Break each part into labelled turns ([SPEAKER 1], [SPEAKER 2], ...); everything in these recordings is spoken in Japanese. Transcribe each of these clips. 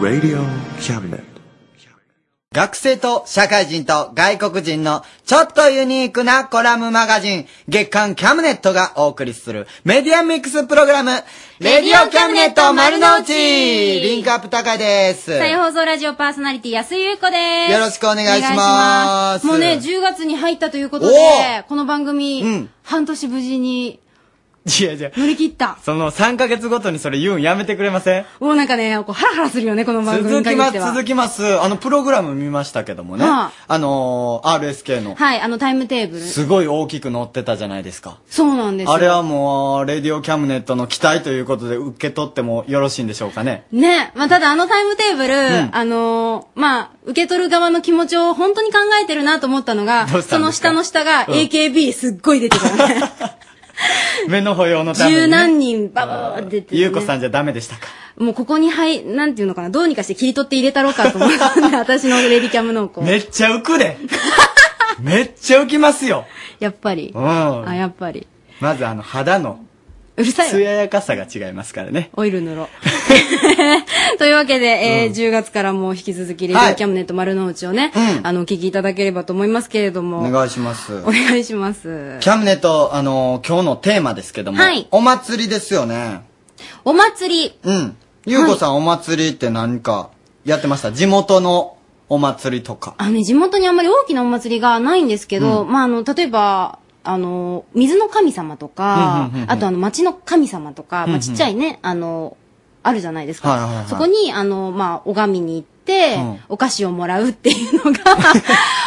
[SPEAKER 1] Radio Cabinet.
[SPEAKER 2] 学生と社会人と外国人のちょっとユニークなコラムマガジン月刊キャムネットがお送りするメディアミックスプログラムレディオキャムネット丸の内リンクアップ高いです。
[SPEAKER 3] 再放送ラジオパーソナリティ安井優子です。
[SPEAKER 2] よろしくお願いします
[SPEAKER 3] お願いしもうね、10月に入ったということ
[SPEAKER 2] お
[SPEAKER 3] で
[SPEAKER 2] ー、
[SPEAKER 3] この番組、
[SPEAKER 4] うん
[SPEAKER 3] 半年無事に
[SPEAKER 4] いやいや、
[SPEAKER 3] 乗り切った。
[SPEAKER 4] その3ヶ月ごとにそれ言うんやめてくれません
[SPEAKER 3] もうなんかね、こうハラハラするよね、この番組
[SPEAKER 4] 続き
[SPEAKER 3] に限
[SPEAKER 4] ま
[SPEAKER 3] っ
[SPEAKER 4] す、
[SPEAKER 3] ては。
[SPEAKER 4] 続きます。あの、プログラム見ましたけどもね。
[SPEAKER 3] は
[SPEAKER 4] あのー、RSK の。
[SPEAKER 3] はい、あのタイムテーブル。
[SPEAKER 4] すごい大きく載ってたじゃないですか。
[SPEAKER 3] そうなんですよ。
[SPEAKER 4] あれはもう、レディオキャムネットの期待ということで受け取ってもよろしいんでしょうかね。
[SPEAKER 3] ね、まあ、ただあのタイムテーブル、
[SPEAKER 4] ん
[SPEAKER 3] あのーまあ、受け取る側の気持ちを本当に考えてるなと思ったのが、
[SPEAKER 4] どうした
[SPEAKER 3] そ
[SPEAKER 4] ん
[SPEAKER 3] の
[SPEAKER 4] ですか
[SPEAKER 3] 下の下が
[SPEAKER 4] うん
[SPEAKER 3] AKB すっごい出てた、ね。
[SPEAKER 4] 目の保養のために、ね。
[SPEAKER 3] 十何人ババババって出て、ね。
[SPEAKER 4] ゆうこさんじゃダメでしたか。
[SPEAKER 3] もうここにはい、なんていうのかな、どうにかして切り取って入れたろうかと思った んで、私のレディキャムの子。
[SPEAKER 4] めっちゃ浮く でめっちゃ浮きますよ
[SPEAKER 3] やっぱり
[SPEAKER 4] う。ん。
[SPEAKER 3] あ、やっぱり。
[SPEAKER 4] まずあの、肌の。
[SPEAKER 3] うるさいわ
[SPEAKER 4] 艶やかさが違いますからね。
[SPEAKER 3] オイル塗ろう。というわけで、えー
[SPEAKER 4] うん
[SPEAKER 3] 10月からも引き続き、レディキャムネット丸の内をね、
[SPEAKER 4] うん
[SPEAKER 3] あの、お聞きいただければと思いますけれども。
[SPEAKER 4] お願いします。
[SPEAKER 3] お願いします。
[SPEAKER 4] キャムネと、あのー今日のテーマですけども、
[SPEAKER 3] はい
[SPEAKER 4] お祭りですよね。
[SPEAKER 3] お祭り。
[SPEAKER 4] うん。ゆうこさん、お祭りって何かやってました地元のお祭りとか。
[SPEAKER 3] あのね、地元にあんまり大きなお祭りがないんですけど、
[SPEAKER 4] う
[SPEAKER 3] まあ、あの、例えば、あの、水の神様とか、
[SPEAKER 5] うんうんうんうん
[SPEAKER 3] あとあの、町の神様とか、
[SPEAKER 5] うん
[SPEAKER 3] ま
[SPEAKER 5] う
[SPEAKER 3] あ、
[SPEAKER 5] ん
[SPEAKER 3] ちっちゃいね、あの、あるじゃないですか。
[SPEAKER 5] はいはいはい
[SPEAKER 3] そこに、あの、まあ、拝みに行って、
[SPEAKER 5] うん
[SPEAKER 3] お菓子をもらうっていうのが、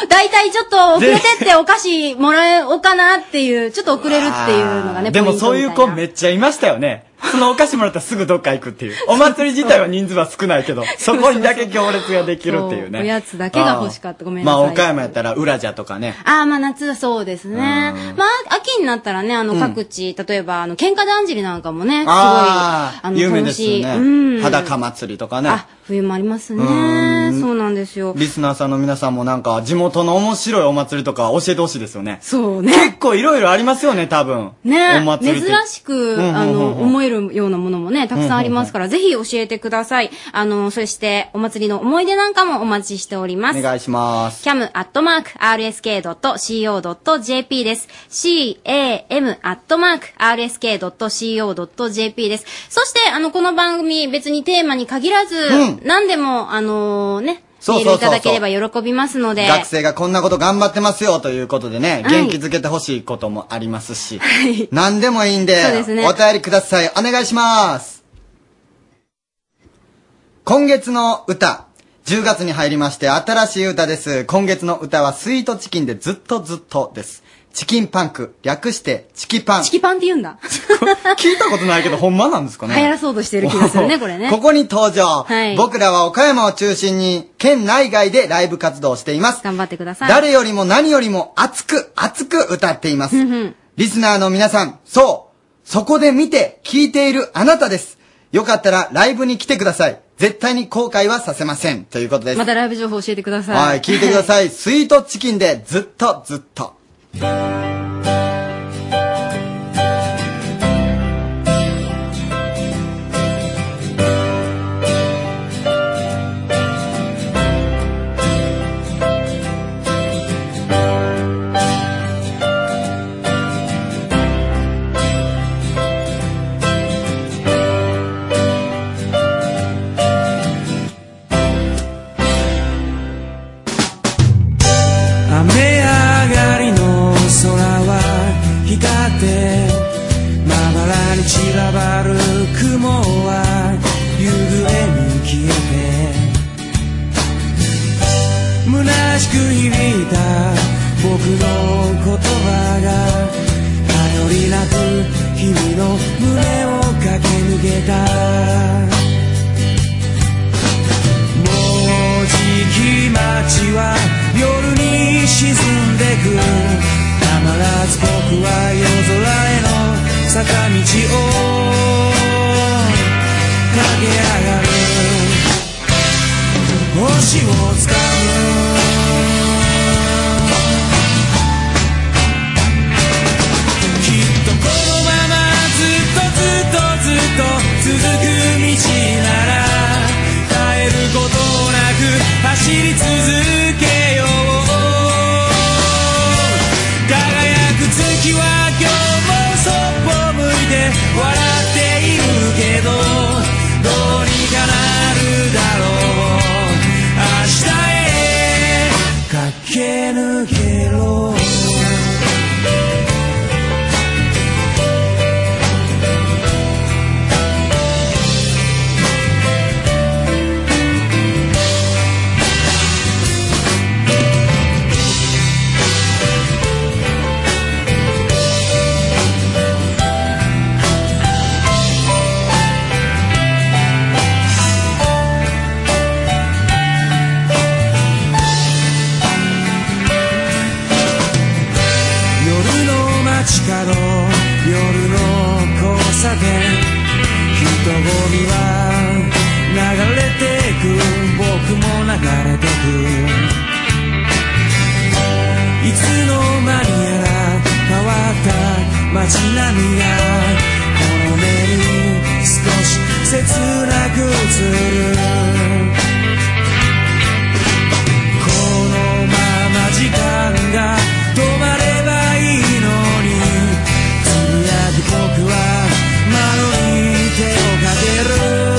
[SPEAKER 3] 大体ちょっと遅れてってお菓子もらおうかなっていう、ちょっと遅れるっていうのがね、
[SPEAKER 4] あーでも
[SPEAKER 3] ポ
[SPEAKER 4] そう
[SPEAKER 3] イ
[SPEAKER 4] い
[SPEAKER 3] ン
[SPEAKER 4] う
[SPEAKER 3] トみたな
[SPEAKER 4] 子めっちゃいましたよね。そのお菓子もらったらすぐどっか行くっていう。お祭り自体は人数は少ないけ ど、そこにだけ行列ができるっていうね。
[SPEAKER 3] そうおやつだけが欲しかったごめんなさい
[SPEAKER 4] あーまあ、岡山やったら、浦じゃとかね。
[SPEAKER 3] ああ、まあ夏はそうですね。まあ秋になったらね、あの
[SPEAKER 4] うん
[SPEAKER 3] 各地、例えばあの喧嘩だんじりなんかもね、すごい、
[SPEAKER 4] あ
[SPEAKER 3] あ
[SPEAKER 4] あ、
[SPEAKER 3] の
[SPEAKER 4] 有名
[SPEAKER 3] 楽
[SPEAKER 4] です
[SPEAKER 3] しい。
[SPEAKER 4] よ
[SPEAKER 3] うん
[SPEAKER 4] ね。。裸祭りとかね。
[SPEAKER 3] 冬もあります
[SPEAKER 4] う
[SPEAKER 3] ね
[SPEAKER 4] ー。ん
[SPEAKER 3] そうなんですよ。
[SPEAKER 4] リスナーさんの皆さんもなんか、地元の面白いお祭りとか教えてほしいですよね。
[SPEAKER 3] そうね。
[SPEAKER 4] 結構いろいろありますよね、多分。
[SPEAKER 3] ね
[SPEAKER 4] お祭り
[SPEAKER 3] 珍
[SPEAKER 4] って。
[SPEAKER 3] しく、
[SPEAKER 4] うんうんうんうん
[SPEAKER 3] あの、思えるようなものもね、たくさんありますから、ぜひ教えてください。あの、そして、お祭りの思い出なんかもお待ちしております
[SPEAKER 4] お。願いします。
[SPEAKER 3] cam.rsk.co.jp です。cam.rsk.co.jp です。そして、あの、この番組、別にテーマに限らず、何でも、あのね、
[SPEAKER 4] そうそうそうそう
[SPEAKER 3] メールいただければ喜びますので。
[SPEAKER 4] 学生がこんなこと頑張ってますよということでね、
[SPEAKER 3] はい
[SPEAKER 4] 元気づけてほしいこともありますし、
[SPEAKER 3] はい
[SPEAKER 4] 何でもいいんで
[SPEAKER 3] そうですね
[SPEAKER 4] お便りください。お願いします。今月の歌、10月に入りまして新しい歌です。今月の歌はスイートチキンでずっとずっとです。チキンパンク、略してチキパン。チキ
[SPEAKER 3] パンって言うんだ。
[SPEAKER 4] 聞いたことないけど、ほんまなんですか
[SPEAKER 3] 流
[SPEAKER 4] ね。
[SPEAKER 3] 行らそうとしてる気がするね、これね。
[SPEAKER 4] ここに登場、
[SPEAKER 3] はい
[SPEAKER 4] 僕らは岡山を中心に県内外でライブ活動をしています。
[SPEAKER 3] 頑張ってください。
[SPEAKER 4] 誰よりも何よりも熱く熱く歌っています。リスナーの皆さん、そう、そこで見て聞いているあなたです。よかったらライブに来てください。絶対に後悔はさせません。ということです。
[SPEAKER 3] またライブ情報教えてください。
[SPEAKER 4] はい、聞いてください。スイートチキンでずっとずっと。
[SPEAKER 6] 雨上がりの空は光ってまばらに散らばる雲は夕暮れに消えて虚しく響いた僕の言葉が頼りなく君の胸を駆け抜けたもうじき街は夜に沈んでくたまらず僕は夜空への坂道を駆け上がる星をつかむきっとこのままずっとずっとずっと続く道なら帰ること下の夜の交差点人混みは流れてく僕も流れてくいつの間にやら変わった街並みがこの目に少し切なく映るこのまま時間が止まればいいのにつぶやく僕は窓に手をかける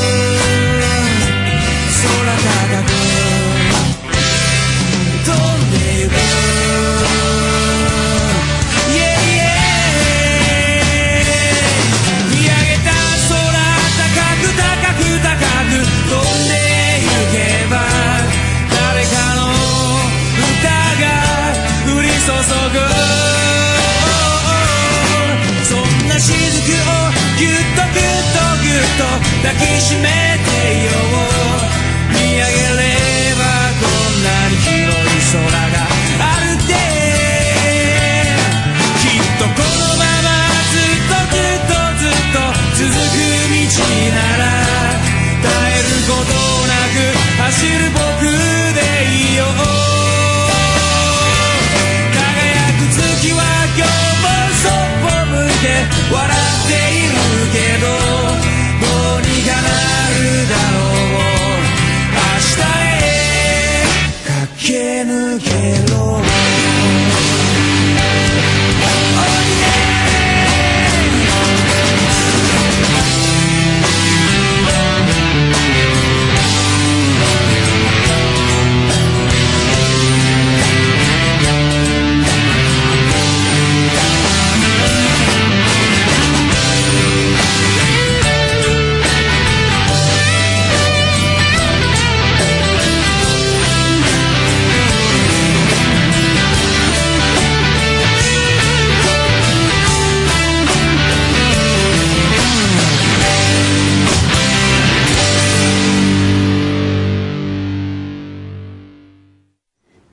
[SPEAKER 6] 空高く飛んでゆく Yeah, yeah 見上げた空高く高く高く飛んでゆけば誰かの歌が降り注ぐそんな雫をぎゅっとぎゅっとぎゅっと抱きしめていよう見上げればこんなに広い空があるってきっとこのままずっとずっとずっと続く道なら耐えることなく走る僕でいいよ輝く月は今日もそっぽ向いて笑っているけどどうにかなるだろう明日へ駆け抜けろ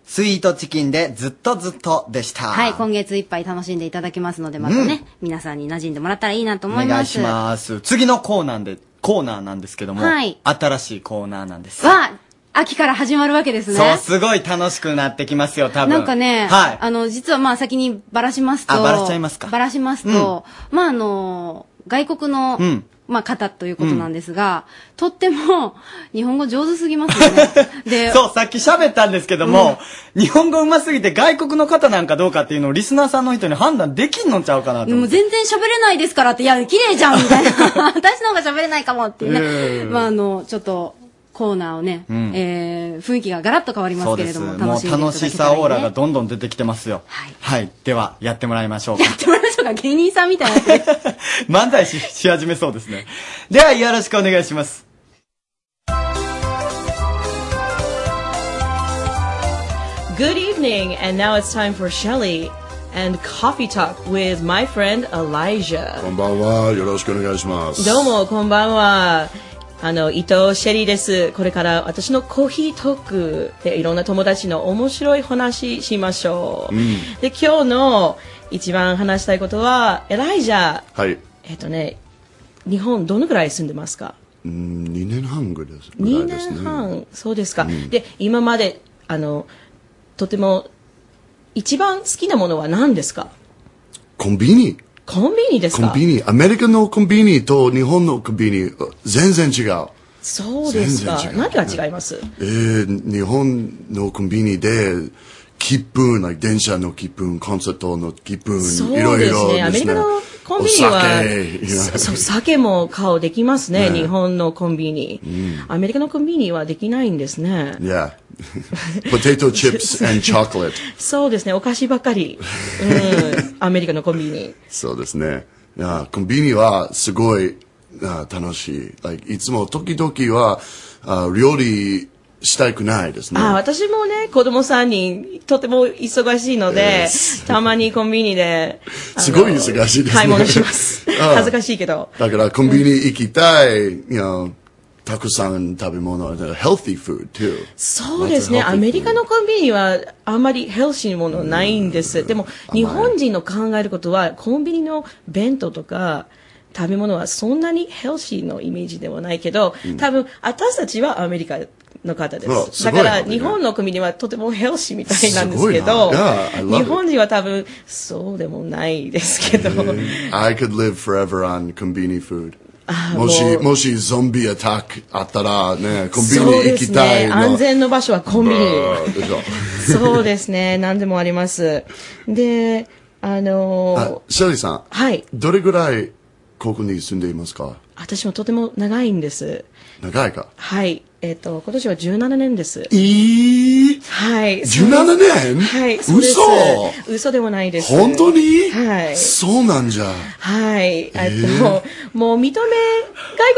[SPEAKER 4] スイートチキンでずっとずっとでした。
[SPEAKER 3] はい、今月いっぱい楽しんでいただきますので、またね、皆さんに馴染んでもらったらいいなと思い
[SPEAKER 4] お
[SPEAKER 3] ます。
[SPEAKER 4] 願いします。次のコーナーで、コーナーなんですけども、
[SPEAKER 3] はい
[SPEAKER 4] 新しいコーナーなんです。
[SPEAKER 3] は、秋から始まるわけですね。
[SPEAKER 4] そう、すごい楽しくなってきますよ、多分。
[SPEAKER 3] なんかね、
[SPEAKER 4] はい。
[SPEAKER 3] あの、実はまあ先にばらしますと、
[SPEAKER 4] あばらしちゃいますか
[SPEAKER 3] ばらしますと、まああの、外国の、
[SPEAKER 4] うん
[SPEAKER 3] まあ方ということなんですが、とっても、日本語上手すぎますよね。で、
[SPEAKER 4] そう、さっき喋ったんですけども、日本語うますぎて外国の方なんかどうかっていうのをリスナーさんの人に判断できんの ちゃうかなと
[SPEAKER 3] も
[SPEAKER 4] 思
[SPEAKER 3] う
[SPEAKER 4] って。
[SPEAKER 3] 全然喋れないですからって、いや、綺麗じゃんみた いな。私の方が喋れないかもっていう
[SPEAKER 4] う
[SPEAKER 3] ね。
[SPEAKER 4] ん
[SPEAKER 3] まああの、ちょっと、コーナーをね、
[SPEAKER 4] うん
[SPEAKER 3] えー、雰囲気がガラッと変わりま
[SPEAKER 4] そ
[SPEAKER 3] す
[SPEAKER 4] う
[SPEAKER 3] け
[SPEAKER 4] で
[SPEAKER 3] れ
[SPEAKER 4] す。
[SPEAKER 3] ど
[SPEAKER 4] も
[SPEAKER 3] も、
[SPEAKER 4] う
[SPEAKER 3] 楽しんでいた
[SPEAKER 4] 楽
[SPEAKER 3] だけたらい
[SPEAKER 4] し
[SPEAKER 3] いね
[SPEAKER 4] さオーラ がどんどん出てきてますよ。
[SPEAKER 3] はい
[SPEAKER 4] はい。では、やってもらいましょうか。
[SPEAKER 3] やってもらいましょうか。芸人さんみたいになってる。
[SPEAKER 4] 漫才しし始めそうですね。では、よろしくお願いします。
[SPEAKER 1] Good evening, and now it's time for Shelley and Coffee Talk with my friend
[SPEAKER 5] こ
[SPEAKER 1] Elijah.
[SPEAKER 5] んばんは。よろしくお願いします。
[SPEAKER 1] どう。も、こんばんは。あの、伊藤シェリーです。これから私のコーヒートークでいろんな友達の面白い話しましょう。で、今日の一番話したいことは、エライジャ。
[SPEAKER 5] はい。
[SPEAKER 1] えっとね、日本どのくらい住んでますか
[SPEAKER 5] うん、2年半ぐらいです。ぐら
[SPEAKER 1] 2
[SPEAKER 5] いです
[SPEAKER 1] 年
[SPEAKER 5] ね。
[SPEAKER 1] 半、そうですか、で今まであのとても一番好きなものは何ですか
[SPEAKER 5] コンビニ。
[SPEAKER 1] コンビニです
[SPEAKER 5] コ
[SPEAKER 1] か
[SPEAKER 5] ンビニ。アメリカのコンビニと日本のコンビニ、全然違う。
[SPEAKER 1] そうですか
[SPEAKER 5] 全然違う
[SPEAKER 1] 何が違います
[SPEAKER 5] えー、日本のコンビニで、切符、like 電車の切符、コンサートの切符、
[SPEAKER 1] そう
[SPEAKER 5] いろ
[SPEAKER 1] で
[SPEAKER 5] いろですす
[SPEAKER 1] ね
[SPEAKER 5] ね。
[SPEAKER 1] アメリカのコンビニ
[SPEAKER 5] お酒
[SPEAKER 1] はそそう酒も顔できますね
[SPEAKER 5] ね
[SPEAKER 1] 日本のコンビニ、アメリカのコンビニはできないんですね
[SPEAKER 5] Yeah. Potato chips and chocolate.
[SPEAKER 1] そうですねお菓子ばかり、 うん、アメリカのコンビニ
[SPEAKER 5] そうですね。いやコンビニはすごいあ楽しい。Like いつも時々はあ料理したくないですね。
[SPEAKER 1] あ私もね、子供さんにとても忙しいので、たまにコンビニで、あの
[SPEAKER 5] すごい忙しいですね
[SPEAKER 1] 買い物します。
[SPEAKER 5] ああ
[SPEAKER 1] 恥ずかしいけど。
[SPEAKER 5] だからコンビニ行きたい、you know, たくさん食べ物、healthy food too.
[SPEAKER 1] そうですね、
[SPEAKER 5] Lots of healthy
[SPEAKER 1] アメリカのコンビニはあまりヘルシーなものないんです。でも、日本人の考えることは、コンビニの弁当とか、食べ物はそんなにヘルシーのイメージではないけど、多分、私たちはアメリカの方で
[SPEAKER 5] あ
[SPEAKER 1] す。
[SPEAKER 5] す
[SPEAKER 1] だ
[SPEAKER 5] ごい
[SPEAKER 1] から、
[SPEAKER 5] ね
[SPEAKER 1] 日本のコンビニはとてもヘルシーみたいなんですけど、
[SPEAKER 5] すごいな Yeah, I love it.
[SPEAKER 1] 日本人は多分、そうでもないですけど、
[SPEAKER 5] I could live forever on combini food. も
[SPEAKER 1] も
[SPEAKER 5] し、
[SPEAKER 1] う
[SPEAKER 5] もしゾンビアタックあったらね、コンビニ
[SPEAKER 1] そうで
[SPEAKER 5] 行
[SPEAKER 1] す
[SPEAKER 5] きたい
[SPEAKER 1] ね、
[SPEAKER 5] の。
[SPEAKER 1] 安全の場所はコンビニ。
[SPEAKER 5] あーでしょ
[SPEAKER 1] そうですね、何でもあります。で、あ
[SPEAKER 5] あ
[SPEAKER 1] のー
[SPEAKER 5] シェリーさん、
[SPEAKER 1] はい、
[SPEAKER 5] どれぐらいここに住んでいますか
[SPEAKER 1] 私もとても長いんです。
[SPEAKER 5] 長いか
[SPEAKER 1] はい、えっ、と、今年は17年です。
[SPEAKER 5] えー、
[SPEAKER 1] はい。
[SPEAKER 5] 17年
[SPEAKER 1] はい、そう
[SPEAKER 5] 嘘
[SPEAKER 1] です嘘でもないです。
[SPEAKER 5] 本当に、
[SPEAKER 1] はい
[SPEAKER 5] そうなんじゃ。
[SPEAKER 1] はい、えっと、もう認め、外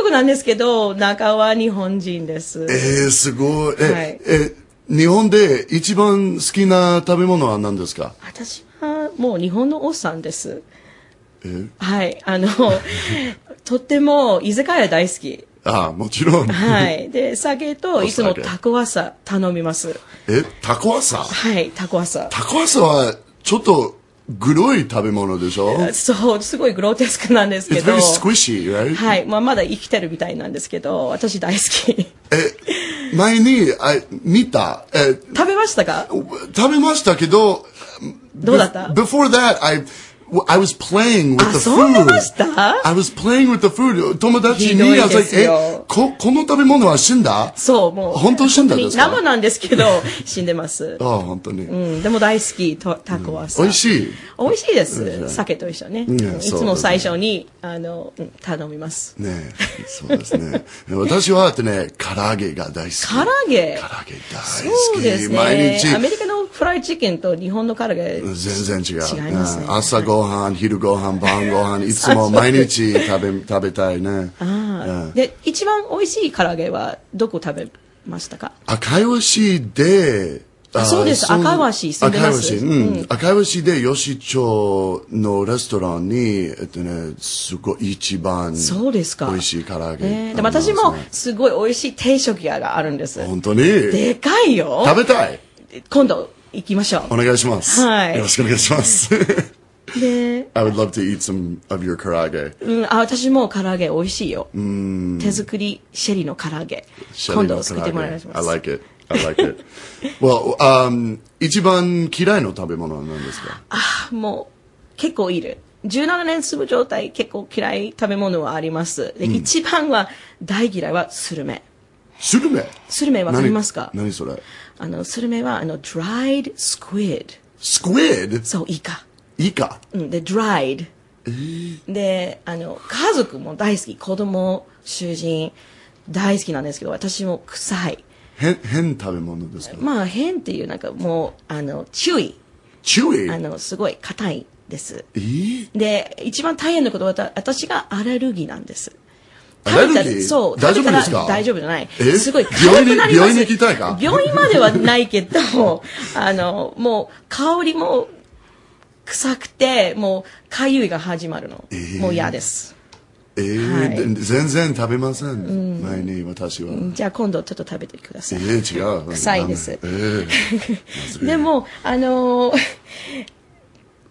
[SPEAKER 1] 国なんですけど、中は日本人です。
[SPEAKER 5] えー、すごい。え、
[SPEAKER 1] はい
[SPEAKER 5] え、日本で一番好きな食べ物は何ですか
[SPEAKER 1] 私はもう日本のおっさんです。
[SPEAKER 5] え
[SPEAKER 1] はい、あの、 とっても居酒屋大好き。
[SPEAKER 5] ああ、もちろん。
[SPEAKER 1] はい。で、酒といつも
[SPEAKER 5] お酒
[SPEAKER 1] タコワサ頼みます。
[SPEAKER 5] え、タコワサ
[SPEAKER 1] はい、タコワサ。
[SPEAKER 5] タコワサはちょっとグロい食べ物でしょ
[SPEAKER 1] そう、すごいグロテスクなんですけ
[SPEAKER 5] It's
[SPEAKER 1] ど
[SPEAKER 5] very。squishy, right?
[SPEAKER 1] はい、まあ、まだ生きてるみたいなんですけど、私大好き。
[SPEAKER 5] え、前に、あ見た。え、
[SPEAKER 1] 食べましたか
[SPEAKER 5] 食べましたけど、
[SPEAKER 1] どうだった
[SPEAKER 5] Before that, I, I was playing with the
[SPEAKER 1] あ
[SPEAKER 5] food.
[SPEAKER 1] 遊んでました
[SPEAKER 5] I was playing with the food. 友達
[SPEAKER 1] ひ
[SPEAKER 5] に、
[SPEAKER 1] どい
[SPEAKER 5] I was
[SPEAKER 1] で
[SPEAKER 5] like,
[SPEAKER 1] す
[SPEAKER 5] え
[SPEAKER 1] よ、
[SPEAKER 5] こ、この食べ物は死んだ
[SPEAKER 1] そう、もう。
[SPEAKER 5] 本当に死んだんですか
[SPEAKER 1] 生なんですけど、死んでます
[SPEAKER 5] あ。あ、本当に。
[SPEAKER 1] うん、でも大好き、とタコワサ。
[SPEAKER 5] 美味しい。
[SPEAKER 1] 美味しいです。酒と一緒ね。
[SPEAKER 5] ん
[SPEAKER 1] うんいつも最初に、あの、うん頼みます。
[SPEAKER 5] ねえそうですね。 私は、ってね、唐揚げが大好き。
[SPEAKER 1] 唐揚げ。
[SPEAKER 5] 唐揚げ大
[SPEAKER 1] そうです
[SPEAKER 5] 好き。
[SPEAKER 1] ね。
[SPEAKER 5] 毎日
[SPEAKER 1] ア。メリカのフライチキンと日本の唐揚げ。
[SPEAKER 5] 全然違う。
[SPEAKER 1] 違いますね
[SPEAKER 5] うん朝ごはん、昼ごはん、晩ごはん、いつも毎日食べ、 食べたいね。うん
[SPEAKER 1] で、一番美味しい唐揚げはどこ食べましたか
[SPEAKER 5] 赤い牛で、
[SPEAKER 1] あ
[SPEAKER 5] あ
[SPEAKER 1] そうです
[SPEAKER 5] ん
[SPEAKER 1] 赤牛住んでます
[SPEAKER 5] 赤牛、うん。赤牛で、吉町のレストランに、えっとね、すごい一番、
[SPEAKER 1] そうですか
[SPEAKER 5] 美味しい唐揚げ。
[SPEAKER 1] ねでも私も
[SPEAKER 5] 食べますね
[SPEAKER 1] すごい美味しい定食屋があるんです。
[SPEAKER 5] 本当に
[SPEAKER 1] でかいよ。
[SPEAKER 5] 食べたい
[SPEAKER 1] 今度行きましょ
[SPEAKER 5] お願いします。
[SPEAKER 1] はい
[SPEAKER 5] よろしくお願い します。
[SPEAKER 1] う。で、
[SPEAKER 5] I would love to eat some of your karage.
[SPEAKER 1] うん、あ、私も唐揚げ美味しいよ。手作りシェリの唐揚げ。今度作ってもらいます。
[SPEAKER 5] I like it. I like it. well, um, 一番嫌いの食べ物は何ですか
[SPEAKER 1] もう結構いる。17年住む状態結構嫌い食べ物はあります。で、一番は大嫌いはスルメ。
[SPEAKER 5] スルメ。
[SPEAKER 1] スルメわかりますか
[SPEAKER 5] 何何それ
[SPEAKER 1] あの、スルメはあの、dried squid。
[SPEAKER 5] スクイッド
[SPEAKER 1] そう、イカ。
[SPEAKER 5] イカ。
[SPEAKER 1] うん、で、dried。で、あの、家族も大好き。子供、囚人、大好きなんですけど、私も臭い。
[SPEAKER 5] 変、変食べ物ですか
[SPEAKER 1] まあ、変っていう、なんかもう、あの、注意。
[SPEAKER 5] チュイ
[SPEAKER 1] あの、すごい硬いです。
[SPEAKER 5] えー
[SPEAKER 1] で、一番大変なことは、た私がアレルギーなんです。
[SPEAKER 5] アレルギー
[SPEAKER 1] 食べたらそう、
[SPEAKER 5] 大丈夫
[SPEAKER 1] 食べたら
[SPEAKER 5] ですか
[SPEAKER 1] 大丈夫じゃない。
[SPEAKER 5] え
[SPEAKER 1] すごい、
[SPEAKER 5] 病院
[SPEAKER 1] 軽く
[SPEAKER 5] に
[SPEAKER 1] なります
[SPEAKER 5] 病院に行きたいか
[SPEAKER 1] 病院まではないけど、あの、もう、香りも、臭くて、もう、かゆいが始まるの。
[SPEAKER 5] ー
[SPEAKER 1] もう嫌です。
[SPEAKER 5] えー
[SPEAKER 1] はい
[SPEAKER 5] で全然食べません。前に私は。
[SPEAKER 1] じゃあ今度ちょっと食べてくだ
[SPEAKER 5] え
[SPEAKER 1] さい。
[SPEAKER 5] ー、違う。
[SPEAKER 1] 臭いです
[SPEAKER 5] えー
[SPEAKER 1] でも、あのー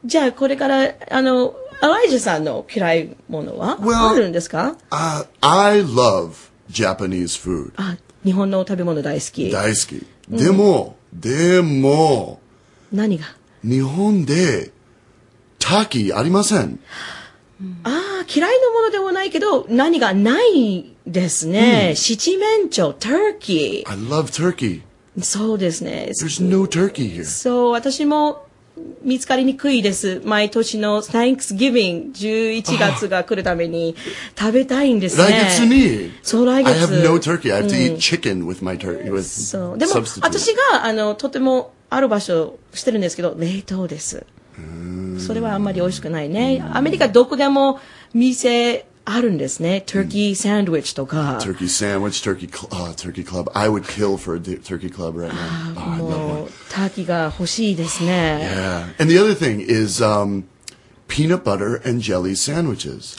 [SPEAKER 1] じゃあこれから、あの、アライジャさんの嫌いものは、
[SPEAKER 5] Well-
[SPEAKER 1] あるんですか
[SPEAKER 5] Uh, I love Japanese food.
[SPEAKER 1] あ、日本の食べ物大好き。
[SPEAKER 5] 大好き。でも、でも、
[SPEAKER 1] 何が
[SPEAKER 5] 日本で、タキありません。
[SPEAKER 1] ああ、嫌いのものでもないけど、何がないですね。七面鳥、ターキ
[SPEAKER 5] I love turkey.
[SPEAKER 1] ー。そうですね。
[SPEAKER 5] There's no turkey here.
[SPEAKER 1] そう、私も見つかりにくいです。毎年の Thanksgiving、11月が来るために食べたいんですね。
[SPEAKER 5] 来月に、
[SPEAKER 1] そう、来
[SPEAKER 5] I
[SPEAKER 1] 月。
[SPEAKER 5] have no turkey. I have to eat chicken with my turkey. With
[SPEAKER 1] そう。でも、
[SPEAKER 5] substitute.
[SPEAKER 1] 私が、あの、とてもある場所してるんですけど、冷凍です。それはあんまり美味しくないね。アメリカどこでも店あるんですね。トーキーサンドイッチとか。
[SPEAKER 5] Turkey sandwich, turkey, cl- uh, turkey club. I would kill for a di- turkey club right now. Oh, I love
[SPEAKER 1] も
[SPEAKER 5] one.
[SPEAKER 1] う、ターキーが欲しいですね。
[SPEAKER 5] Yeah. And the other thing is um, peanut butter and jelly sandwiches.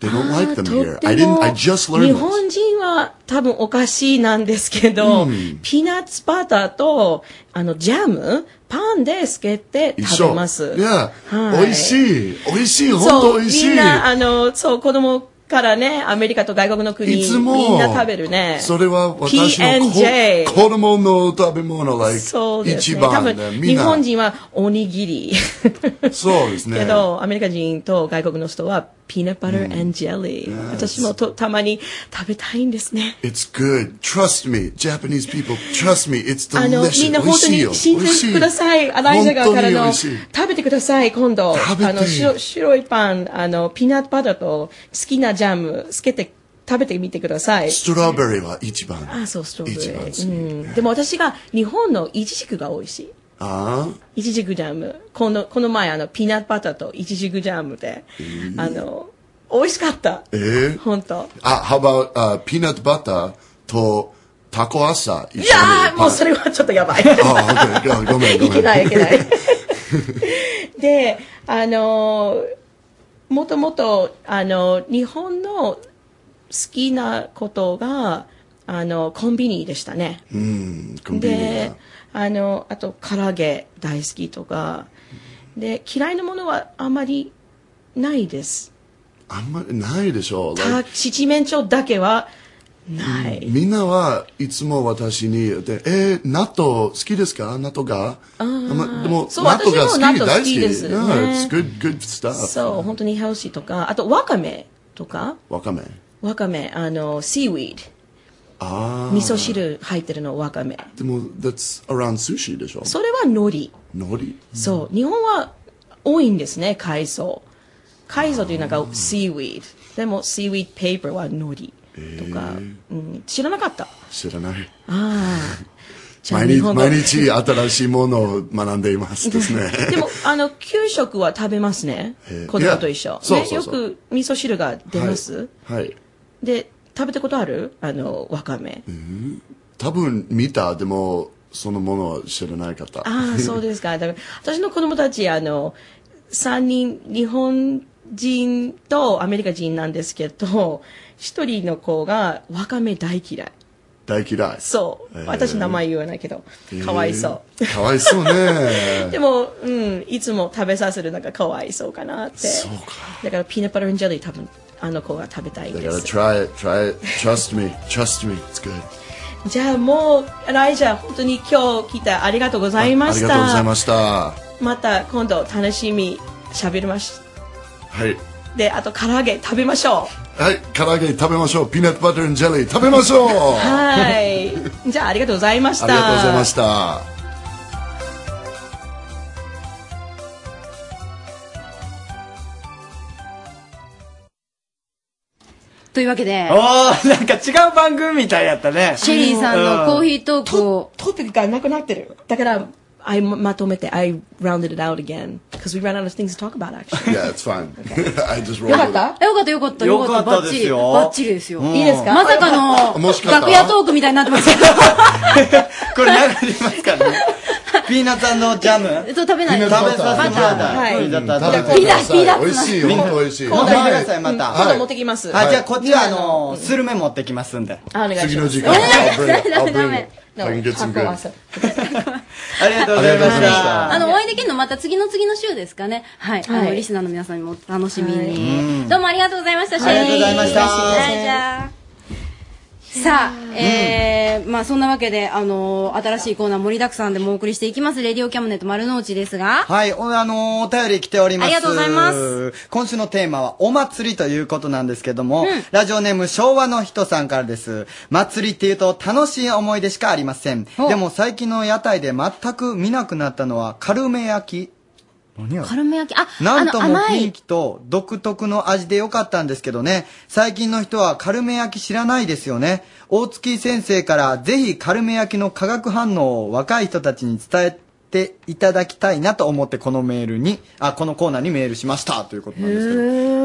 [SPEAKER 5] They don't like them
[SPEAKER 1] とっ
[SPEAKER 5] here.
[SPEAKER 1] て
[SPEAKER 5] I
[SPEAKER 1] も
[SPEAKER 5] didn't. I just
[SPEAKER 1] 日
[SPEAKER 5] learned this.
[SPEAKER 1] 本人は多分お菓子なんですけど、ピーナッツバターとあのジャムパンでつけて
[SPEAKER 5] 一
[SPEAKER 1] 食べ
[SPEAKER 5] 緒。
[SPEAKER 1] ます。
[SPEAKER 5] いや、
[SPEAKER 1] はい
[SPEAKER 5] 美味しい。美味しい。本
[SPEAKER 1] そ
[SPEAKER 5] 当
[SPEAKER 1] う
[SPEAKER 5] 美味しい。
[SPEAKER 1] みんなあのそう子供からねアメリカと外国の国
[SPEAKER 5] いつも
[SPEAKER 1] みんな食べるね。
[SPEAKER 5] それは私の
[SPEAKER 1] P&J
[SPEAKER 5] こ子供の食べ物、like
[SPEAKER 1] そうです
[SPEAKER 5] 一
[SPEAKER 1] ね。多
[SPEAKER 5] 番
[SPEAKER 1] 分
[SPEAKER 5] ね、みん
[SPEAKER 1] 日
[SPEAKER 5] な
[SPEAKER 1] 本人はおにぎり。
[SPEAKER 5] そうですね
[SPEAKER 1] けど、アメリカ人と外国の人はピーナッツバター and ジェリー。私もとたまに食べたいんですね。
[SPEAKER 5] It's good. Trust me. Japanese people, trust me. It's
[SPEAKER 1] あの、み
[SPEAKER 5] delicious.
[SPEAKER 1] んな本
[SPEAKER 5] 美味
[SPEAKER 1] 当
[SPEAKER 5] しいよ。
[SPEAKER 1] に
[SPEAKER 5] 美
[SPEAKER 1] 新
[SPEAKER 5] 味し
[SPEAKER 1] 鮮
[SPEAKER 5] い。
[SPEAKER 1] ください。洗い川から
[SPEAKER 5] 本当に美
[SPEAKER 1] の、
[SPEAKER 5] 味しい
[SPEAKER 1] 食べてください、今度。
[SPEAKER 5] 食べて
[SPEAKER 1] あの白、白いパン、あの、ピーナッツバターと好きなジャム、つけて、食べてみてください。
[SPEAKER 5] ストロベリーは一番。
[SPEAKER 1] あ、そう、ストロベリ
[SPEAKER 5] 一番好き
[SPEAKER 1] ー。うん。でも私が日本のイチジクが美味しい。
[SPEAKER 5] ああ。
[SPEAKER 1] イチジクジャム。この、この前、あの、ピーナッツバターとイチジクジャムで、あの、美味しかった。
[SPEAKER 5] えー
[SPEAKER 1] 本当。
[SPEAKER 5] あ、how about、uh, peanut butter とタコ朝一緒に
[SPEAKER 1] いやー、もうそ
[SPEAKER 5] れ。
[SPEAKER 1] れはちょっとやばい。
[SPEAKER 5] あ、本当にごめんごめ ん。
[SPEAKER 1] いけないいけない。 で、あのーもともと、あのー日本の好きなことが、あのコンビニでしたね。
[SPEAKER 5] うん、コンビニ
[SPEAKER 1] で
[SPEAKER 5] だ。、
[SPEAKER 1] あのあと、唐揚げ大好きとか、で、嫌いなものはあまりないです。
[SPEAKER 5] あんまりないでしょう。
[SPEAKER 1] た、
[SPEAKER 5] Like
[SPEAKER 1] 七面鳥だけはない。
[SPEAKER 5] みんなはいつも私に、でえー、納豆好きですか納豆があまでも、
[SPEAKER 1] そう
[SPEAKER 5] 納豆が好
[SPEAKER 1] 私
[SPEAKER 5] き、
[SPEAKER 1] も納
[SPEAKER 5] 大
[SPEAKER 1] 豆
[SPEAKER 5] 好
[SPEAKER 1] 好
[SPEAKER 5] き。
[SPEAKER 1] きですね
[SPEAKER 5] Yeah, it's good, good stuff.
[SPEAKER 1] そう、本当にヘルシーとか、あと、わかめとか、
[SPEAKER 5] わかめ。
[SPEAKER 1] わかめ、あの、シーウィード。
[SPEAKER 5] ああ。
[SPEAKER 1] 味噌汁入ってるのわかめ
[SPEAKER 5] でも、that's around sushi でしょ
[SPEAKER 1] それは海苔
[SPEAKER 5] 海苔。
[SPEAKER 1] そう日本は多いんですね海藻海藻というのがシーウィードでもシーウィードペーパーは海苔とか、うん、知らなかった
[SPEAKER 5] 知らない。
[SPEAKER 1] ああじゃあ
[SPEAKER 5] 毎日、
[SPEAKER 1] 日本の
[SPEAKER 5] 毎日新しいものを学んでいますですね。
[SPEAKER 1] でもあの給食は食べますね
[SPEAKER 5] へえ
[SPEAKER 1] 子供と一緒、
[SPEAKER 5] いやそうそう
[SPEAKER 1] ね、
[SPEAKER 5] そう
[SPEAKER 1] よく味噌汁が出ます、
[SPEAKER 5] はい。はい
[SPEAKER 1] で食べたことあるあのわかめ
[SPEAKER 5] 多分見た、でも、そのものは知らなかった。
[SPEAKER 1] ああ、そうですか。だから私の子供たち、あの、3人、日本人とアメリカ人なんですけど、1人の子がわかめ大嫌い。
[SPEAKER 5] 大嫌い。
[SPEAKER 1] そう。
[SPEAKER 5] へえ
[SPEAKER 1] 私、名前言わないけど、かわいそ
[SPEAKER 5] えーかわいそう
[SPEAKER 1] う。
[SPEAKER 5] ね。
[SPEAKER 1] でも、うん、いつも食べさせるのがかわいそうかなって。
[SPEAKER 5] そうか
[SPEAKER 1] だから、ピーナッツバタージェリー多分、あの子が食べたい
[SPEAKER 5] だ
[SPEAKER 1] で
[SPEAKER 5] から、
[SPEAKER 1] す。
[SPEAKER 5] try it, try it, trust me, trust me, it's good.
[SPEAKER 1] じゃあもう、ライジャー、本当に今日来てありがとうございました。
[SPEAKER 5] ありがとうございました。は
[SPEAKER 1] また今度、楽しみ、喋りまし
[SPEAKER 5] い。
[SPEAKER 1] で、あと、唐揚げ食べましょう。
[SPEAKER 5] はい、唐揚げ食べましょう。ピーナッツバタージェリー食べましょう。あ
[SPEAKER 1] はい。じゃあ、ありがとうございました。
[SPEAKER 5] りがとうございました。
[SPEAKER 3] というわけで
[SPEAKER 4] お、ー、なんか違う番組みたいやったね。
[SPEAKER 3] シェリーさんのコーヒートークを
[SPEAKER 1] と、トピックがなくなってる。だから、I まとめて、I rounded it out again. Because we ran out of things to talk about, actually.
[SPEAKER 5] Yeah, it's fine. I just rolled
[SPEAKER 1] よ
[SPEAKER 5] with
[SPEAKER 1] かっ
[SPEAKER 5] it.
[SPEAKER 1] た
[SPEAKER 3] よかったよかった
[SPEAKER 4] よかった
[SPEAKER 3] バッチ
[SPEAKER 4] です
[SPEAKER 3] リ。
[SPEAKER 4] よ
[SPEAKER 3] バッチリですよ。
[SPEAKER 1] いいですか
[SPEAKER 3] まさかの
[SPEAKER 5] もしかしたら
[SPEAKER 3] 楽屋トークみたいになってますけど。
[SPEAKER 4] これ流れますからね。ピーナッツジャム。
[SPEAKER 3] そう食べない
[SPEAKER 5] みんな
[SPEAKER 4] 食べさせてくだ
[SPEAKER 1] は
[SPEAKER 4] さ
[SPEAKER 1] い
[SPEAKER 4] い。ピーナッツバター
[SPEAKER 5] 食べてください。美味しいよ、本当美味しい。
[SPEAKER 4] 今度
[SPEAKER 5] は
[SPEAKER 4] 行って
[SPEAKER 5] い
[SPEAKER 4] ください、また。
[SPEAKER 1] 今度持ってきます。
[SPEAKER 4] あ、
[SPEAKER 1] あ
[SPEAKER 4] じゃあこっちはあの、スルメ持ってきますんで。
[SPEAKER 1] お願いします。
[SPEAKER 5] 次の時 間。I'll bring it. I'll
[SPEAKER 3] ダメ ダ
[SPEAKER 5] bring
[SPEAKER 3] メ
[SPEAKER 5] it. I can get some
[SPEAKER 1] タコ
[SPEAKER 5] good.
[SPEAKER 1] 朝
[SPEAKER 4] ありがとうございまし
[SPEAKER 5] ありがとうございました
[SPEAKER 4] た。
[SPEAKER 3] あの、お会いできるのまた次の次の週ですかね。はい。あ
[SPEAKER 1] は
[SPEAKER 3] の、
[SPEAKER 1] い
[SPEAKER 3] リスナーの皆さんにもお楽しみに。どうもありがとうございました、シェリー。
[SPEAKER 4] ありがとうございました
[SPEAKER 3] はい、じゃあ。さあ、えー、まあそんなわけで、あのー、新しいコーナー盛りだくさんでもお送りしていきます、レディオキャムネット丸の内ですが、
[SPEAKER 4] はい、お、あのーお便り来ております。
[SPEAKER 3] ありがとうございます。
[SPEAKER 4] 今週のテーマはお祭りということなんですけども、ラジオネーム昭和の人さんからです。祭りっていうと楽しい思い出しかありません。
[SPEAKER 3] お
[SPEAKER 4] でも最近の屋台で全く見なくなったのはカルメ焼き。何や
[SPEAKER 3] カルメ焼き、あ、
[SPEAKER 4] なんと
[SPEAKER 3] あ
[SPEAKER 4] も
[SPEAKER 3] の、甘
[SPEAKER 4] 雰囲
[SPEAKER 3] い。
[SPEAKER 4] 気と独特の味でよかったんですけどね。最近の人はカルメ焼き知らないですよね。大月先生からぜひカルメ焼きの化学反応を若い人たちに伝えていただきたいなと思ってこのメールに、あ、このコーナーにメールしましたということなんですけど。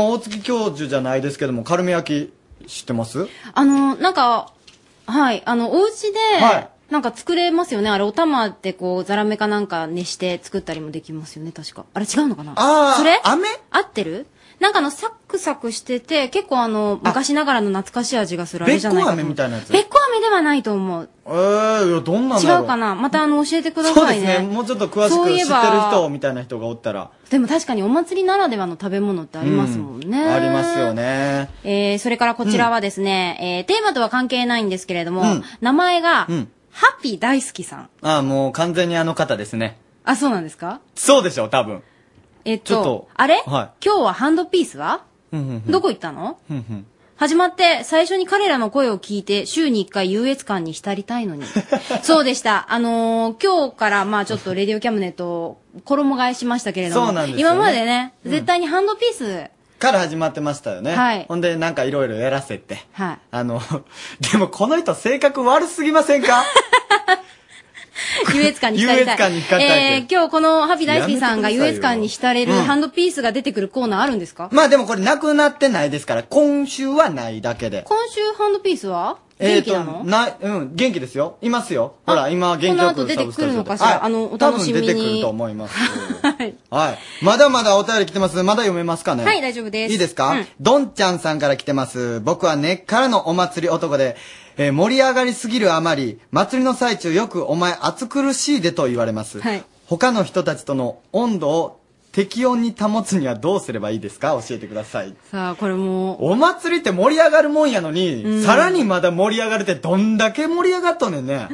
[SPEAKER 4] もう大月教授じゃないですけども、カルメ焼き知ってます
[SPEAKER 3] あのー、なんか、はい、あの、お家で、
[SPEAKER 4] はい
[SPEAKER 3] なんか作れますよね。あれ、お玉ってこう、ザラメかなんか熱して作ったりもできますよね、確か。あれ違うのかな
[SPEAKER 4] あー
[SPEAKER 3] それ
[SPEAKER 4] 飴
[SPEAKER 3] 合ってるなんかあの、サクサクしてて、結構あの、昔ながらの懐かしい味がするあれ
[SPEAKER 4] べっ
[SPEAKER 3] じ
[SPEAKER 4] こ
[SPEAKER 3] ゃないかと
[SPEAKER 4] 飴
[SPEAKER 3] 思う
[SPEAKER 4] みたいなやつ。
[SPEAKER 3] べっこ飴ではないと思う。
[SPEAKER 4] えー、いや、どんなん
[SPEAKER 3] 違
[SPEAKER 4] だろう。
[SPEAKER 3] うかなまたあの、教えてくだ
[SPEAKER 4] そう
[SPEAKER 3] さ
[SPEAKER 4] で
[SPEAKER 3] い
[SPEAKER 4] す
[SPEAKER 3] ね。
[SPEAKER 4] ね。もうちょっと詳し
[SPEAKER 3] そう
[SPEAKER 4] く
[SPEAKER 3] い
[SPEAKER 4] 知
[SPEAKER 3] え
[SPEAKER 4] って
[SPEAKER 3] ば
[SPEAKER 4] る人みたいな人がおったら。
[SPEAKER 3] でも確かにお祭りならではの食べ物ってありますもんね。
[SPEAKER 4] ありますよ。ね。
[SPEAKER 3] えー、それからこちらはですね、えー、テーマとは関係ないんですけれども、名前が、
[SPEAKER 4] ん
[SPEAKER 3] ハッピー大好きさん。
[SPEAKER 4] ああ、もう完全にあの方ですね。
[SPEAKER 3] あ、そうなんですか
[SPEAKER 4] そうでしょ、多分。
[SPEAKER 3] えっと、
[SPEAKER 4] ちょっと
[SPEAKER 3] あれ、
[SPEAKER 4] は
[SPEAKER 3] 今日はハンドピースは、
[SPEAKER 4] うん
[SPEAKER 3] どこ行ったの
[SPEAKER 4] ふんふん
[SPEAKER 3] 始まって最初に彼らの声を聞いて週に一回優越感に浸りたい のに。そうでした。あのー今日からまあちょっとレディオキャムネットを衣替えしましたけれども。
[SPEAKER 4] そうなんですよね
[SPEAKER 3] 今までね、絶対にハンドピース、
[SPEAKER 4] から始まってましたよね。
[SPEAKER 3] はい
[SPEAKER 4] ほんで、なんかいろいろやらせて。
[SPEAKER 3] はい。
[SPEAKER 4] あの、 でもこの人性格悪すぎません か
[SPEAKER 3] 優越感に浸りたい。
[SPEAKER 4] 優越感に浸りたい
[SPEAKER 3] えー今日このハッピー大好きさんが
[SPEAKER 4] や
[SPEAKER 3] 優
[SPEAKER 4] めてくださいよ
[SPEAKER 3] 越感に浸れるハンドピースが出てくるコーナーあるんですか、
[SPEAKER 4] まあでもこれなくなってないですから、今週はないだけで。
[SPEAKER 3] 今週ハンドピースは元気なの、
[SPEAKER 4] えーとな、うん、元気ですよ。いますよ。ほ
[SPEAKER 3] あ
[SPEAKER 4] ら、今、元気よ
[SPEAKER 3] この後
[SPEAKER 4] く
[SPEAKER 3] 出
[SPEAKER 4] サ
[SPEAKER 3] て
[SPEAKER 4] ブス
[SPEAKER 3] く
[SPEAKER 4] タジオで
[SPEAKER 3] るのかしらあのお楽しみに
[SPEAKER 4] 多分出てくると思います。
[SPEAKER 3] はい。
[SPEAKER 4] はい。まだまだお便り来てます。まだ読めますかね
[SPEAKER 3] はい大丈夫です
[SPEAKER 4] いいですか、
[SPEAKER 3] うん
[SPEAKER 4] どんちゃんさんから来てます。僕は根っからのお祭り男で、えー盛り上がりすぎるあまり、祭りの最中よくお前暑苦しいでと言われます。
[SPEAKER 3] はい
[SPEAKER 4] 他の人たちとの温度を適温に保つにはどうすればいいですか教えてください。
[SPEAKER 3] さあ、これもう、
[SPEAKER 4] お祭りって盛り上がるもんやのに、さらにまだ盛り上がるってどんだけ盛り上がっとんねんね。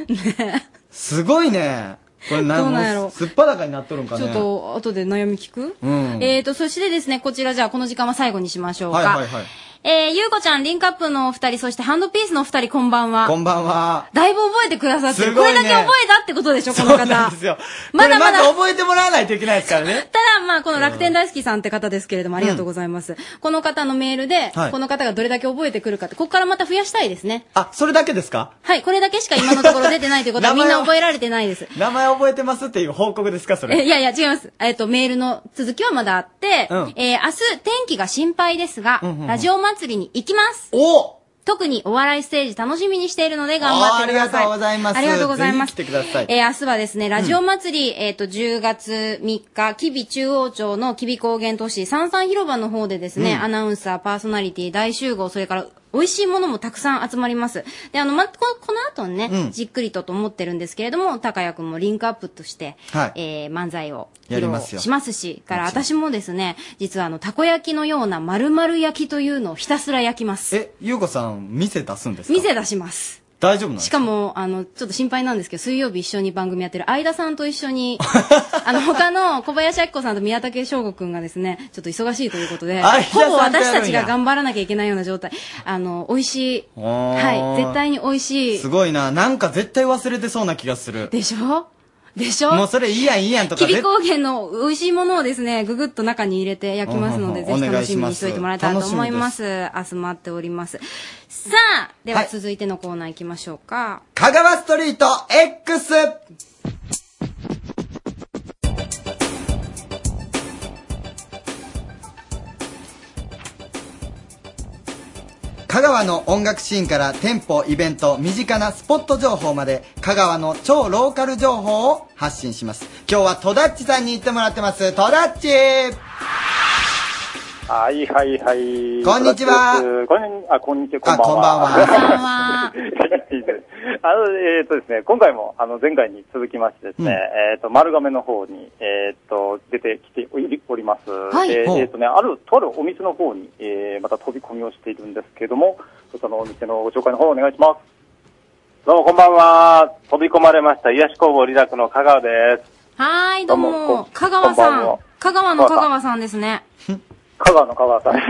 [SPEAKER 4] すごいね。これな
[SPEAKER 3] どうなんやろ
[SPEAKER 4] もうすっぱだかになっとるんかね。
[SPEAKER 3] ちょっと後で悩み聞く、
[SPEAKER 4] うん
[SPEAKER 3] えーと、そしてですね、こちらじゃあこの時間は最後にしましょうか。
[SPEAKER 4] はいはいはい
[SPEAKER 3] えー、ゆうこちゃん、リンカップのお二人、そしてハンドピースのお二人、こんばんは。
[SPEAKER 4] こんばんは。
[SPEAKER 3] だいぶ覚えてくださってる、
[SPEAKER 4] す
[SPEAKER 3] こ
[SPEAKER 4] ご
[SPEAKER 3] れ
[SPEAKER 4] いね
[SPEAKER 3] だけ覚えたってことでしょ、こ
[SPEAKER 4] そ
[SPEAKER 3] の
[SPEAKER 4] うな
[SPEAKER 3] 方
[SPEAKER 4] んですよ。。
[SPEAKER 3] まだ
[SPEAKER 4] こ
[SPEAKER 3] ま
[SPEAKER 4] れま
[SPEAKER 3] だ
[SPEAKER 4] だ。覚えてもらわないといけないですから ね。
[SPEAKER 3] ただ、まあ、この楽天大好きさんって方ですけれども、ありがとうございます。この方のメールで、
[SPEAKER 4] はい
[SPEAKER 3] この方がどれだけ覚えてくるかって、ここからまた増やしたいですね。
[SPEAKER 4] あ、それだけですか
[SPEAKER 3] はい、これだけしか今のところ出てないということは、
[SPEAKER 4] 名
[SPEAKER 3] み
[SPEAKER 4] 前
[SPEAKER 3] ん
[SPEAKER 4] は
[SPEAKER 3] な覚えられてないです。
[SPEAKER 4] 名前覚えてますっていう報告ですかそ
[SPEAKER 3] え
[SPEAKER 4] れ。
[SPEAKER 3] いやいや、違います。えっ、と、メールの続きはまだあって、
[SPEAKER 4] うん
[SPEAKER 3] えー明日天気が心配ですが、
[SPEAKER 4] んうん
[SPEAKER 3] ラジオ祭りに行きます
[SPEAKER 4] お
[SPEAKER 3] 特にお笑いステージ楽しみにしているので頑張ってください。
[SPEAKER 4] あーありがとうございます
[SPEAKER 3] ありがとうございます。
[SPEAKER 4] ぜひ来てください
[SPEAKER 3] えー明日はですね、ラジオ祭り、えっ、と、10月3日、吉備中央町の吉備高原都市、三々広場の方でですね、アナウンサー、パーソナリティ、大集合、それから、美味しいものもたくさん集まります。で、あの、ま、ここの後ね、じっくりとと思ってるんですけれども、高谷くんもリンクアップとして、
[SPEAKER 4] はい
[SPEAKER 3] えー漫才を
[SPEAKER 4] や
[SPEAKER 3] 披
[SPEAKER 4] ります
[SPEAKER 3] 露
[SPEAKER 4] よ
[SPEAKER 3] しますし、から私もですね、実はあの、たこ焼きのような丸々焼きというのをひたすら焼きます。
[SPEAKER 4] え、ゆうこさん、店出すんですか
[SPEAKER 3] 店出します。
[SPEAKER 4] 大丈夫なんです
[SPEAKER 3] し
[SPEAKER 4] か
[SPEAKER 3] かも、あの、ちょっと心配なんですけど、水曜日一緒に番組やってる相田さんと一 緒に、あの、他の小林明子さんと宮武翔吾くんがですね、ちょっと忙しいということで、
[SPEAKER 4] 相田
[SPEAKER 3] ほ
[SPEAKER 4] さん
[SPEAKER 3] ぼ
[SPEAKER 4] とやるんや
[SPEAKER 3] 私たちが頑張らなきゃいけないような状態。あの、美味しい。
[SPEAKER 4] おー
[SPEAKER 3] はい。絶対に美味しい
[SPEAKER 4] す。ごいな。なんか絶対忘れてそうな気がする。
[SPEAKER 3] でしょでし
[SPEAKER 4] もう
[SPEAKER 3] ょ
[SPEAKER 4] それいいやんいいやんとか
[SPEAKER 3] 吉備
[SPEAKER 4] 絶
[SPEAKER 3] 高原の美味しいものをですね、ぐぐっと中に入れて焼きますので、
[SPEAKER 4] うん
[SPEAKER 3] ぜ
[SPEAKER 4] うんうん
[SPEAKER 3] ひ楽しみ
[SPEAKER 4] お願いしま
[SPEAKER 3] に
[SPEAKER 4] す
[SPEAKER 3] しておいてもらえたらと思います。明日待っております。さあ、では
[SPEAKER 4] はい
[SPEAKER 3] 続いてのコーナー行きましょうか。
[SPEAKER 4] 香川ストリート X! 香川の音楽シーンから店舗、イベント、身近なスポット情報まで香川の超ローカル情報を発信します。今日は戸ダッチさんに行ってもらってます。戸ダッチ
[SPEAKER 7] はいはいはい。
[SPEAKER 4] こんにちは
[SPEAKER 7] こんにあ、こんにちは、こ
[SPEAKER 4] あ、
[SPEAKER 7] んば
[SPEAKER 4] こ
[SPEAKER 7] ん
[SPEAKER 4] んばん
[SPEAKER 7] は。
[SPEAKER 3] こん
[SPEAKER 4] は。
[SPEAKER 3] ばん は。
[SPEAKER 7] あの、えっ、とですね、今回も、あの、前回に続きましてですね、
[SPEAKER 4] うん
[SPEAKER 7] えっ、と、丸亀の方に、えっ、と、出てきておりおります。
[SPEAKER 3] はい
[SPEAKER 7] で
[SPEAKER 4] ほう
[SPEAKER 7] えっ、とね、ある、とあるお店の方に、えー、また飛び込みをしているんですけども、そちらのお店のご紹介の方お願いします。どうもこんばんは。飛び込まれました、癒し工房リラクの香川です。
[SPEAKER 3] はーい、どう
[SPEAKER 7] どうも
[SPEAKER 3] も
[SPEAKER 7] こ。ん
[SPEAKER 3] 香川
[SPEAKER 7] こんば
[SPEAKER 3] さ
[SPEAKER 7] ん
[SPEAKER 3] ん
[SPEAKER 7] は。
[SPEAKER 3] 香川の香川さんですね。
[SPEAKER 7] 香川の香川さん。
[SPEAKER 3] お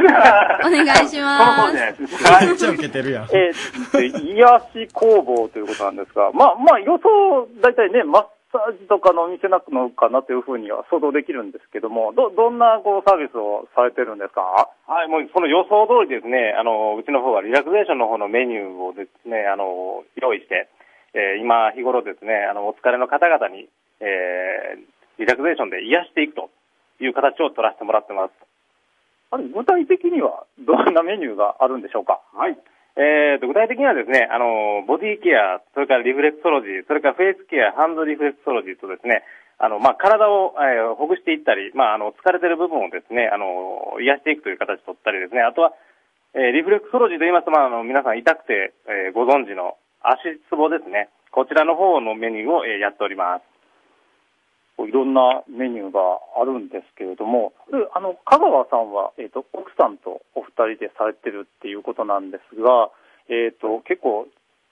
[SPEAKER 3] 願いし
[SPEAKER 7] この方
[SPEAKER 3] ます
[SPEAKER 7] じ。ゃないです。はい
[SPEAKER 4] めっちゃ受けてるやん。
[SPEAKER 7] えー、癒し工房ということなんですが、まあまあ、予想、大体ね、マッサージとかのお店なのかなというふうには想像できるんですけども、ど、どんなこうサービスをされてるんですか
[SPEAKER 8] はい、もうその予想通りですね、あの、うちの方はリラクゼーションの方のメニューをですね、あの、用意して、えー今日頃ですね、あの、お疲れの方々に、えーリラクゼーションで癒していくという形を取らせてもらってます。
[SPEAKER 7] あれ、具体的にはどんなメニューがあるんでしょうか
[SPEAKER 8] はい。えー、と具体的にはですね、あの、ボディケア、それからリフレクソロジー、それからフェイスケア、ハンドリフレクソロジーとですね、
[SPEAKER 7] あの、まあ、体を、えーほぐしていったり、まあ、あの、疲れてる部分をですね、あの、癒していくという形を取ったりですね、あとは、えーリフレクソロジーと言いますと、まあ、あの、皆さん痛くて、えーご存知の足つぼですね。こちらの方のメニューを、えーやっております。
[SPEAKER 9] こういろんなメニューがあるんですけれども、であの香川さんは、えー、と奥さんとお二人でされてるっていうことなんですが、えー、と結構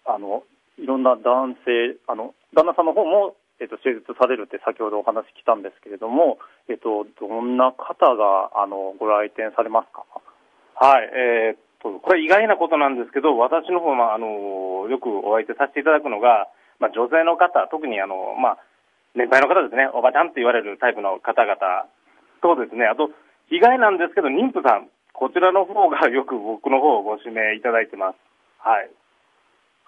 [SPEAKER 9] あの、いろんな男性、あの旦那さんの方も、えー、と手術されるって先ほどお話来たんですけれども、えー、とどんな方があのご来店されますか
[SPEAKER 7] はい、えーっと、これ意外なことなんですけど、私の方は、まあ、あの、よくお相手させていただくのが、まあ、女性の方、特にあの、まあ、年配の方ですね、おばちゃんって言われるタイプの方々とですね、あと、意外なんですけど、妊婦さん、こちらの方がよく僕の方をご指名いただいてます。はい。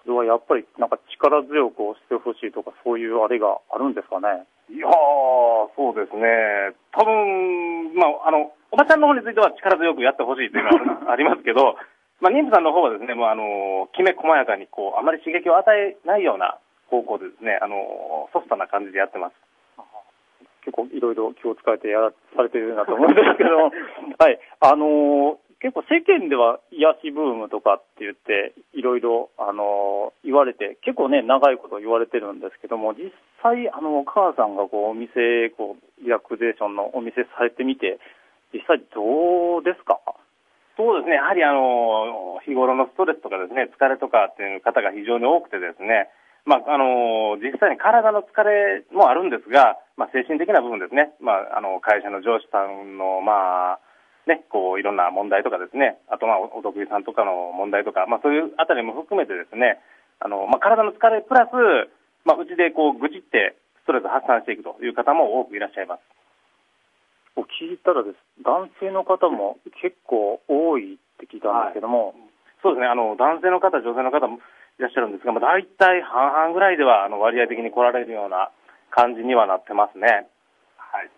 [SPEAKER 9] それはやっぱりなんか力強く押してほしいとかそういうあれがあるんですかね
[SPEAKER 7] いやー、そうですね。多分、まあ、あの、おばちゃんの方については力強くやってほしいというのは ありますけど、まあ、妊婦さんの方はですね、もうあの、きめ細やかに、こう、あまり刺激を与えないような方向でですね、あの、ソフトな感じでやってます。
[SPEAKER 9] 結構いろいろ気を使えてやらされてるなと思うんですけど も、はい、あのー結構世間では癒しブームとかって言っていろいろ、あのー言われて結構ね長いこと言われてるんですけども実際あの母さんがこうお店こうリラクゼーションのお店されてみて実際どうですか
[SPEAKER 7] そうですね、やはりあの日頃のストレスとかですね、疲れとかっていう方が非常に多くてですね、まあ、あの実際に体の疲れもあるんですが、まあ、精神的な部分ですね、まあ、あの会社の上司さんの、まあね、こういろんな問題とかですね、あと、まあ、お得意さんとかの問題とか、まあ、そういうあたりも含めてですね、あのまあ、体の疲れプラス、まあ、うちでこう愚痴ってストレス発散していくという方も多くいらっしゃいます。
[SPEAKER 9] こう聞いたらです男性の方も結構多いって聞いたんですけども、
[SPEAKER 7] そうですね、あの男性の方、女性の方もいらっしゃるんですが、まあ、大体半々ぐらいではあの割合的に来られるような感じにはなってますね。はい、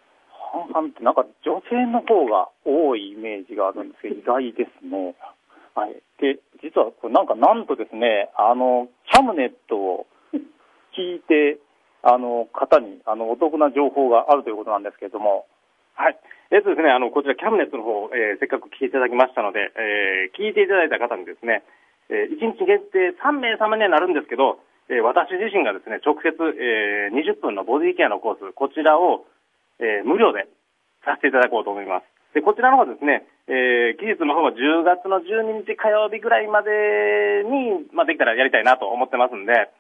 [SPEAKER 9] 半々ってなんか女性の方が多いイメージがあるんですけど、意 外ですね。はい。で、実はこれなんかなんとですね、あの、キャムネットを聞いて、あの、方に、あの、お得な情報があるということなんですけれども、
[SPEAKER 7] はい。えっとですね、あの、こちらキャムネットの方、えーせっかく聞いていただきましたので、えー聞いていただいた方にですね、え1日限定3名様にはなるんですけど、えー私自身がですね、直接、えー20分のボディケアのコース、こちらを、えー無料でさせていただこうと思います。で、こちらの方はですね、えー期日の方は10月の12日火曜日ぐらいまでに、まあ、できたらやりたいなと思ってますんで、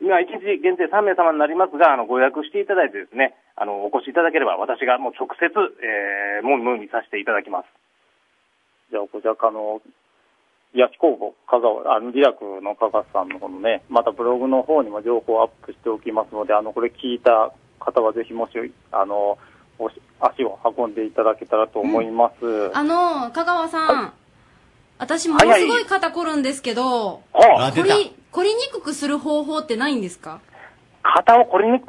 [SPEAKER 7] 今、1日限定3名様になりますが、あのご予約していただいてですね、あのお越しいただければ、私がもう直接、えー、もみもみさせていただきます。
[SPEAKER 9] じゃあ、こちら、あの、癒し工房、香川、あの、リラクの香川さんのこのね、またブログの方にも情報をアップしておきますので、あの、これ聞いた方はぜひ、もし、あの、おし足を運んでいただけたらと思います。
[SPEAKER 3] あの、香川さん、私ものすごい肩こるんですけど、
[SPEAKER 7] あ
[SPEAKER 2] あ、出
[SPEAKER 3] こ
[SPEAKER 2] た。
[SPEAKER 3] り、こりにくくする方法ってないんですか
[SPEAKER 7] 肩をこりにく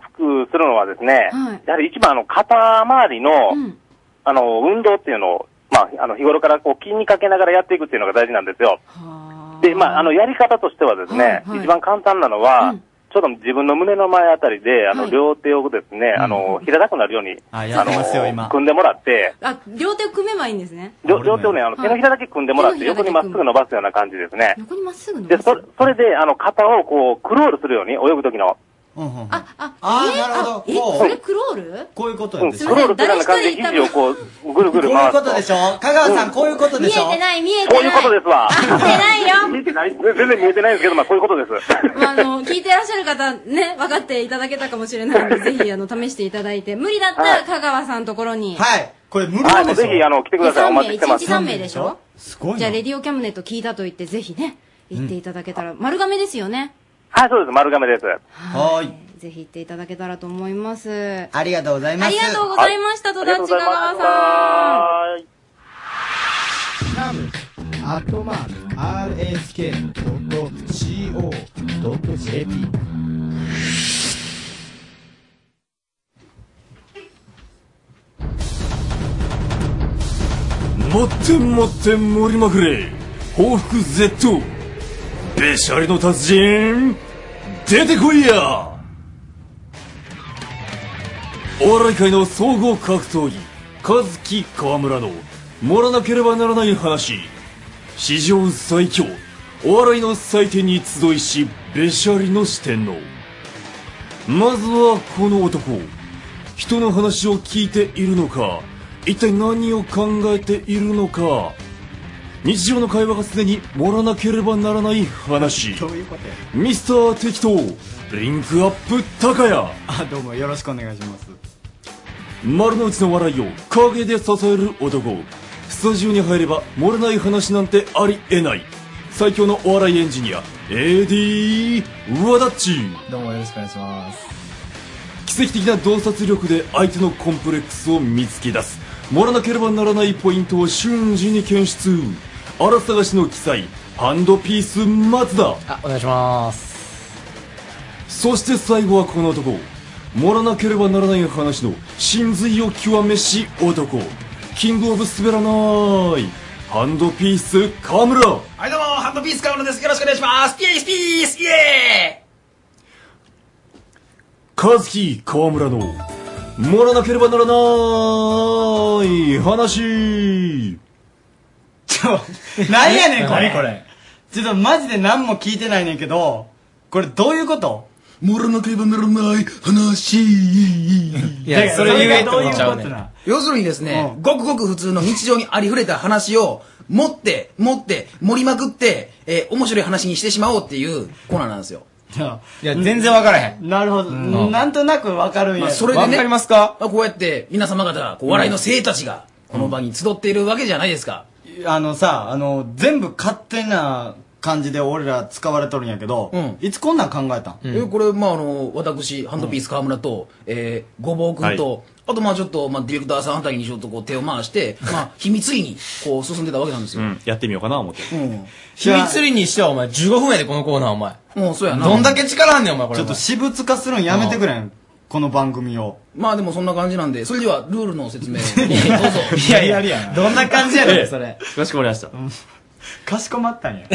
[SPEAKER 7] くするのはですね、
[SPEAKER 3] はい
[SPEAKER 7] やはり一番あの肩周りの,、
[SPEAKER 3] うん。
[SPEAKER 7] あの運動っていうのを、まあ、あの日頃からこう気にかけながらやっていくっていうのが大事なんですよ。
[SPEAKER 3] は
[SPEAKER 7] で、まあ、あの、やり方としてはですね、
[SPEAKER 3] はいはい
[SPEAKER 7] 一番簡単なのは、
[SPEAKER 3] うん
[SPEAKER 7] ちょっと自分の胸の前あたりで、あの、
[SPEAKER 3] はい
[SPEAKER 7] 両手をですね、あの、平たくなるように、
[SPEAKER 2] あやってますよ
[SPEAKER 7] の
[SPEAKER 2] 今
[SPEAKER 7] 組んでもらって、
[SPEAKER 3] あ、両手を組めばいいんですね。
[SPEAKER 7] 両
[SPEAKER 2] 俺も
[SPEAKER 7] 両手をね、あの、
[SPEAKER 3] は
[SPEAKER 7] 手
[SPEAKER 3] い
[SPEAKER 7] のひらだけ組んでもらっ
[SPEAKER 3] 手
[SPEAKER 7] て、
[SPEAKER 3] の
[SPEAKER 7] 横
[SPEAKER 3] ひらだけ
[SPEAKER 7] にまっすぐ伸ばすような感じですね。
[SPEAKER 3] 横にまっすぐ伸ば
[SPEAKER 7] で、
[SPEAKER 3] す
[SPEAKER 7] それ、それで、あの、肩をこう、クロールするように、泳ぐ時の、
[SPEAKER 2] うんうんうん
[SPEAKER 3] あ、あ、
[SPEAKER 2] あー
[SPEAKER 3] え
[SPEAKER 2] なるほど
[SPEAKER 3] あえ、
[SPEAKER 2] こう
[SPEAKER 3] それクロール
[SPEAKER 2] こういうこと
[SPEAKER 7] う
[SPEAKER 2] なん
[SPEAKER 7] ん、
[SPEAKER 2] です
[SPEAKER 7] ク
[SPEAKER 3] すい
[SPEAKER 2] よ。
[SPEAKER 3] ま
[SPEAKER 7] ロ
[SPEAKER 3] せ
[SPEAKER 7] ールするような感じ
[SPEAKER 3] ん
[SPEAKER 7] で、
[SPEAKER 3] 誰
[SPEAKER 7] 肘
[SPEAKER 3] 一人
[SPEAKER 7] をこう、ぐる
[SPEAKER 2] こ
[SPEAKER 7] ぐ
[SPEAKER 2] う
[SPEAKER 7] る
[SPEAKER 2] いう
[SPEAKER 7] 回す。
[SPEAKER 2] こととでしょ香川さん、こういうこと
[SPEAKER 3] 見え
[SPEAKER 2] でしょ
[SPEAKER 3] てない、見えてな
[SPEAKER 7] こ
[SPEAKER 3] い。
[SPEAKER 7] ういうことですわ。
[SPEAKER 3] 合ってないよ。
[SPEAKER 7] 見えてない全然見えてないんですけど、まあ、こういうことです。
[SPEAKER 3] まあ、あの、聞いてらっしゃる方、ね、分かっていただけたかもしれないので、ぜひ、あの、試していただいて、無理だった
[SPEAKER 7] は
[SPEAKER 3] ら、
[SPEAKER 7] い
[SPEAKER 3] 香川さんのところに、
[SPEAKER 2] はい。これ無料
[SPEAKER 7] はい、
[SPEAKER 2] で
[SPEAKER 7] もう
[SPEAKER 2] しょ
[SPEAKER 7] ぜひ、あの、来てください。お
[SPEAKER 3] 3
[SPEAKER 7] 待
[SPEAKER 3] 名、
[SPEAKER 7] ちし
[SPEAKER 3] 1
[SPEAKER 7] てます
[SPEAKER 3] 日。3名でしょ
[SPEAKER 2] すごいな
[SPEAKER 3] じゃあ、レディオキャムネット聞いたと言って、ぜひね、行っていただけたら、丸亀ですよね。
[SPEAKER 7] はい、そうです。丸亀です。
[SPEAKER 2] はーい。
[SPEAKER 3] ぜひ行っていただけたらと思います。
[SPEAKER 2] ありがとうございま
[SPEAKER 3] あ
[SPEAKER 2] す。
[SPEAKER 3] りがとうございました、
[SPEAKER 7] あ
[SPEAKER 3] 戸
[SPEAKER 7] りが
[SPEAKER 3] 田
[SPEAKER 7] とう
[SPEAKER 3] っ
[SPEAKER 7] ご
[SPEAKER 3] ち香
[SPEAKER 7] ざいました。
[SPEAKER 3] 川さん。
[SPEAKER 7] はー
[SPEAKER 10] カムア
[SPEAKER 7] い
[SPEAKER 10] ットマーク RSK.CO.JP
[SPEAKER 11] 持って持って盛りまくれ報復 Z べしゃりの達人出てこいや
[SPEAKER 12] お笑い界の総合格闘技和樹川村の盛らなければならない話史上最強お笑いの祭典に集いしべしゃりの四天王まずはこの男人の話を聞いているのか一体何を考えているのか日常の会話がすでに盛らなければならない話ミスター適当リンクアップ高谷
[SPEAKER 4] あどうもよろしくお願いします
[SPEAKER 12] 丸の内の笑いを陰で支える男スタジオに入れば漏れない話なんてありえない最強のお笑いエンジニア AD 和田っち
[SPEAKER 4] どうもよろしくお願いします
[SPEAKER 12] 奇跡的な洞察力で相手のコンプレックスを見つけ出す盛らなければならないポイントを瞬時に検出荒探しの記載ハンドピース松田
[SPEAKER 4] あお願いします
[SPEAKER 12] そして最後はこの男盛らなければならない話の真髄を極めし男キングオブ滑らないハンドピース河村
[SPEAKER 13] はいどうもハンドピース河村ですよろしくお願いしますピースピースイエ
[SPEAKER 12] 和樹河村の盛らなければならない話
[SPEAKER 4] ちょ何やねんこれこれちょっとマジで何も聞いてないねんけどこれどういうこと
[SPEAKER 14] 盛らなければならない話。
[SPEAKER 4] いやそれ言えって思っちゃうねん
[SPEAKER 13] 要するにですね、ごくごく普通の日常にありふれた話を持って持って盛りまくって、えー面白い話にしてしまおうっていうコーナーなんですよ
[SPEAKER 4] いや全然分からへんなるほど
[SPEAKER 13] ん
[SPEAKER 4] なんとなく分かるんや
[SPEAKER 13] まあ、それでね、
[SPEAKER 4] わかります
[SPEAKER 13] かこうやって、皆様方、こう笑いの生たちが、この場に集っているわけじゃないですか。
[SPEAKER 4] あのさあの全部勝手な感じで俺ら使われとるんやけど、いつこんなん考えたん、
[SPEAKER 13] えこれ、まあ、あの、私、ハンドピース河村と、えー、ごぼうくんと、あと、まあ、ちょっと、まあ、ディレクターさんあたりにちょっとこう手を回 して、まあ、秘密裏に、こう、進んでたわけなんですよ。
[SPEAKER 15] うん、やってみようかな思って
[SPEAKER 4] うん。
[SPEAKER 15] 秘密裏にしてはお前15分やでこのコーナーお前
[SPEAKER 13] もう、そうやな。
[SPEAKER 15] どんだけ力あんねんお前これ
[SPEAKER 4] ちょっと私物化するんやめてくれんこの番組を
[SPEAKER 13] まあ、でもそんな感じなんで、それでは、ルールの説 明。
[SPEAKER 4] いやいやいやどんな感じやねんそれ
[SPEAKER 15] かしこまりました
[SPEAKER 4] かしこまったんや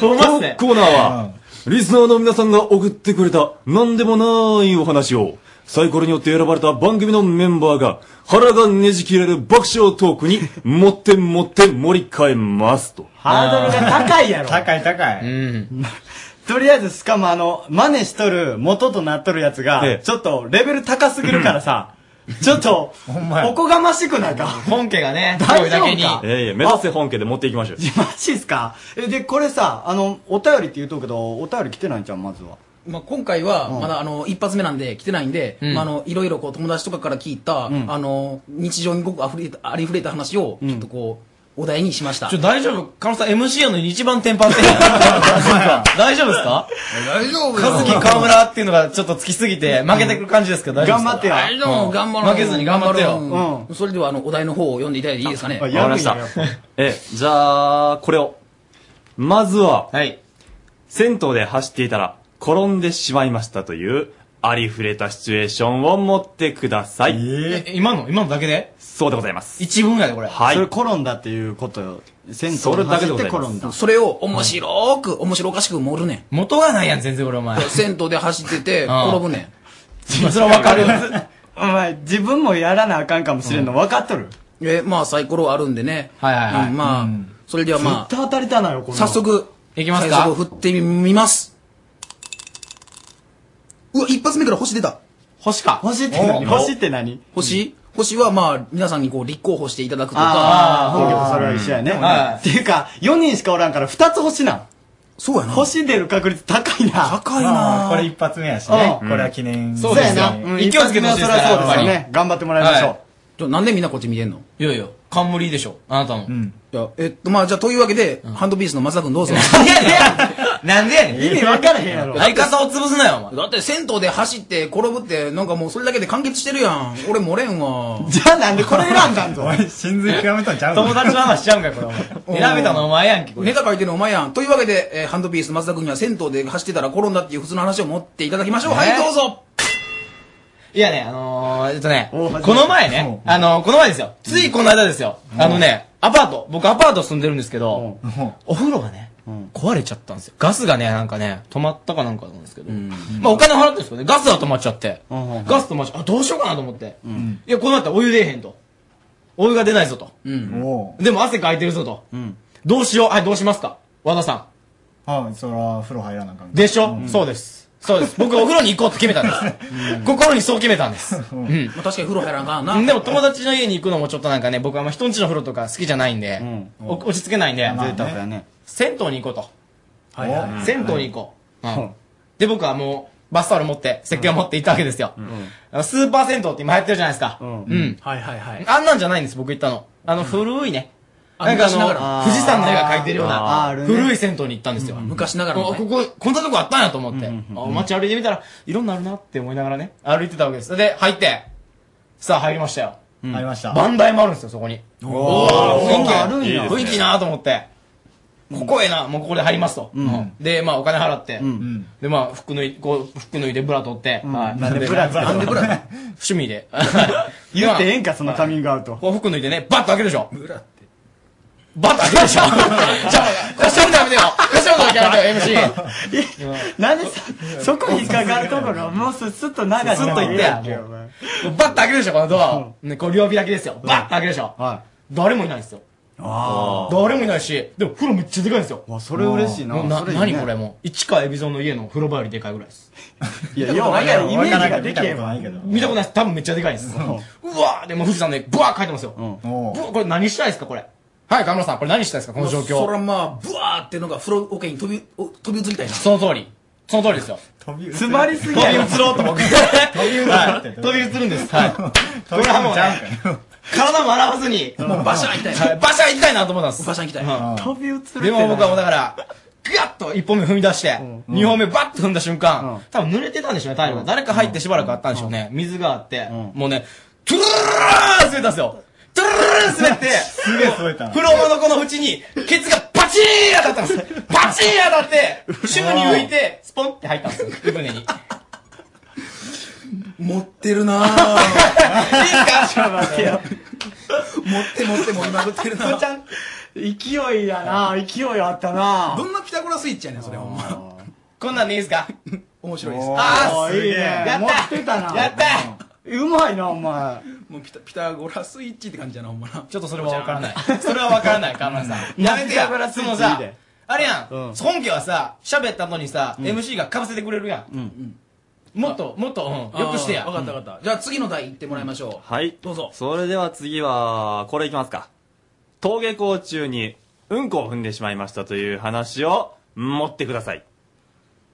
[SPEAKER 12] このコーナーは、リスナーの皆さんが送ってくれた何でもないお話を、サイコロによって選ばれた番組のメンバーが腹がねじ切れる爆笑トークに持って持って盛り替えますと。
[SPEAKER 4] ハードルが高いやろ。高い高い。 とりあえず、しかもあの、真似しとる、元となっとるやつが、
[SPEAKER 12] ええ
[SPEAKER 4] ちょっとレベル高すぎるからさ、ちょっと、おこがましくないか。
[SPEAKER 15] 本家がね
[SPEAKER 4] 大丈夫か
[SPEAKER 12] いやいや、目指せ本家で持っていきましょう。
[SPEAKER 4] マジっすかえ、で、これさ、あの、お便りって言うとくけど、お便り来てないんちゃうまずは。
[SPEAKER 13] まあ、今回は、まだ、あの、一発目なんで、来てないんで、
[SPEAKER 4] うん
[SPEAKER 13] まあ、あの、いろいろ、こう、友達とかから聞いた、あの、日常にごくあふれた、ありふれた話を、ちょっとこう、お題にしました。
[SPEAKER 15] ちょ大丈夫カノさん MC やのに一番テンパってん大丈夫ですか
[SPEAKER 13] 大丈夫よ
[SPEAKER 15] 和樹河村っていうのがちょっとつきすぎて負けてくる感じです けど大丈夫ですか
[SPEAKER 13] 大丈夫、頑張ろう。
[SPEAKER 15] 負けずに頑張ってよ
[SPEAKER 13] よ。それでは、あの、お題の方を読んでいただいていいですかね。
[SPEAKER 12] わかりました。え、じゃあ、これを。まずは、銭湯で走っていたら、転んでしまいましたという、ありふれたシチュエーションを持ってください。
[SPEAKER 15] え今の今のだけで
[SPEAKER 12] そうでございます。
[SPEAKER 15] 一文やでこれ
[SPEAKER 12] はい。
[SPEAKER 4] それ転んだっていうことよ。銭湯
[SPEAKER 12] それだけで
[SPEAKER 4] 走っ
[SPEAKER 12] ござい
[SPEAKER 4] て
[SPEAKER 12] ます
[SPEAKER 4] 転んだ。
[SPEAKER 13] それを面白く、面白おかしく盛るねん。
[SPEAKER 15] 元がないやん全然これお前
[SPEAKER 13] 銭湯で走って て、転ぶねん。
[SPEAKER 15] それは分かる
[SPEAKER 4] お前、自分もやらなあかんかもしれんの分かっとる。
[SPEAKER 13] え、まあ、サイコロあるんでね。
[SPEAKER 15] はいはいはい
[SPEAKER 13] うんまあ、それではま
[SPEAKER 4] 絶対当たりたないよ、こ
[SPEAKER 13] あ、
[SPEAKER 4] れ。
[SPEAKER 13] 早。速、
[SPEAKER 15] いきます
[SPEAKER 13] 最
[SPEAKER 15] か
[SPEAKER 13] 初振ってみます。うわ、一発目から星出た。
[SPEAKER 15] 星か
[SPEAKER 4] 星って何
[SPEAKER 13] お
[SPEAKER 4] 星って何
[SPEAKER 13] 星星はまあ、皆さんにこう、立候補していただくと
[SPEAKER 4] ああ、本
[SPEAKER 13] か。
[SPEAKER 4] 家とそれは一緒やね。
[SPEAKER 15] はい
[SPEAKER 4] っていうか、4人しかおらんから2つ星なん。
[SPEAKER 13] そうやな。
[SPEAKER 4] 星出る確率高いな。
[SPEAKER 13] 高いな
[SPEAKER 16] これ一発目やしね。
[SPEAKER 4] う
[SPEAKER 16] これは記念。
[SPEAKER 15] そうですよ
[SPEAKER 4] うん
[SPEAKER 15] 勢いつけてほしいです
[SPEAKER 4] 一発
[SPEAKER 15] ね
[SPEAKER 4] 目はそれはそうですよ
[SPEAKER 15] やっ
[SPEAKER 4] ね。頑張ってもらいましょう。
[SPEAKER 13] ちょなんでみんなこっち見てんの
[SPEAKER 15] いやいや冠でしょあなたの
[SPEAKER 13] いや、えっと、まあ、じゃあ、というわけで、ハンドピースの松田君どう ぞ。
[SPEAKER 15] なんでやねん
[SPEAKER 4] 意味分からへんやろ。
[SPEAKER 15] 相方を潰すなよお前
[SPEAKER 13] だって、銭湯で走って転ぶって、なんかもうそれだけで完結してるやん。俺漏れんわ。
[SPEAKER 4] じゃあなんでこれ選んだ んぞ。
[SPEAKER 16] 真髄極めたんちゃう
[SPEAKER 15] 友達の話しちゃうんかいこれお前選べたのお前やんけこれ
[SPEAKER 13] ネタ書いてるのお前やん。というわけで、えーハンドピース松田君には銭湯で走ってたら転んだっていう普通の話を持っていただきましょう。はい、どうぞ。
[SPEAKER 15] いやね、あのー、えっとね、
[SPEAKER 4] お初めて
[SPEAKER 15] この前ね、あのー、この前ですよ。ついこの間ですよ。あのね、アパート、僕アパート住んでるんですけど、お風呂がね、壊れちゃったんですよ。ガスがね、なんかね、止まったかなんかなんですけど。まあお金払ったんですけどね、ガスが止まっちゃって。ガス止まっちゃあ、どうしようかなと思って。いや、こうなったらお湯出えへんと。お湯が出ないぞと。でも汗かいてるぞと。どうしよう。はい、どうしますか和田さ
[SPEAKER 16] はい、そら、風呂入らなあかん
[SPEAKER 15] ん。。でしょそうです。そうです。僕お風呂に行こうって決めたんです。心にそう決めたんです。うん。
[SPEAKER 13] 確かに風呂入らんかんな。
[SPEAKER 15] でも友達の家に行くのもちょっとなんかね、僕はあんま人んちの風呂とか好きじゃないんで、お落ち着けないんで、
[SPEAKER 16] まあね贅沢や
[SPEAKER 15] 銭湯に行こうと。
[SPEAKER 16] はいはいはい
[SPEAKER 15] 銭湯に行こう。
[SPEAKER 16] はい
[SPEAKER 15] うんで、僕はもう、バスタオル持って、石鹸を持って行ったわけですよ。スーパー銭湯って今流行ってるじゃないですか。うん。
[SPEAKER 13] はいはいはい。
[SPEAKER 15] あんなんじゃないんです、僕行ったの。あの、古いね。
[SPEAKER 13] あ
[SPEAKER 15] なんかあ
[SPEAKER 13] 昔ながらの
[SPEAKER 15] の、富士山の絵が描いてるよう
[SPEAKER 13] あーあ
[SPEAKER 15] な、
[SPEAKER 13] るね
[SPEAKER 15] 古い銭湯に行ったんですよ。
[SPEAKER 13] 昔ながらの
[SPEAKER 15] あここ、こんなとこあったんやと思って。あ街歩いてみたら、いろんなあるなって思いながらね、歩いてたわけです。で、入って、さあ入りましたよ。
[SPEAKER 16] 入りました。
[SPEAKER 15] バンダイもあるんですよ、そこに。お
[SPEAKER 16] おー
[SPEAKER 15] 雰囲気
[SPEAKER 16] あるんや
[SPEAKER 15] 雰囲気なと思って。ここええな、もうここで入りますと。うんで、まあお金払って。で、まあ服脱い、こう、服脱いでブラ取って。はい
[SPEAKER 16] なんでブラつけたのなんでブラ
[SPEAKER 15] 趣味 で。
[SPEAKER 16] 言ってええんか、そのカミングアウト。
[SPEAKER 15] こう服脱いでね、バッと開けるでしょ。バッと開け るでしょ。じゃあ、こっしゃるのやめてよ。こっしゃるのや めてよ、MC。
[SPEAKER 4] なんでそ、そこに引っかかるところ、もうす、すっと流して。
[SPEAKER 15] スッと行って
[SPEAKER 4] や
[SPEAKER 15] こうバッと開けるでしょ、このドアを。ね、こう両開きですよ。バッと開けるでしょ。誰もいないんですよ。
[SPEAKER 16] あ
[SPEAKER 15] 誰もいないし、でも風呂めっちゃでかいんですよ。
[SPEAKER 16] それ嬉しいな
[SPEAKER 15] もうな、
[SPEAKER 16] それいいね
[SPEAKER 15] 何これもう。市川海老蔵の家の風呂場よりでかいぐらいです。
[SPEAKER 16] いやようわからんイメージができへんわ
[SPEAKER 15] 見たことないです。多分めっちゃでかいです。うわーでもう富士山の絵、ブワー書いてますよ。ブワーこれ何したいですか、これ。はい、河村さん、これ何したいですか、この状況。
[SPEAKER 13] そらまあ、ブワーってのが風呂桶に飛び、お飛び移りたいな。
[SPEAKER 15] その通り。その通りですよ。
[SPEAKER 13] 詰まりすぎやろ
[SPEAKER 15] 飛び移ろうと思 って。飛び移る飛び移るんです。はい。これはもうね、体も洗わずに、もう
[SPEAKER 13] バシャン行きたい
[SPEAKER 15] はいバシャン行きたいなと思ったんです。バシャン行きたい。
[SPEAKER 4] 飛び移るって
[SPEAKER 15] でも僕はもうだから、ぐわっと一本目踏み出して、二本目バッと踏んだ瞬間、多分濡れてたんでしょうね、体力が。誰か入ってしばらくあったんでしょうね。水があって、もうね、トゥルルルルーン滑ったんですよ。トゥルルルルーン滑って、
[SPEAKER 16] すげえ添えたな
[SPEAKER 15] 風。呂場のこの縁に、ケツがパチーン当たったんです。パチーン当たって、シュに浮いて、スポンって入ったんですよ、湯船に。
[SPEAKER 13] 持ってるなぁ。
[SPEAKER 15] いいですか
[SPEAKER 13] 持って持っても今ぐってるなぁ。
[SPEAKER 4] 勢いやな勢いあったな
[SPEAKER 13] どんなピタゴラスイッチやねん、それほんま。
[SPEAKER 15] こんなんでいいですか
[SPEAKER 13] 面白いです。
[SPEAKER 4] あーいいね
[SPEAKER 15] やった
[SPEAKER 4] 持ってたな
[SPEAKER 15] やった
[SPEAKER 4] うまいなお前
[SPEAKER 13] もうピタピタゴラスイッチって感じやな、ほんまな。
[SPEAKER 15] ちょっとそれは分からない。それは分からない、河村さん。 やめてや
[SPEAKER 4] ピタゴラ、スイ
[SPEAKER 15] そ
[SPEAKER 4] ッチ
[SPEAKER 15] のさ
[SPEAKER 4] いいで、
[SPEAKER 15] あれやん、本家はさ、喋った後にさ、MC がかぶせてくれるやん。もっと、もっと、うんよくしてや。
[SPEAKER 13] わかったわかった。じゃあ次の台行ってもらいましょう。
[SPEAKER 12] はい。
[SPEAKER 13] どうぞ。
[SPEAKER 12] それでは次は、これいきますか。登下校中に、うんこを踏んでしまいましたという話を、持ってください。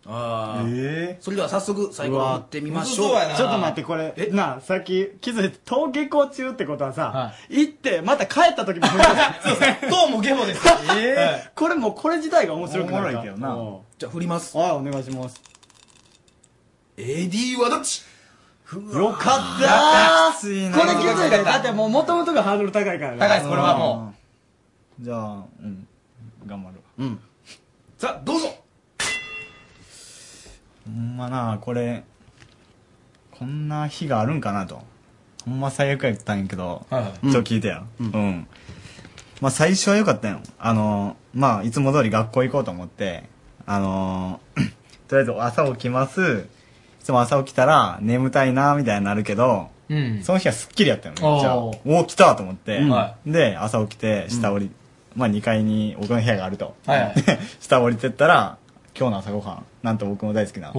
[SPEAKER 13] ああ。
[SPEAKER 16] え
[SPEAKER 13] それでは早速、最後行ってみましょう。
[SPEAKER 4] ちょっと待って、これ、なあ、さっき気づいて、登下校中ってことはさ、行って、また帰った時も、
[SPEAKER 15] どうもゲボです。
[SPEAKER 4] えこれもうこれ自体が面白くない
[SPEAKER 16] おもろいけどな
[SPEAKER 13] じゃあ振ります。
[SPEAKER 4] はい、お願いします。
[SPEAKER 13] AD はどっち
[SPEAKER 4] よかっ
[SPEAKER 16] やったたきつい
[SPEAKER 4] ー
[SPEAKER 16] な
[SPEAKER 4] これ気づいたらだってもう元々がハードル高いから
[SPEAKER 15] 高いです、これはも
[SPEAKER 16] じゃあ、うん。頑張るわ。
[SPEAKER 4] うん。
[SPEAKER 13] さあ、どうぞ
[SPEAKER 16] ほんまな、これ、こんな日があるんかなと。ほんま最悪やったんやけど、
[SPEAKER 15] はいは
[SPEAKER 16] ちょっと聞いてや。うん。まあ最初は良かったよ。あの、まあいつも通り学校行こうと思って、あの、とりあえず朝起きます。いつも朝起きたら眠たいな、みたいになるけど、
[SPEAKER 15] う。うん。
[SPEAKER 16] その日はすっきりやったよ、めっちゃ。
[SPEAKER 15] お
[SPEAKER 16] おお、来たと思って、
[SPEAKER 15] うんは
[SPEAKER 16] で、朝起きて、下降り、まあ2階に僕の部屋があると。
[SPEAKER 15] はいはい。
[SPEAKER 16] 下降りてったら、今日の朝ごはん、なんと僕の大好きな、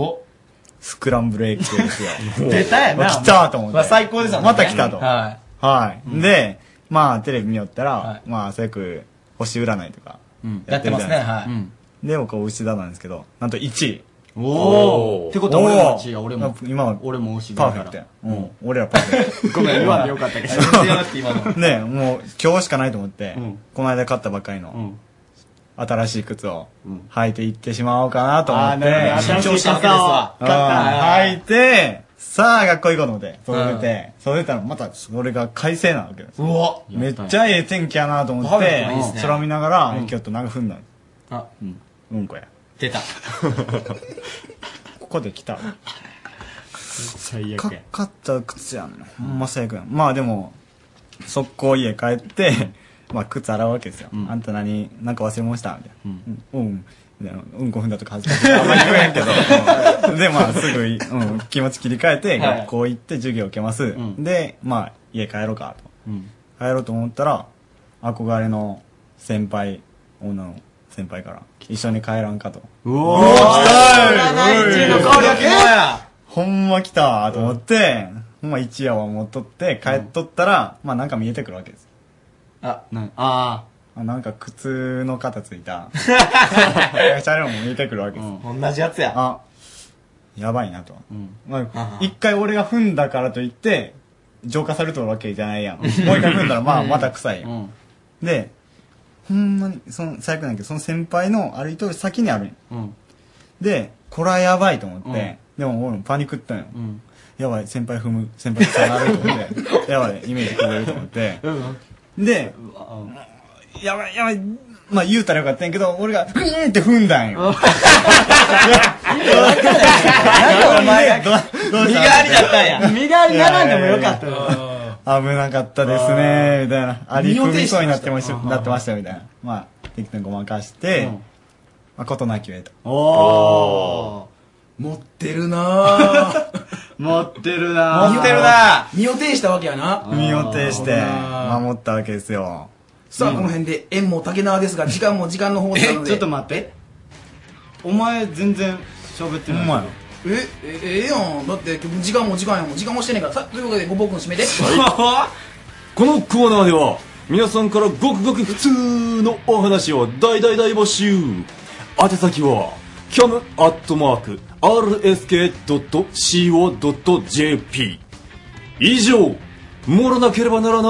[SPEAKER 16] スクランブルエッグですよ
[SPEAKER 15] 出たやな
[SPEAKER 16] わ来たと思って。
[SPEAKER 15] まあ最高ですよね
[SPEAKER 16] また来たと。
[SPEAKER 15] は
[SPEAKER 16] はい。で、まあテレビ見よったら、まあ朝よく星占いとか
[SPEAKER 15] やってますね、
[SPEAKER 16] いですか
[SPEAKER 15] はい。
[SPEAKER 16] で、僕は牛座なんですけど、なんと1位。
[SPEAKER 4] おーってことは俺も1位や俺も
[SPEAKER 16] やっぱ今は
[SPEAKER 4] 俺も牛
[SPEAKER 16] パ
[SPEAKER 4] 座だ
[SPEAKER 16] ーフ
[SPEAKER 4] か
[SPEAKER 16] ェ
[SPEAKER 4] ら
[SPEAKER 16] クトや。うん。俺らパーフェクト。
[SPEAKER 4] ごめん言わんでよかった けど
[SPEAKER 16] そう
[SPEAKER 4] 言わなくて今の
[SPEAKER 16] ねもう今日しかないと思って、この間買ったばっかりの、新しい靴を履いていってしまおうかなと思って、
[SPEAKER 4] あーなるほど新しい傘を買った
[SPEAKER 16] うん履いて、さあ学校行こうと思って、そう出て、そう出たらまたそれが快晴なわけです。
[SPEAKER 15] うわ
[SPEAKER 16] めっちゃええ天気やなと思
[SPEAKER 15] パー
[SPEAKER 16] っ
[SPEAKER 15] フェク
[SPEAKER 16] て
[SPEAKER 15] トないいっすね、
[SPEAKER 16] 空見ながら、今日と長くんだ。
[SPEAKER 15] あ、
[SPEAKER 16] うんこや。
[SPEAKER 15] 出た。
[SPEAKER 16] ここで来た。
[SPEAKER 15] 最
[SPEAKER 16] かかった靴やんほんま最悪やんまあでも速攻家帰って、 まあ、靴洗うわけですよ。あんた何、なんか忘れましたみたいな。うん。うんみたいなうんこ踏んだとか恥ずかしい。あんまり言えへんけど。 うんで、まあ、すぐ、うん、気持ち切り替えて、
[SPEAKER 6] はい
[SPEAKER 16] 学校行って授業受けます。で、まあ、家帰ろうかと。帰ろうと思ったら、憧れの先輩、女の先輩から、一緒に帰らんかと。う
[SPEAKER 6] おー来たい占い中の攻略
[SPEAKER 16] やほんま来たと思って、ほんま一夜は持っとって、帰っとったら、まあなんか見えてくるわけです。あ、なああ。なんか靴の型つい た。シャレも見えてくるわけです。同じやつや。あ、やばいなと。まあ、一回俺が踏んだからといって、浄化されとるわけじゃないやん。もう一回踏んだら、まあ、また臭いやん。で、ほんまに、その、最悪なんやけど、その先輩の歩いとる先にあるんよで、これはやばいと思って、
[SPEAKER 6] うん
[SPEAKER 16] でも俺もパニックったんよ。やばい、先輩踏む、先輩臭なると思って、やばい、イメージ崩れると思って。で、やばい、やばい、まあ言うたらよかったんやけど、俺が、ふーんって踏んだん よ。
[SPEAKER 6] お前が
[SPEAKER 16] どうした
[SPEAKER 6] 身代わりならんでもよかったのに
[SPEAKER 16] 危なかったですねみたいなあり踏みそうになってましたなってましたみたいなまあ適当にごまかして、まあ、事なきを得た
[SPEAKER 6] お
[SPEAKER 13] 持ってるなぁ
[SPEAKER 6] 持ってるなぁ
[SPEAKER 13] 持ってるな身を挺したわけやな
[SPEAKER 16] 身を挺して
[SPEAKER 13] あ
[SPEAKER 16] 守ったわけですよ
[SPEAKER 13] さあこの辺で縁も竹縄ですが時間も時間の方なのでちょっと
[SPEAKER 16] 待って
[SPEAKER 6] お前全然喋ってない
[SPEAKER 13] ええええやんだって時間も時間やもん時間もしてねえからさあということでごぼう君締め て
[SPEAKER 12] このコーナーでは皆さんからごくごく普通のお話を大大大募集宛先は cam.rsk.co.jp 以上もらなければならな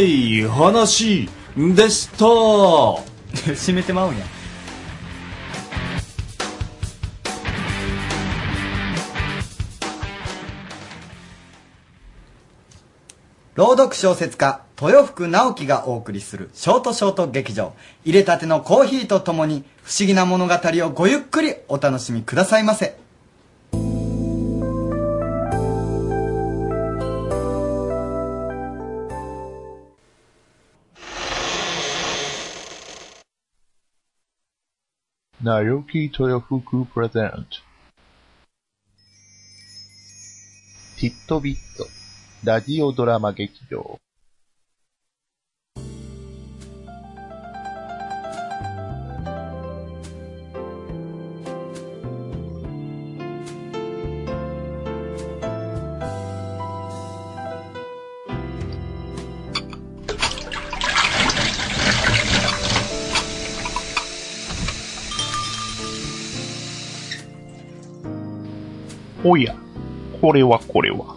[SPEAKER 12] い話でした
[SPEAKER 16] 締めてまうんや
[SPEAKER 4] 朗読小説家、豊福直樹がお送りするショートショート劇場。入れたてのコーヒーとともに不思議な物語をごゆっくりお楽しみくださいませ。
[SPEAKER 17] Naoki Toyofuku present ティットビットラジオドラマ劇場おや、これはこれは。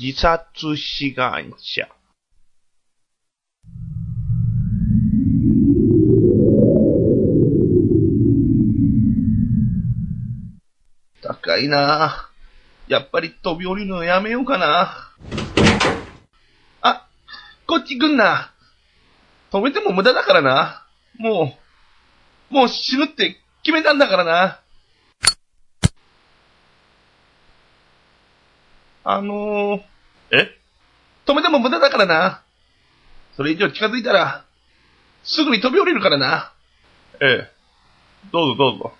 [SPEAKER 17] 自殺志願者。
[SPEAKER 18] 高いなぁ。やっぱり飛び降りるのやめようかな。あ、こっち来んな。止めても無駄だからな。もう、もう死ぬって決めたんだからな。あのー、え止めても無駄だからな。それ以上近づいたら、すぐに飛び降りるからな。
[SPEAKER 17] ええ。どうぞどうぞ。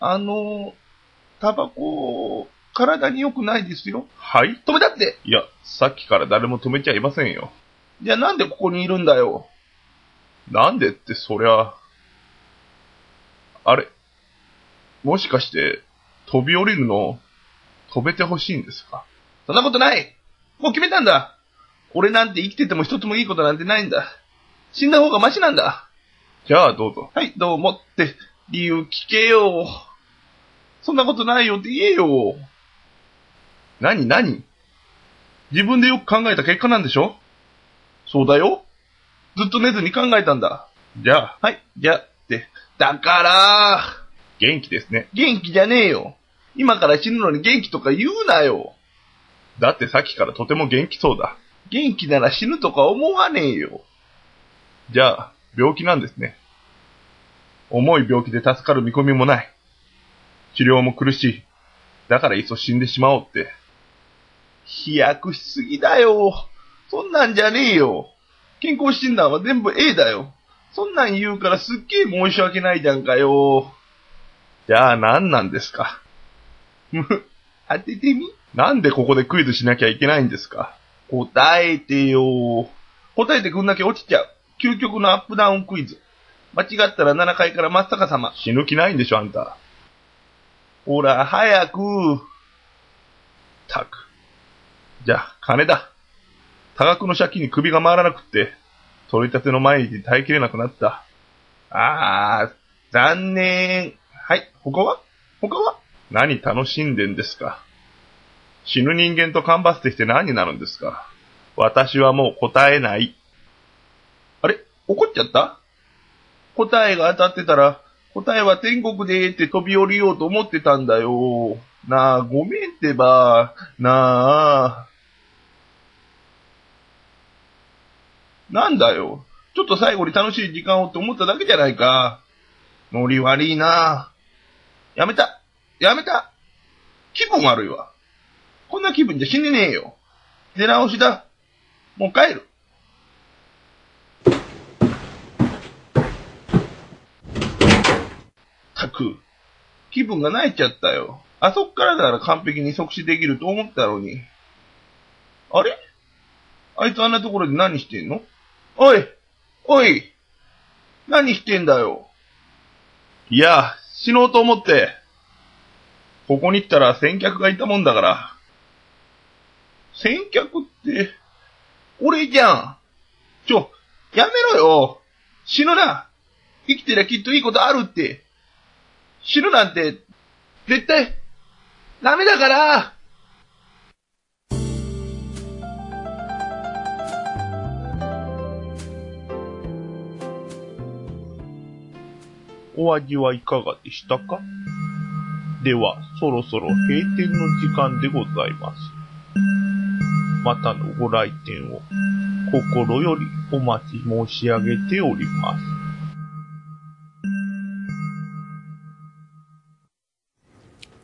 [SPEAKER 18] あの、タバコ、体に良くないですよ。はい止めたって
[SPEAKER 17] いや、さっきから誰も止めちゃいませんよ。
[SPEAKER 18] じゃあなんでここにいるんだよ。
[SPEAKER 17] なんでってそりゃ、あれ、もしかして、飛び降りるの、飛べてほしいんですか
[SPEAKER 18] そんなことないもう決めたんだ俺なんて生きてても一つもいいことなんてないんだ。死んだ方がマシなんだ
[SPEAKER 17] じゃあどうぞ。
[SPEAKER 18] はい、どうもって、理由聞けよ。
[SPEAKER 17] そんなことないよって言えよ。何何自分でよく考えた結果なんでしょそうだよ。ずっと寝ずに考えたんだ。じゃあ、はい、じゃあ、って。だから、元気ですね。元気じゃねえよ。今から死ぬのに元気とか言うなよ。だってさっきからとても元気そうだ。元気なら死ぬとか思わねえよ。じゃあ、病気なんですね。重い病気で助かる見込みもない。治療も苦しい。だからいっそ死んでしまおうって。飛躍しすぎだよ。そんなんじゃねえよ。健康診断は全部 A だよ。そんなん言うからすっげえ申し訳ないじゃんかよ。じゃあ何なんですか むふ当ててみなんでここでクイズしなきゃいけないんですか答えてよ。答えてくんなきゃ落ちちゃう。究極のアップダウンクイズ。間違ったら7階から松坂様。死ぬ気ないんでしょ、あんた。ほら、早く。たく。じゃあ、金だ。多額の借金に首が回らなくって、取り立ての毎日に耐えきれなくなった。あー、残念。はい、他は他は何楽しんでんですか死ぬ人間とカンバスってきて何になるんですか私はもう答えない。あれ怒っちゃった答えが当たってたら、答えは天国でって飛び降りようと思ってたんだよ。なあ、ごめんってば。なあ。なんだよ。ちょっと最後に楽しい時間をって思っただけじゃないか。ノリ悪いな。やめた。やめた。気分悪いわ。こんな気分じゃ死ねねえよ。出直しだ。もう帰る。ったく、気分が泣いちゃったよ。あそこからなら完璧に即死できると思ったのに。あれあいつあんなところで何してんのおいおい何してんだよいや、死のうと思って。ここに来たら先客がいたもんだから。先客って、俺じゃん。ちょ、やめろよ。死ぬな。生きてりゃきっといいことあるって。死ぬなんて、絶対、ダメだから
[SPEAKER 19] お味はいかがでしたかでは、そろそろ閉店の時間でございます。またのご来店を心よりお待ち申し上げております。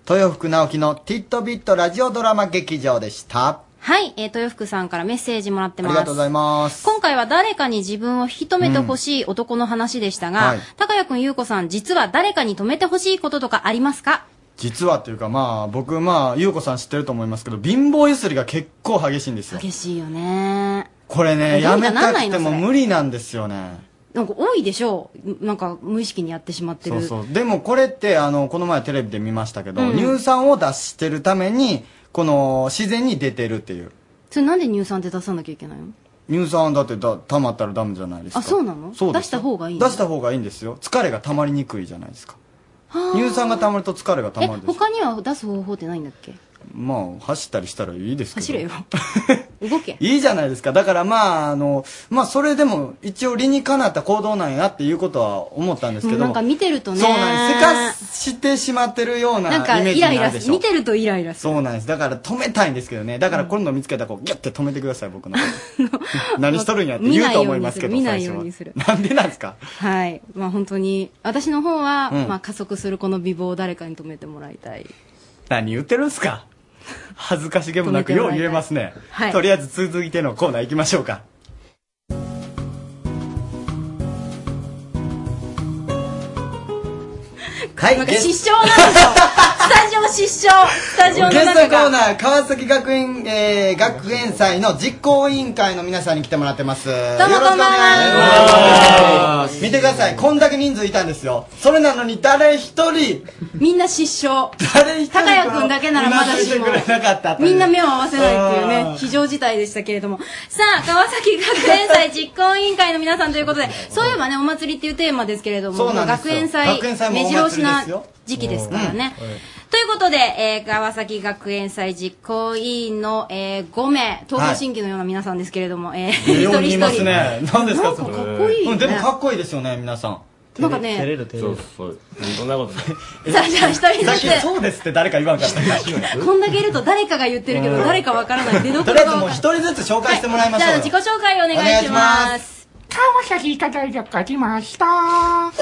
[SPEAKER 4] 豊福直樹のティットビットラジオドラマ劇場でした。
[SPEAKER 3] はい、えー、豊福さんからメッセージもらって
[SPEAKER 4] あ
[SPEAKER 3] ま
[SPEAKER 4] り
[SPEAKER 3] す。
[SPEAKER 4] がとうございます。
[SPEAKER 3] 今回は誰かに自分を引き止めてほしい男の話でしたが、
[SPEAKER 4] はい
[SPEAKER 3] 高谷くん、ゆうこさん、実は誰かに止めてほしいこととかありますか
[SPEAKER 4] 実はっていうかまあ僕まあ優子さん知ってると思いますけど貧乏ゆすりが結構激しいんですよ
[SPEAKER 3] 激しいよね。
[SPEAKER 4] これね
[SPEAKER 3] ど
[SPEAKER 4] や
[SPEAKER 3] うにか
[SPEAKER 4] め
[SPEAKER 3] な
[SPEAKER 4] た
[SPEAKER 3] んない
[SPEAKER 4] く
[SPEAKER 3] の
[SPEAKER 4] ても
[SPEAKER 3] それ
[SPEAKER 4] 無理なんですよね
[SPEAKER 3] なんか多いでしょう。なんか無意識にやってしまって
[SPEAKER 4] そ
[SPEAKER 3] る。
[SPEAKER 4] うそうでもこれってあのこの前テレビで見ましたけど、
[SPEAKER 3] うん
[SPEAKER 4] 乳酸を出してるためにこの自然に出てるっていう
[SPEAKER 3] それなんで乳酸って出さなきゃいけないの
[SPEAKER 4] 乳酸だってだ溜まったらダメじゃないですか
[SPEAKER 3] あ、そうなの
[SPEAKER 4] そうで
[SPEAKER 3] 出
[SPEAKER 4] す
[SPEAKER 3] した方がいいの
[SPEAKER 4] 出した方がいいんですよ疲れが溜まりにくいじゃないですか
[SPEAKER 3] はあ
[SPEAKER 4] 乳酸が溜まると疲れが溜
[SPEAKER 3] え、
[SPEAKER 4] まるでしょ
[SPEAKER 3] 他には出す方法ってないんだっけ
[SPEAKER 4] まあ走ったりしたらいいですけど
[SPEAKER 3] 走れよ。動け。
[SPEAKER 4] いいじゃないですか。だからまあ、あの、まあそれでも一応理にかなった行動なんやっていうことは思ったんです
[SPEAKER 3] も
[SPEAKER 4] け
[SPEAKER 3] う
[SPEAKER 4] ど。
[SPEAKER 3] なんか見てるとね。
[SPEAKER 4] そうなんです。せかしてしまってるような
[SPEAKER 3] なんか
[SPEAKER 4] イメー
[SPEAKER 3] イ
[SPEAKER 4] ジ
[SPEAKER 3] ライ
[SPEAKER 4] にな
[SPEAKER 3] ラ
[SPEAKER 4] るですし
[SPEAKER 3] る。
[SPEAKER 4] ょ。
[SPEAKER 3] 見てるとイライラする。
[SPEAKER 4] そうなんです。だから止めたいんですけどね。だから今度見つけたらこう、ギュッて止めてください、僕の こと。何しとるんやって
[SPEAKER 3] 見
[SPEAKER 4] 言
[SPEAKER 3] な
[SPEAKER 4] う
[SPEAKER 3] い
[SPEAKER 4] と
[SPEAKER 3] よ
[SPEAKER 4] 思
[SPEAKER 3] う
[SPEAKER 4] い
[SPEAKER 3] に
[SPEAKER 4] ますすけ
[SPEAKER 3] る。
[SPEAKER 4] ど、
[SPEAKER 3] 見ない
[SPEAKER 4] 最
[SPEAKER 3] ように
[SPEAKER 4] 初
[SPEAKER 3] する。
[SPEAKER 4] は。なんでなんです か
[SPEAKER 3] はい。まあ本当に、私の方は、
[SPEAKER 4] うん
[SPEAKER 3] まあ加速するこの美貌を誰かに止めてもらいたい。
[SPEAKER 4] 何言ってるんすか恥ずかしげもなくよう言えますね。
[SPEAKER 3] はい
[SPEAKER 4] とりあえず続いてのコーナー行きましょうか。はい
[SPEAKER 3] なんか失笑なんですよ。スタジオ失笑。スタジオの
[SPEAKER 4] ゲス
[SPEAKER 3] 中
[SPEAKER 4] トコーナ
[SPEAKER 3] が。
[SPEAKER 4] ー川崎学院、えー、学園祭の実行委員会の皆さんに来てもらってますどうも
[SPEAKER 3] こんばんは
[SPEAKER 4] 見てくださいこんだけ人数いたんですよそれなのに誰一人
[SPEAKER 3] みんな失笑。
[SPEAKER 4] 誰一人
[SPEAKER 3] 高谷くんだけならまだしも
[SPEAKER 4] うなずいてくれなかったという
[SPEAKER 3] みんな目を合わせないっていう
[SPEAKER 4] あ
[SPEAKER 3] ね
[SPEAKER 4] ー、
[SPEAKER 3] 非常事態でしたけれども。さあ、川崎学園祭実行委員会の皆さんということで、そういえばね、お祭りっていうテーマですけれども、
[SPEAKER 4] そうなんですよ
[SPEAKER 3] 学園祭
[SPEAKER 4] 学園祭、もお
[SPEAKER 3] 目
[SPEAKER 4] 祭り
[SPEAKER 3] 白押し
[SPEAKER 4] ですよ
[SPEAKER 3] な時期ですからね。ということで、えー川崎学園祭実行委員の、えー5名、東方新規のような皆さんですけれども、えー一人
[SPEAKER 4] に
[SPEAKER 3] 一
[SPEAKER 4] い
[SPEAKER 3] 人。
[SPEAKER 4] ますね。何ですか、それ。か
[SPEAKER 3] っこいいね
[SPEAKER 4] でもかっこいいですよね、皆さん。
[SPEAKER 3] なんかね照れ
[SPEAKER 4] る照れる。そうそう。そんなことない。
[SPEAKER 3] さあじゃあ一人ずつ
[SPEAKER 4] さっきそうですって誰か言わんかった。
[SPEAKER 3] こんだけいると誰かが言ってるけど、
[SPEAKER 4] うん
[SPEAKER 3] 誰かわからない。出どこ
[SPEAKER 4] と
[SPEAKER 3] ろ
[SPEAKER 4] りあ
[SPEAKER 3] が
[SPEAKER 4] えずもう一人ずつ紹介してもらいましょうよ。
[SPEAKER 3] はいじゃあ自己紹介お願いします。
[SPEAKER 6] 川崎医科大学が来ました。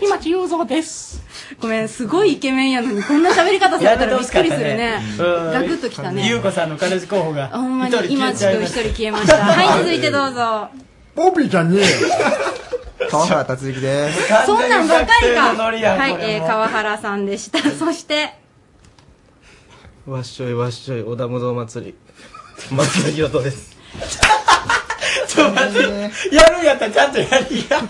[SPEAKER 6] 今、雄三です。
[SPEAKER 3] ごめん、すごいイケメンやのに、こんな喋 り方されたらびっくりするね。ガクッときたね。
[SPEAKER 4] ゆうこさんの彼氏候補が。
[SPEAKER 3] あほんま
[SPEAKER 4] 一
[SPEAKER 3] に
[SPEAKER 4] 人消
[SPEAKER 3] 今
[SPEAKER 4] え
[SPEAKER 3] ち
[SPEAKER 4] ちゃ
[SPEAKER 3] ょ
[SPEAKER 4] いま
[SPEAKER 3] っと一
[SPEAKER 4] し
[SPEAKER 3] 人消え ました。はい、続いてどうぞ。
[SPEAKER 15] ボビーじゃねえよ。川原達之です。
[SPEAKER 3] そんなんばっかり
[SPEAKER 15] 完全に学生
[SPEAKER 3] か。
[SPEAKER 15] のノリやん
[SPEAKER 3] はい
[SPEAKER 15] こ、れも
[SPEAKER 3] えー、川原さんでした。そして、
[SPEAKER 11] わっしょいわっしょい、小田無道祭り。 松田博人です。
[SPEAKER 4] ちょっと待って。やるんやったらちゃんとやりや。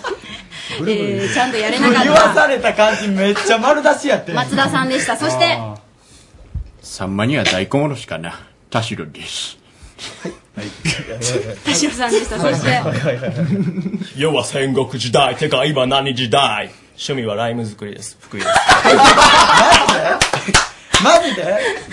[SPEAKER 3] えーちゃんとやれなかった
[SPEAKER 4] 言わされた感じめっちゃ丸出しやって。
[SPEAKER 3] 松田さんでした。そして、
[SPEAKER 20] さんまには大根おろしかな。田代です。
[SPEAKER 3] 田代さんでした。そして、
[SPEAKER 21] 世は戦国時代てか今何時代趣味はライム作りです福井です
[SPEAKER 4] マジで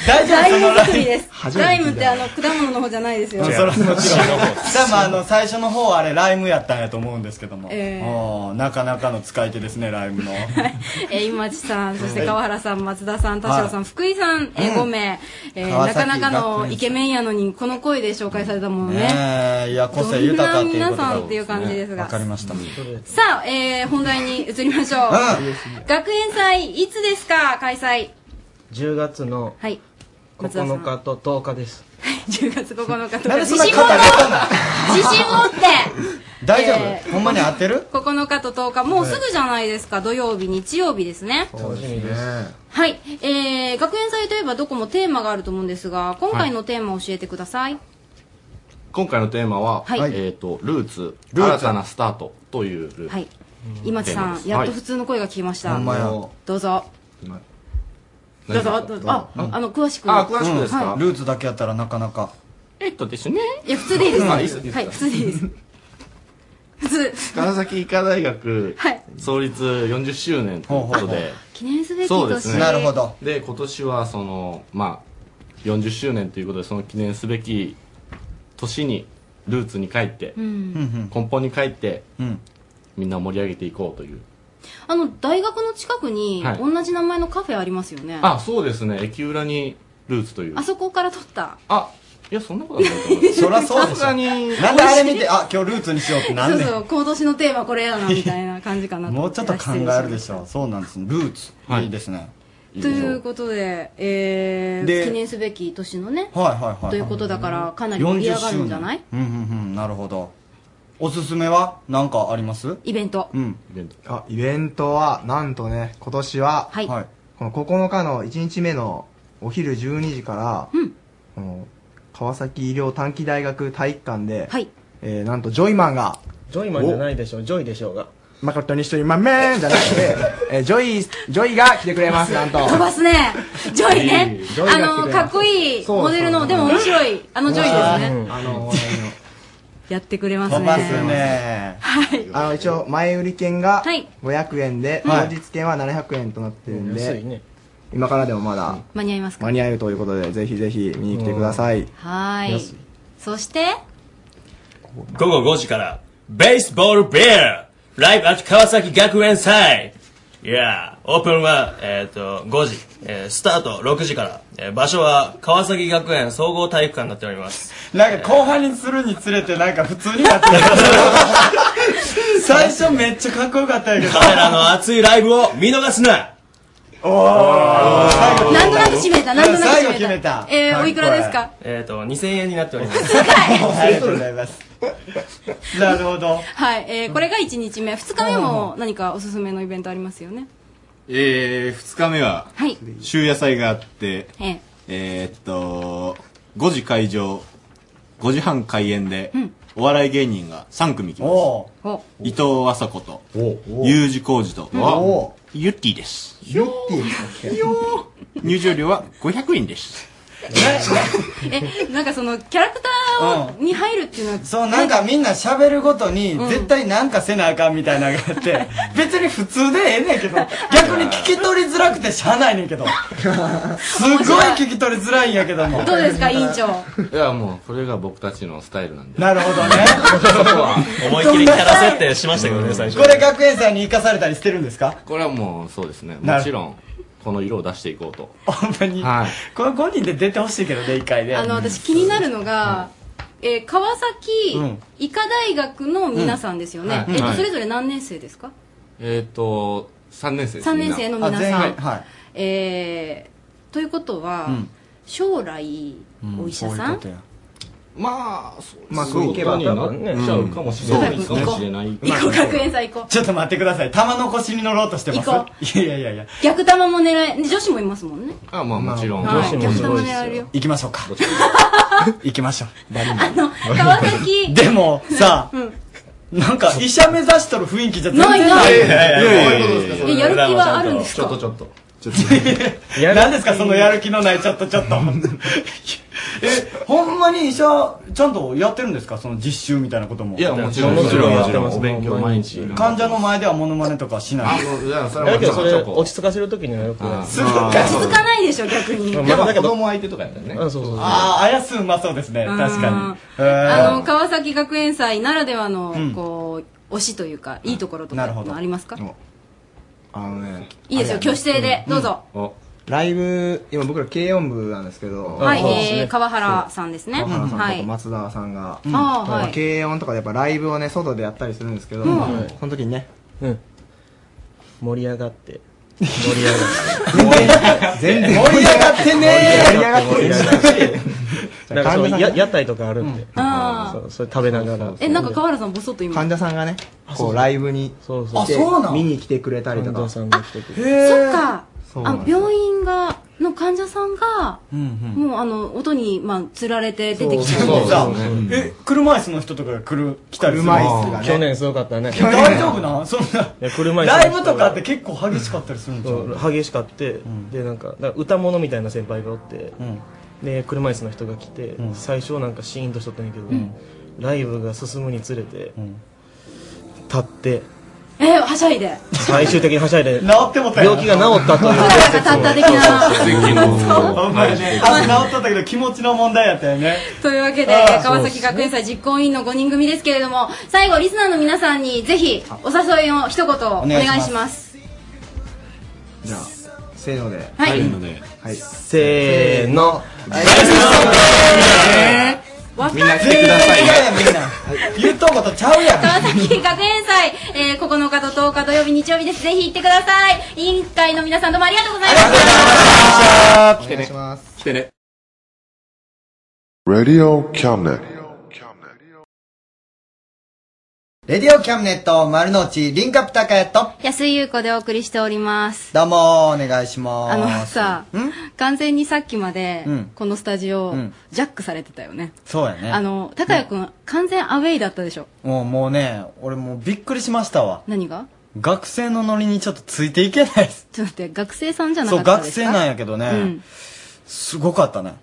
[SPEAKER 4] 大
[SPEAKER 21] 丈夫
[SPEAKER 3] ライム作りです。
[SPEAKER 4] 初めて
[SPEAKER 3] ラ
[SPEAKER 4] 聞いた
[SPEAKER 3] イムってあの、果物の方じゃないですよ。
[SPEAKER 4] それはも ちろん。多分あの、最初の方はあれ、ライムやったんやと思うんですけども。
[SPEAKER 3] えー
[SPEAKER 4] おーなかなかの使い手ですね、ライムの。
[SPEAKER 3] えー、今地さん、そして川原さん、松田さん、田代さ
[SPEAKER 4] は
[SPEAKER 3] ん、福井さん、えー
[SPEAKER 4] うん
[SPEAKER 3] 5名、えー
[SPEAKER 4] 川
[SPEAKER 3] な
[SPEAKER 4] 崎
[SPEAKER 3] かなか
[SPEAKER 4] 学
[SPEAKER 3] の
[SPEAKER 4] 園
[SPEAKER 3] イケメンやのに、この声で紹介されたものね。
[SPEAKER 4] ねえ、いや、個性豊かっていうことだ
[SPEAKER 3] どんな皆さんっていう感じですが
[SPEAKER 4] わかりました。
[SPEAKER 3] さあ、えー、本題に移りましょう。学園祭、いつですか開催。
[SPEAKER 11] 10月の
[SPEAKER 3] はい。松田さん
[SPEAKER 11] 9日と10日です。
[SPEAKER 3] 10月9日と
[SPEAKER 11] なん
[SPEAKER 3] か。
[SPEAKER 11] でそん
[SPEAKER 3] 自
[SPEAKER 11] な
[SPEAKER 3] 信持っ
[SPEAKER 11] 肩
[SPEAKER 3] て
[SPEAKER 11] 上げた
[SPEAKER 3] 自信持って
[SPEAKER 4] 大丈
[SPEAKER 3] え
[SPEAKER 4] 夫ほんまに合ってる
[SPEAKER 3] !9 日と10日、もうすぐじゃないですか。土曜日、日曜日ですね。
[SPEAKER 4] 楽しみです。
[SPEAKER 3] はい。えー、学園祭といえばどこもテーマがあると思うんですが、今回のテーマを教えてください。
[SPEAKER 22] 今回のテーマは、
[SPEAKER 3] はい
[SPEAKER 22] えっ、と、ルーツ、
[SPEAKER 3] ルーツ
[SPEAKER 22] 新たなスタートというルーツ。
[SPEAKER 3] はい。今地
[SPEAKER 22] テーマ
[SPEAKER 3] さ
[SPEAKER 22] で
[SPEAKER 3] ん、
[SPEAKER 22] す
[SPEAKER 3] やっと普通の声が聞きました。
[SPEAKER 22] はいほんまや
[SPEAKER 3] どうぞ。どうぞ、どうぞ。あ、あの、詳しく。はい
[SPEAKER 4] ルーツだけやったらなかなか。
[SPEAKER 22] えっとですね。
[SPEAKER 3] いや、普通でいいです。
[SPEAKER 22] あいいっすいいっすか
[SPEAKER 3] はい、普通でいいです。普通。
[SPEAKER 22] 川崎医科大学創立40周年ということで、
[SPEAKER 3] 記念すべき
[SPEAKER 22] そう
[SPEAKER 3] 年
[SPEAKER 22] ですね。
[SPEAKER 3] ど。
[SPEAKER 22] ど。で、今年はその、まあ、40周年ということで、その記念すべき年に、ルーツに帰って、
[SPEAKER 3] うん。
[SPEAKER 22] 根本に帰って、みんなを盛り上げていこうという。
[SPEAKER 3] あの、大学の近くに、
[SPEAKER 22] はい
[SPEAKER 3] 同じ名前のカフェありますよね。
[SPEAKER 22] あ、そうですね。駅裏にルーツという
[SPEAKER 3] あ。そこから取った。
[SPEAKER 22] あ、いや、そんなことはないと思います。
[SPEAKER 4] そらそうで
[SPEAKER 22] さ
[SPEAKER 4] し
[SPEAKER 22] すがに
[SPEAKER 4] ょ。なんであれ見て、あ、今日ルーツにしようってなん
[SPEAKER 3] そう
[SPEAKER 4] で
[SPEAKER 3] そう、今年のテーマこれやな、みたいな感じかなと
[SPEAKER 4] も
[SPEAKER 3] 思
[SPEAKER 4] う
[SPEAKER 3] て
[SPEAKER 4] ちょっと考えるでしょう。そうなんですね。ルーツ。いいですね。
[SPEAKER 3] ということで、えー、
[SPEAKER 4] で
[SPEAKER 3] 記念すべき年のね、
[SPEAKER 4] はいはいはい。
[SPEAKER 3] ということだから、かなり盛り上がるんじゃない
[SPEAKER 4] 40周年うんうんうん、なるほど。おすすめは何かあります
[SPEAKER 3] イベント。
[SPEAKER 4] うん。
[SPEAKER 15] あ、イベントは、なんとね、今年は、
[SPEAKER 3] はい
[SPEAKER 4] はい
[SPEAKER 15] この9日の1日目のお昼12時から、この川崎医療短期大学体育館で、えーなんとジョイマンが、
[SPEAKER 11] ジョイマンじゃないでしょう、ジョイでしょうが。
[SPEAKER 15] 誠に一人まめんじゃなくて、えージョイ、ジョイが来てくれます、なんと。
[SPEAKER 3] 飛ばすねジョイね
[SPEAKER 15] ジョイが来てくれ
[SPEAKER 3] あ
[SPEAKER 15] ます
[SPEAKER 3] の、かっこい
[SPEAKER 15] そ
[SPEAKER 3] い
[SPEAKER 15] うそう
[SPEAKER 3] モデルの、でも面白い、あのジョイですね。
[SPEAKER 15] あの、
[SPEAKER 3] やってくれますね。
[SPEAKER 15] 飛ばすね。はい。あの、一応、前売り券が500円で、
[SPEAKER 3] はい
[SPEAKER 15] 当日券は700円となってるん
[SPEAKER 3] 安
[SPEAKER 15] で
[SPEAKER 3] いね、
[SPEAKER 15] 今からでもまだ
[SPEAKER 3] 間に合いますか
[SPEAKER 15] 間に合うということで、ぜひぜひ見に来てください。
[SPEAKER 3] はー
[SPEAKER 15] 安
[SPEAKER 3] い。そして、
[SPEAKER 21] 午後5時からベースボールベアライブアット川崎学園祭いやーオープンは、えっと5時、えースタート6時から、えー場所は川崎学園総合体育館になっております
[SPEAKER 4] なんか後半にするにつれてなんか普通に なってる。最初めっちゃかっこよかったんやけど。
[SPEAKER 21] 彼らの熱いライブを見逃すな
[SPEAKER 3] なんとなく締めた、なんとなく
[SPEAKER 4] 最後
[SPEAKER 3] 締
[SPEAKER 4] 決
[SPEAKER 3] め
[SPEAKER 4] め
[SPEAKER 3] た
[SPEAKER 4] た。
[SPEAKER 3] えー、おいくらですか
[SPEAKER 21] えっ、と2000円になっており ます
[SPEAKER 4] ありがとうございます。なるほど。
[SPEAKER 3] はい、えー、これが1日目。2日目も何かおすすめのイベントありますよね。
[SPEAKER 23] えー、2日目は、
[SPEAKER 3] はい。
[SPEAKER 23] 週野菜があって、
[SPEAKER 3] えー、
[SPEAKER 23] えーっと、5時会場、5時半開演で、お笑い芸人が3組来ます。
[SPEAKER 3] お
[SPEAKER 23] 伊藤麻子と、U 字工事と、ユッティです。ユッティ入場料は500円です。
[SPEAKER 3] え、なんかその、キャラクタ間をに入るっていうのは
[SPEAKER 4] そうなんかみんな喋るごとに絶対なんかせなあかんみたいなのがあっ て別に普通でええねんけど逆に聞き取りづらくてしゃあないねんけどすごい聞き取りづらいんやけども
[SPEAKER 3] どうですか委員長
[SPEAKER 22] いやもうそれが僕たちのスタイルなんで
[SPEAKER 4] なるほどね
[SPEAKER 24] 思いっきりキャラ設定しましたけどね、最初。
[SPEAKER 4] これ学園祭に生かされたりしてるんですか
[SPEAKER 22] これはもうそうですね
[SPEAKER 4] なる
[SPEAKER 22] もちろんこの色を出していこうと
[SPEAKER 4] ほんまに、この5人で出てほしいけどね一回で
[SPEAKER 3] あの私気になるのが、えー川崎
[SPEAKER 22] うん
[SPEAKER 3] 医科大学の皆さんですよね、
[SPEAKER 22] うん
[SPEAKER 3] えっと
[SPEAKER 22] はい
[SPEAKER 3] それぞれ何年生ですか、
[SPEAKER 22] えっ、と3年生です
[SPEAKER 3] 三年生の皆さんあ全員
[SPEAKER 22] はい
[SPEAKER 3] えーということは、
[SPEAKER 22] うん
[SPEAKER 3] 将来お医者さん、
[SPEAKER 22] まあそう
[SPEAKER 4] まあそういけば
[SPEAKER 22] そういうことになっちゃうかもしれないですね
[SPEAKER 4] うん
[SPEAKER 22] かもしれない
[SPEAKER 4] 行こう
[SPEAKER 3] 学園祭行こう
[SPEAKER 4] ちょっと待ってください玉の腰に乗ろうとしてます
[SPEAKER 3] 行こ
[SPEAKER 4] いやいやいやいや
[SPEAKER 3] 逆玉も狙え女子もいますもんね
[SPEAKER 22] あまあもちろん、
[SPEAKER 3] はい女子もすごいですよ逆玉狙えるよ
[SPEAKER 4] 行きま しょうか行きましょうバリバリ
[SPEAKER 3] 川 崎
[SPEAKER 4] でもさ
[SPEAKER 3] うん
[SPEAKER 4] なんか医者目指しとる雰囲気じゃ全
[SPEAKER 3] ない
[SPEAKER 4] 然
[SPEAKER 3] ない
[SPEAKER 4] いやいやいやい
[SPEAKER 3] えやる気はあるんですか
[SPEAKER 22] ちょっとちょっと
[SPEAKER 4] 何ですかそのやる気のないちょっとちょっとえほんまに医者ちゃんとやってるんですかその実習みたいなことも
[SPEAKER 22] いやもちろんもちろんやってます勉強毎日
[SPEAKER 4] 患者の前ではモノマネとかしない
[SPEAKER 16] だけどそれ落ち着かせるときにはよくやる
[SPEAKER 4] すごい落ち着
[SPEAKER 3] 続かないでしょ逆に
[SPEAKER 16] まあだけど
[SPEAKER 4] 供相手とかやったらね
[SPEAKER 16] あそうそうそう
[SPEAKER 4] あああやすうまそうですね
[SPEAKER 3] うん
[SPEAKER 4] 確かにえ
[SPEAKER 3] あ
[SPEAKER 4] ー
[SPEAKER 3] の川崎学園祭ならではの、
[SPEAKER 4] うん
[SPEAKER 3] こう推しというかいいところとかありますか、
[SPEAKER 15] あのね
[SPEAKER 3] いいですよ挙手制で、どうぞ、
[SPEAKER 15] ライブ今僕ら軽音部なんですけど
[SPEAKER 3] はい、えー、川原さんですね
[SPEAKER 15] 川原さん
[SPEAKER 3] は
[SPEAKER 15] とか
[SPEAKER 3] い
[SPEAKER 15] 松田さんが、
[SPEAKER 3] うん
[SPEAKER 15] ま
[SPEAKER 3] あーはい
[SPEAKER 15] あ軽音とかでやっぱライブをね外でやったりするんですけど、
[SPEAKER 3] うん
[SPEAKER 15] その時にね
[SPEAKER 16] うん盛り上がって
[SPEAKER 15] 全然
[SPEAKER 16] 盛り上がってね
[SPEAKER 15] 盛り上がってね
[SPEAKER 16] なんかそうや屋台とかあるんで
[SPEAKER 3] あ
[SPEAKER 16] そうそれ食べながら
[SPEAKER 3] えなんか川原さんボソッと今
[SPEAKER 15] 患者さんがねこうライブに
[SPEAKER 16] そう
[SPEAKER 3] そう
[SPEAKER 15] 来て
[SPEAKER 3] あそうなん
[SPEAKER 15] 見に来てくれたりとか
[SPEAKER 3] そっか
[SPEAKER 15] そうな
[SPEAKER 3] あ
[SPEAKER 15] んです
[SPEAKER 3] 病院がの患者さんが、もうあの音に、まあ、つられて出てきちゃう
[SPEAKER 4] さえ車椅子の人とかが来る来たりする
[SPEAKER 16] 車椅子がね去年すごかったね
[SPEAKER 4] 大丈夫なん そんない
[SPEAKER 16] や車椅子の人が
[SPEAKER 4] ライブとかって結構激しかったりするんちゃう
[SPEAKER 16] そう激しかって、でなんかだから歌物みたいな先輩がおって、で車椅子の人が来て、最初なんかシーンとしとったんやけど、
[SPEAKER 3] うん
[SPEAKER 16] ライブが進むにつれて、立って
[SPEAKER 3] えー、はしゃいで
[SPEAKER 16] 最終的にはしゃいで
[SPEAKER 4] 治ってもたやん
[SPEAKER 16] 病気が治ったという
[SPEAKER 3] たった的な
[SPEAKER 4] ほんまにねあ治っとったけど気持ちの問題やったよね
[SPEAKER 3] というわけで
[SPEAKER 4] あー
[SPEAKER 3] 川崎学園祭実行委員の5人組ですけれども最後リスナーの皆さんにぜひお誘いを一言お願いします
[SPEAKER 15] お願いしじゃあせーので
[SPEAKER 3] はいはいせー
[SPEAKER 15] ので、はい、
[SPEAKER 16] せーの
[SPEAKER 3] わかる
[SPEAKER 15] みんな来てくださいね
[SPEAKER 4] 言うとうことちゃうやん
[SPEAKER 3] 川崎学園祭、えー、9日と10日土曜日日曜日ですぜひ行ってください委員会の皆さんどうもありがとうございました
[SPEAKER 25] 来てね来てね
[SPEAKER 26] Radio Cabinet.
[SPEAKER 6] レディオキャムネット丸の内リンカップ高谷と
[SPEAKER 3] 安井優子でお送りしております
[SPEAKER 6] どうもお願いします
[SPEAKER 3] あのさ完全にさっきまで
[SPEAKER 6] うん
[SPEAKER 3] このスタジオ、
[SPEAKER 6] うん
[SPEAKER 3] ジャックされてたよね
[SPEAKER 4] そうやね
[SPEAKER 3] あの高谷君、ん、完全アウェイだったでしょ
[SPEAKER 4] もうもうね俺もうびっくりしましたわ
[SPEAKER 3] 何が
[SPEAKER 4] 学生のノリにちょっとついていけないです
[SPEAKER 3] ちょっと待って学生さんじゃな
[SPEAKER 4] そう
[SPEAKER 3] かった
[SPEAKER 4] 学
[SPEAKER 3] ですか
[SPEAKER 4] 生なんやけどね、
[SPEAKER 3] うん
[SPEAKER 4] すごかったね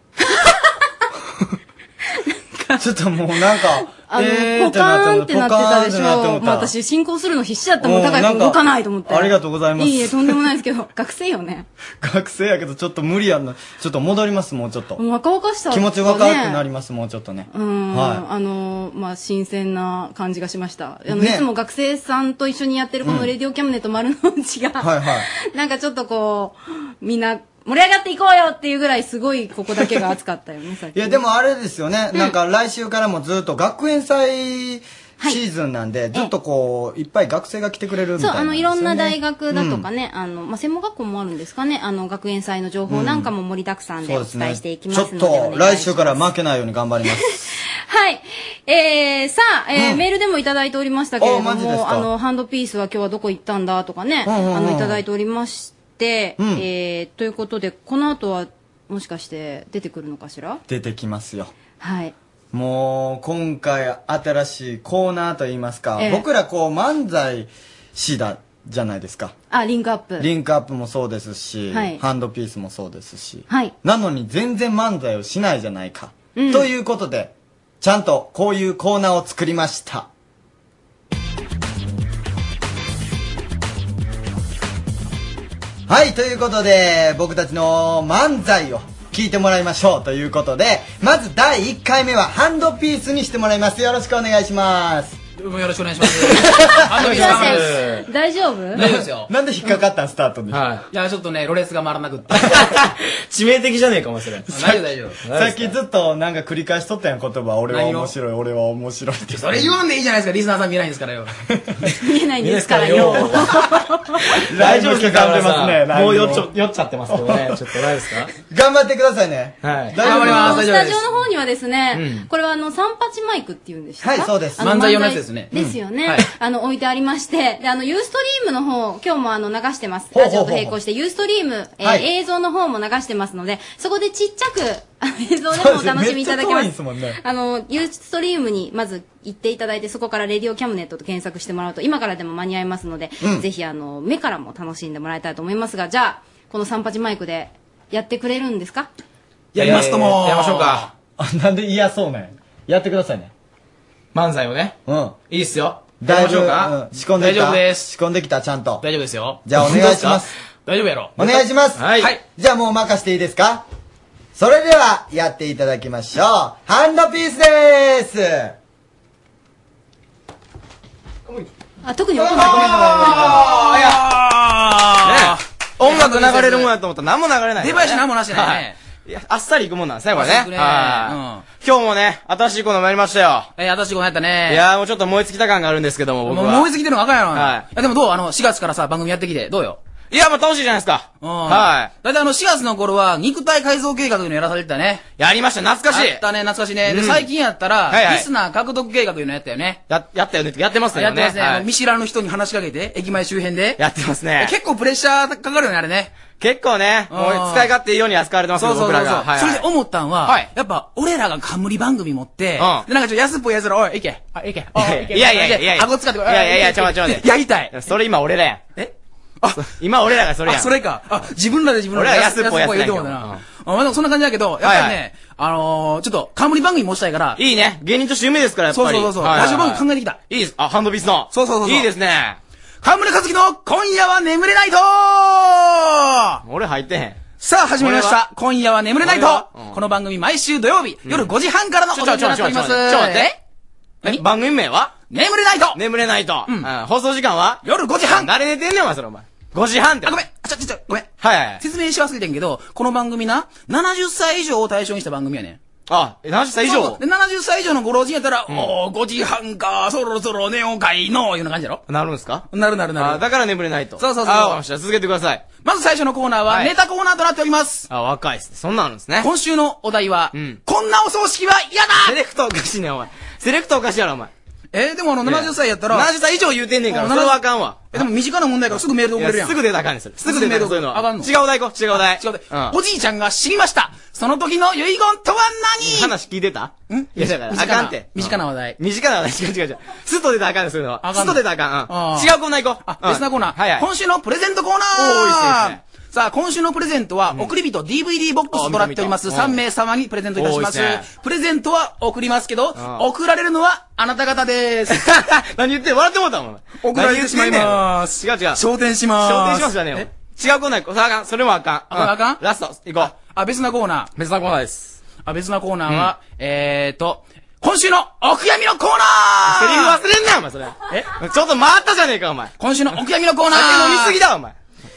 [SPEAKER 4] ちょっともうなんか
[SPEAKER 3] あの、
[SPEAKER 4] えー
[SPEAKER 3] ポカーンってなってたでし
[SPEAKER 4] ポカーンってなって思
[SPEAKER 3] ょ
[SPEAKER 4] っ。た
[SPEAKER 3] まあ私進行するの必死だったもん。
[SPEAKER 4] うん
[SPEAKER 3] 高い
[SPEAKER 4] なん
[SPEAKER 3] 君
[SPEAKER 4] か
[SPEAKER 3] 動かないと思って。
[SPEAKER 4] ありがとうございます
[SPEAKER 3] いえいえ、とんでもないですけど、 学生よね。
[SPEAKER 4] 学生やけどちょっと無理やんなちょっと戻りますもうちょっと
[SPEAKER 3] もう若々しさ、
[SPEAKER 4] 気持ち若くな
[SPEAKER 3] り。
[SPEAKER 4] りますもうちょっとね
[SPEAKER 3] うん、
[SPEAKER 4] は
[SPEAKER 3] あのまあ新鮮な感じがしましたあの、
[SPEAKER 4] ね
[SPEAKER 3] いつも学生さんと一緒にやってるこ
[SPEAKER 4] う
[SPEAKER 3] の「
[SPEAKER 4] ん
[SPEAKER 3] レディオキャムネ」と「丸の内が」
[SPEAKER 4] はいはい
[SPEAKER 3] なんかちょっとこうみんな盛り上がっていこうよっていうぐらいすごいここだけが熱かったよねさっき
[SPEAKER 6] いやでもあれですよね、なんか来週からもずっと学園祭シーズンなんで、ずっとこういっぱい学生が来てくれるみたい
[SPEAKER 3] そ
[SPEAKER 6] うな
[SPEAKER 3] あのいろんな大学だと
[SPEAKER 6] ね
[SPEAKER 3] かね、あのまあ、専門学校もあるんですかねあの学園祭の情報なんかも盛りだくさんでお伝えしていきますので,、
[SPEAKER 6] ちょっと来週から負けないように頑張ります。
[SPEAKER 3] はい。えー、さあ、えーメールでもいただいておりましたけれど
[SPEAKER 6] あマジです
[SPEAKER 3] も、
[SPEAKER 6] か
[SPEAKER 3] あの、ハンドピースは今日はどこ行ったんだとかね、
[SPEAKER 6] うんうんうん
[SPEAKER 3] あの、いただいておりまして、
[SPEAKER 6] うん
[SPEAKER 3] えー、ということで、この後は、もしかして出てくるのかし
[SPEAKER 4] い
[SPEAKER 3] ら
[SPEAKER 4] 出てきますよ
[SPEAKER 3] はい。
[SPEAKER 4] もう今回新しいコーナーといいますか、
[SPEAKER 3] ええ
[SPEAKER 4] 僕らこう漫才師だじゃないですか
[SPEAKER 3] あ、リンクアップ。
[SPEAKER 4] リンクアップもそうですし、
[SPEAKER 3] はい
[SPEAKER 4] ハンドピースもそうですし、
[SPEAKER 3] はい。
[SPEAKER 4] なのに全然漫才をしないじゃないか、
[SPEAKER 3] うん
[SPEAKER 4] ということでちゃんとこういうコーナーを作りました。はい、ということで、僕たちの漫才を聞いてもらいましょうということで、まず第1回目はハンドピースにしてもらいます。よろしくお願いします。
[SPEAKER 13] よろしくお願いします。ハンドピースカムです
[SPEAKER 3] 大丈夫
[SPEAKER 13] 大丈夫ですよ。
[SPEAKER 4] なんで引っかかったんスタートで。
[SPEAKER 13] いや、ちょっとね、ロレスが回らなくって。
[SPEAKER 15] 致命的じゃねえかもしれん。
[SPEAKER 13] 大丈夫、大丈夫。
[SPEAKER 4] さっきずっとなんか繰り返しとったやん言葉俺は面白い俺は面白いって
[SPEAKER 13] それ言わんでいいじゃないですか、リスナーさん見えないんですからよ。
[SPEAKER 3] 見えないんですからよ。
[SPEAKER 4] 大丈夫ですか
[SPEAKER 15] もう酔っちょ酔っちゃってますけどね。ちょっとないですか
[SPEAKER 4] 頑張ってくださいね。
[SPEAKER 15] はい。
[SPEAKER 3] スタジオの方にはですね
[SPEAKER 15] う、ん
[SPEAKER 3] これはあの、三八マイクっていうんでした
[SPEAKER 13] はいそうです
[SPEAKER 3] あの
[SPEAKER 13] 漫才用のやつですね
[SPEAKER 3] 漫才ですよ
[SPEAKER 13] うん
[SPEAKER 3] ね
[SPEAKER 13] はい。
[SPEAKER 3] あの、置いてありまして、で、あの、ユーストリームの方、今日もあの、流してます。
[SPEAKER 1] ほうほ
[SPEAKER 3] ラ
[SPEAKER 1] う
[SPEAKER 3] ジ
[SPEAKER 1] ほうほ
[SPEAKER 3] オ
[SPEAKER 1] う
[SPEAKER 3] と並行して、ユーストリーム、え
[SPEAKER 1] は
[SPEAKER 3] ー
[SPEAKER 1] い
[SPEAKER 3] 映像の方も流してますので、そこでちっちゃく、あの映像でもお楽しみいただけま
[SPEAKER 1] めっちゃ遠いん
[SPEAKER 3] す
[SPEAKER 1] ですもんね。
[SPEAKER 3] あの、ユーストリームにまず行っていただいて、そこからレディオキャムネットと検索してもらうと、今からでも間に合いますので、
[SPEAKER 1] うん
[SPEAKER 3] ぜひあの、目からも楽しんでもらいたいと思いますが、じゃあ、この三八マイクでやってくれるんですか
[SPEAKER 13] やりますとも。
[SPEAKER 15] やりましょうか。
[SPEAKER 4] なんで嫌そうね。やってくださいね。
[SPEAKER 15] 漫才をね。
[SPEAKER 4] うん。
[SPEAKER 15] いいっすよ。
[SPEAKER 4] だいぶ、
[SPEAKER 15] やりましょう
[SPEAKER 4] う
[SPEAKER 15] か
[SPEAKER 4] ん仕込んで
[SPEAKER 15] 大
[SPEAKER 4] きた。
[SPEAKER 15] 丈夫です。
[SPEAKER 4] す。仕込んできた、ちゃんと。
[SPEAKER 15] 大丈夫ですよ。
[SPEAKER 4] じゃあお願い します。
[SPEAKER 15] 大丈夫やろ。
[SPEAKER 4] お願いします。
[SPEAKER 15] はい。
[SPEAKER 4] じゃあもう任していいですかそれでは、やっていただきましょう。ハンドピースでーす
[SPEAKER 3] あ、特に音
[SPEAKER 4] あ
[SPEAKER 15] あ音楽流れるもんやと思ったら何も流れない。
[SPEAKER 13] 出囃子何もなしてないね
[SPEAKER 15] はい。いや、あっさり行くもんなんですね、これね。
[SPEAKER 13] あっさり行くね
[SPEAKER 15] はい。今日もね、新しいコーナーもやりましたよ。
[SPEAKER 13] え、私ごはんやったね。
[SPEAKER 15] いやーもうちょっと燃え尽きた感があるんですけども、僕
[SPEAKER 13] もう
[SPEAKER 15] は。
[SPEAKER 13] 燃え尽きてるの赤やろ。。
[SPEAKER 15] はい
[SPEAKER 13] でもどうあの、4月からさ、番組やってきて、どうよ。
[SPEAKER 15] いや、もう楽しいじゃないですか。はい
[SPEAKER 13] だいたいあの、4月の頃は、肉体改造計画というのやらされてたね。
[SPEAKER 15] やりました、懐かしい
[SPEAKER 13] や。ったね、懐かしいね。
[SPEAKER 15] う
[SPEAKER 13] で、
[SPEAKER 15] ん
[SPEAKER 13] 最近やったら、
[SPEAKER 15] はいはい
[SPEAKER 13] リスナー獲得計画というのやったよね。
[SPEAKER 15] や、やったよねって、やってますよね。
[SPEAKER 13] やってますね。
[SPEAKER 15] はい
[SPEAKER 13] あの見知らぬ人に話しかけて、駅前周辺で。
[SPEAKER 15] やってますね。
[SPEAKER 13] 結構プレッシャーかかるよね、あれね。
[SPEAKER 15] 結構ね、もう使い勝手いいように扱われてます
[SPEAKER 13] そう
[SPEAKER 15] よ、
[SPEAKER 13] そう
[SPEAKER 15] 僕
[SPEAKER 13] そう
[SPEAKER 15] ら
[SPEAKER 13] そう
[SPEAKER 15] が。はい
[SPEAKER 13] そ
[SPEAKER 15] は
[SPEAKER 13] れ
[SPEAKER 15] い
[SPEAKER 13] で思ったんは、やっぱ、俺らが冠番組持って、
[SPEAKER 15] うん
[SPEAKER 13] で、なんかちょっと安っぽい奴ら、おい、行け、あ、行け、お行け
[SPEAKER 15] いやいやいやいやいや。
[SPEAKER 13] 顎使って
[SPEAKER 15] いやいやいや、ちょまちょま
[SPEAKER 13] で。やりたい。
[SPEAKER 15] それ今俺らやん。
[SPEAKER 13] え
[SPEAKER 15] 今俺らがそれやん。
[SPEAKER 13] あ、それか。 あ、自分らで自分らで。
[SPEAKER 15] 俺は安っぽいやつ
[SPEAKER 13] 安っぽいと思うな。あまあでもそんな感じだけど、やっぱり
[SPEAKER 15] はいは
[SPEAKER 13] ね、あのー、ちょっと、冠番組持ちたいから。
[SPEAKER 15] いいね。芸人として夢ですから、やっぱり。
[SPEAKER 13] そうそうそうそう
[SPEAKER 15] はいはい
[SPEAKER 13] ラジオ番組考えてきた。
[SPEAKER 15] いいです。あ、ハンドビスの。
[SPEAKER 13] そうそうそうそう
[SPEAKER 15] いいですね。
[SPEAKER 13] 冠和樹の今夜は眠れないと
[SPEAKER 15] 俺入ってへん。
[SPEAKER 13] さあ、始まりまし
[SPEAKER 15] 俺
[SPEAKER 13] た。今夜は眠れないと
[SPEAKER 15] 俺はうん
[SPEAKER 13] この番組毎週土曜日、夜5時半からのお
[SPEAKER 15] ち
[SPEAKER 13] 時
[SPEAKER 15] ょ
[SPEAKER 13] 間
[SPEAKER 15] ち
[SPEAKER 13] に
[SPEAKER 15] ょちょ
[SPEAKER 13] なっ
[SPEAKER 15] ち
[SPEAKER 13] てお
[SPEAKER 15] ょ
[SPEAKER 13] り
[SPEAKER 15] ちょ
[SPEAKER 13] ます。
[SPEAKER 15] ちょちょ待って。え番組名は
[SPEAKER 13] 眠れないと
[SPEAKER 15] 眠れないと。うん。放送時間は
[SPEAKER 13] 夜5時半
[SPEAKER 15] 誰寝てんねん、お前それお前。5時半って。
[SPEAKER 13] あ、ごめん。あちょ、ちょ、ちょ、ごめん。
[SPEAKER 15] はいはいはい。
[SPEAKER 13] 説明し忘れてんけど、この番組な、70歳以上を対象にした番組やねん。
[SPEAKER 15] あ、え70歳以
[SPEAKER 13] そうそ
[SPEAKER 15] 上
[SPEAKER 13] うで、70歳以上のご老人やったら、
[SPEAKER 15] うん
[SPEAKER 13] おー、5時半か、そろそろ寝ようかいの、いうような感じやろ
[SPEAKER 15] なるんすか
[SPEAKER 13] なるなるな
[SPEAKER 15] あ
[SPEAKER 13] る。
[SPEAKER 15] だから眠れないと。
[SPEAKER 13] そうそうそう
[SPEAKER 15] あ、わかりました。続けてください。
[SPEAKER 13] まず最初のコーナーは、
[SPEAKER 15] はい
[SPEAKER 13] ネタコーナーとなっております。
[SPEAKER 15] あ、若いっすね。そんなんあるんですね。
[SPEAKER 13] 今週のお題は、
[SPEAKER 15] うん。
[SPEAKER 13] こんなお葬式は嫌だ
[SPEAKER 15] セレクトおかしいね、お前。セレクトおかしいやろ、お前。
[SPEAKER 13] えー、でもあの、70歳やったら、
[SPEAKER 15] 70歳以上言うてんねんから、
[SPEAKER 13] うん
[SPEAKER 15] それはあかんわ。
[SPEAKER 13] え、でも身近な問題やからすぐメールで送れるやん。
[SPEAKER 15] いやすぐ出たらあかんねんそれすぐ出たらそういうのは
[SPEAKER 13] あかんの。
[SPEAKER 15] 違うお題行こう、違うお題。違う
[SPEAKER 13] おじいちゃんが死にましたその時の遺言とは何
[SPEAKER 15] 話聞いてたんいや、だから、あ
[SPEAKER 13] 短な
[SPEAKER 15] かんって。
[SPEAKER 13] 短な話題。
[SPEAKER 15] 短な話、違う違う違う。スッと出たらあかんねん、そういうの
[SPEAKER 13] あ
[SPEAKER 15] は。ス
[SPEAKER 13] かん
[SPEAKER 15] ッ
[SPEAKER 13] の
[SPEAKER 15] と出たらあかん
[SPEAKER 13] あ
[SPEAKER 15] うん。
[SPEAKER 13] ー
[SPEAKER 15] 違うコーナー行こう。うん
[SPEAKER 13] 別なコーナー。
[SPEAKER 15] はいはい。
[SPEAKER 13] 今週のプレゼントコーナー
[SPEAKER 15] おーいいっすね
[SPEAKER 13] さあ、今週のプレゼントは、送り人 DVD ボックスとなっております。
[SPEAKER 15] あ見た
[SPEAKER 13] 3
[SPEAKER 15] 見た
[SPEAKER 13] 名様にプレゼントいたします
[SPEAKER 15] おーいいっす。
[SPEAKER 13] プレゼントは送りますけど、送られるのはあなた方 です。
[SPEAKER 15] 何言ってん笑ってもうたもん。。
[SPEAKER 13] 送られてしまいます
[SPEAKER 15] 違う違う。
[SPEAKER 13] 昇天します
[SPEAKER 15] 焦点しますじゃねえよ。違うコーナー行こう。それあかん。それもあかん。
[SPEAKER 13] ああかん
[SPEAKER 15] ラスト、行こう。
[SPEAKER 13] あ、別なコーナー。
[SPEAKER 15] 別なコーナーです。
[SPEAKER 13] あ、別なコーナーは、えーと、今週のお悔やみのコーナ
[SPEAKER 15] セリフ
[SPEAKER 13] ー
[SPEAKER 15] 忘れんなよ、お前、それ。えちょっと回ったじゃねえか、お前。
[SPEAKER 13] 今週のお悔やみのコーナー
[SPEAKER 15] 酒飲みすぎだ、お前。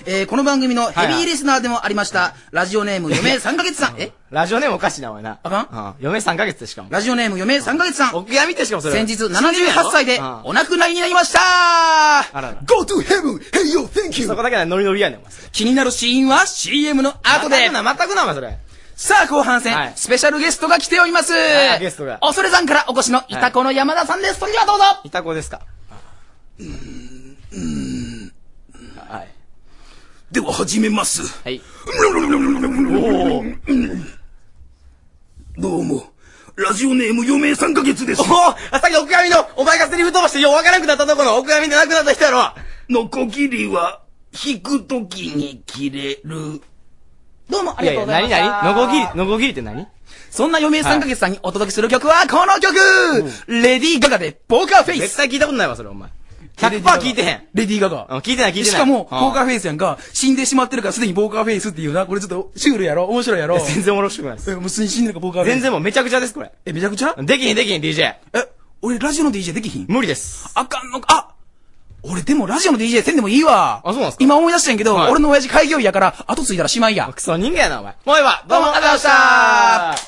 [SPEAKER 13] えー、この番組のヘ
[SPEAKER 15] はいは
[SPEAKER 13] ビー
[SPEAKER 15] い
[SPEAKER 13] リスナーでもありました、ラジオネーム余命3ヶ月さん。え
[SPEAKER 15] ラジオネームおかしいな、お前な。あかん嫁3ヶ月でしかも。
[SPEAKER 13] ラジオネーム余命3ヶ月さん。お
[SPEAKER 15] 悔やみってしかもそれ
[SPEAKER 13] 先日
[SPEAKER 15] 信じるや
[SPEAKER 13] 78
[SPEAKER 15] ろ
[SPEAKER 13] 歳で
[SPEAKER 15] うん
[SPEAKER 13] お亡くなりになりました
[SPEAKER 15] あらら
[SPEAKER 13] !Go to heaven! Hey yo, thank you!
[SPEAKER 15] そこだけはノリノリやねん、お前。
[SPEAKER 13] 気になるシーンは CM の後で。
[SPEAKER 15] 全くな、全くな、お前、それ。
[SPEAKER 13] さあ、後半戦、
[SPEAKER 15] はい
[SPEAKER 13] スペシャルゲストが来ております。
[SPEAKER 15] はいゲストが
[SPEAKER 13] 恐れ山からお越しのいたこの山田さんです。それではどうぞ
[SPEAKER 15] いたこですかはい。
[SPEAKER 6] では始めます。
[SPEAKER 15] はい。
[SPEAKER 6] どうも、ラジオネーム余命3ヶ月です。
[SPEAKER 15] おおあさっきのお悔やみの、お前がセリフ飛ばしてようわからなくなったとこのお悔やみでなくなった人やろ
[SPEAKER 6] ノコギリは、引くときに切れる。
[SPEAKER 13] どうも
[SPEAKER 15] いやいや、何何のこぎり、のこぎりって何
[SPEAKER 13] そんな余命3ヶ月さんにお届けする曲はこの曲、レディー・ガガでポーカーフェイス
[SPEAKER 15] 絶対聞いたことないわ、それ、お前。100%聞いてへん。
[SPEAKER 13] レディー・ガガ。
[SPEAKER 15] うん聞いてない、聞いてない。
[SPEAKER 13] しかも、
[SPEAKER 15] う
[SPEAKER 13] ポ
[SPEAKER 15] ん
[SPEAKER 13] ーカーフェイスやんか、死んでしまってるからすでにポーカーフェイスっていうな、これちょっとシュールやろ面白いやろ
[SPEAKER 15] いや全然おもろしくないです。
[SPEAKER 13] えもうすでに死んでるからポーカーフェイス。
[SPEAKER 15] 全然もうめちゃくちゃです、これ。
[SPEAKER 13] え、めちゃくちゃ
[SPEAKER 15] できひん、できひん、DJ。
[SPEAKER 13] 俺ラジオの DJ できひん
[SPEAKER 15] 無理です。
[SPEAKER 13] あかんのか、あ俺でもラジオの DJ せんでもいいわ。あ、そうなん
[SPEAKER 15] す
[SPEAKER 13] か今思い出したんやけど、
[SPEAKER 15] はい
[SPEAKER 13] 俺の親父開業医やから、後継いだらしまいや。ク
[SPEAKER 15] ソ人間やな、お前。もういいわ。どうもありがとうございました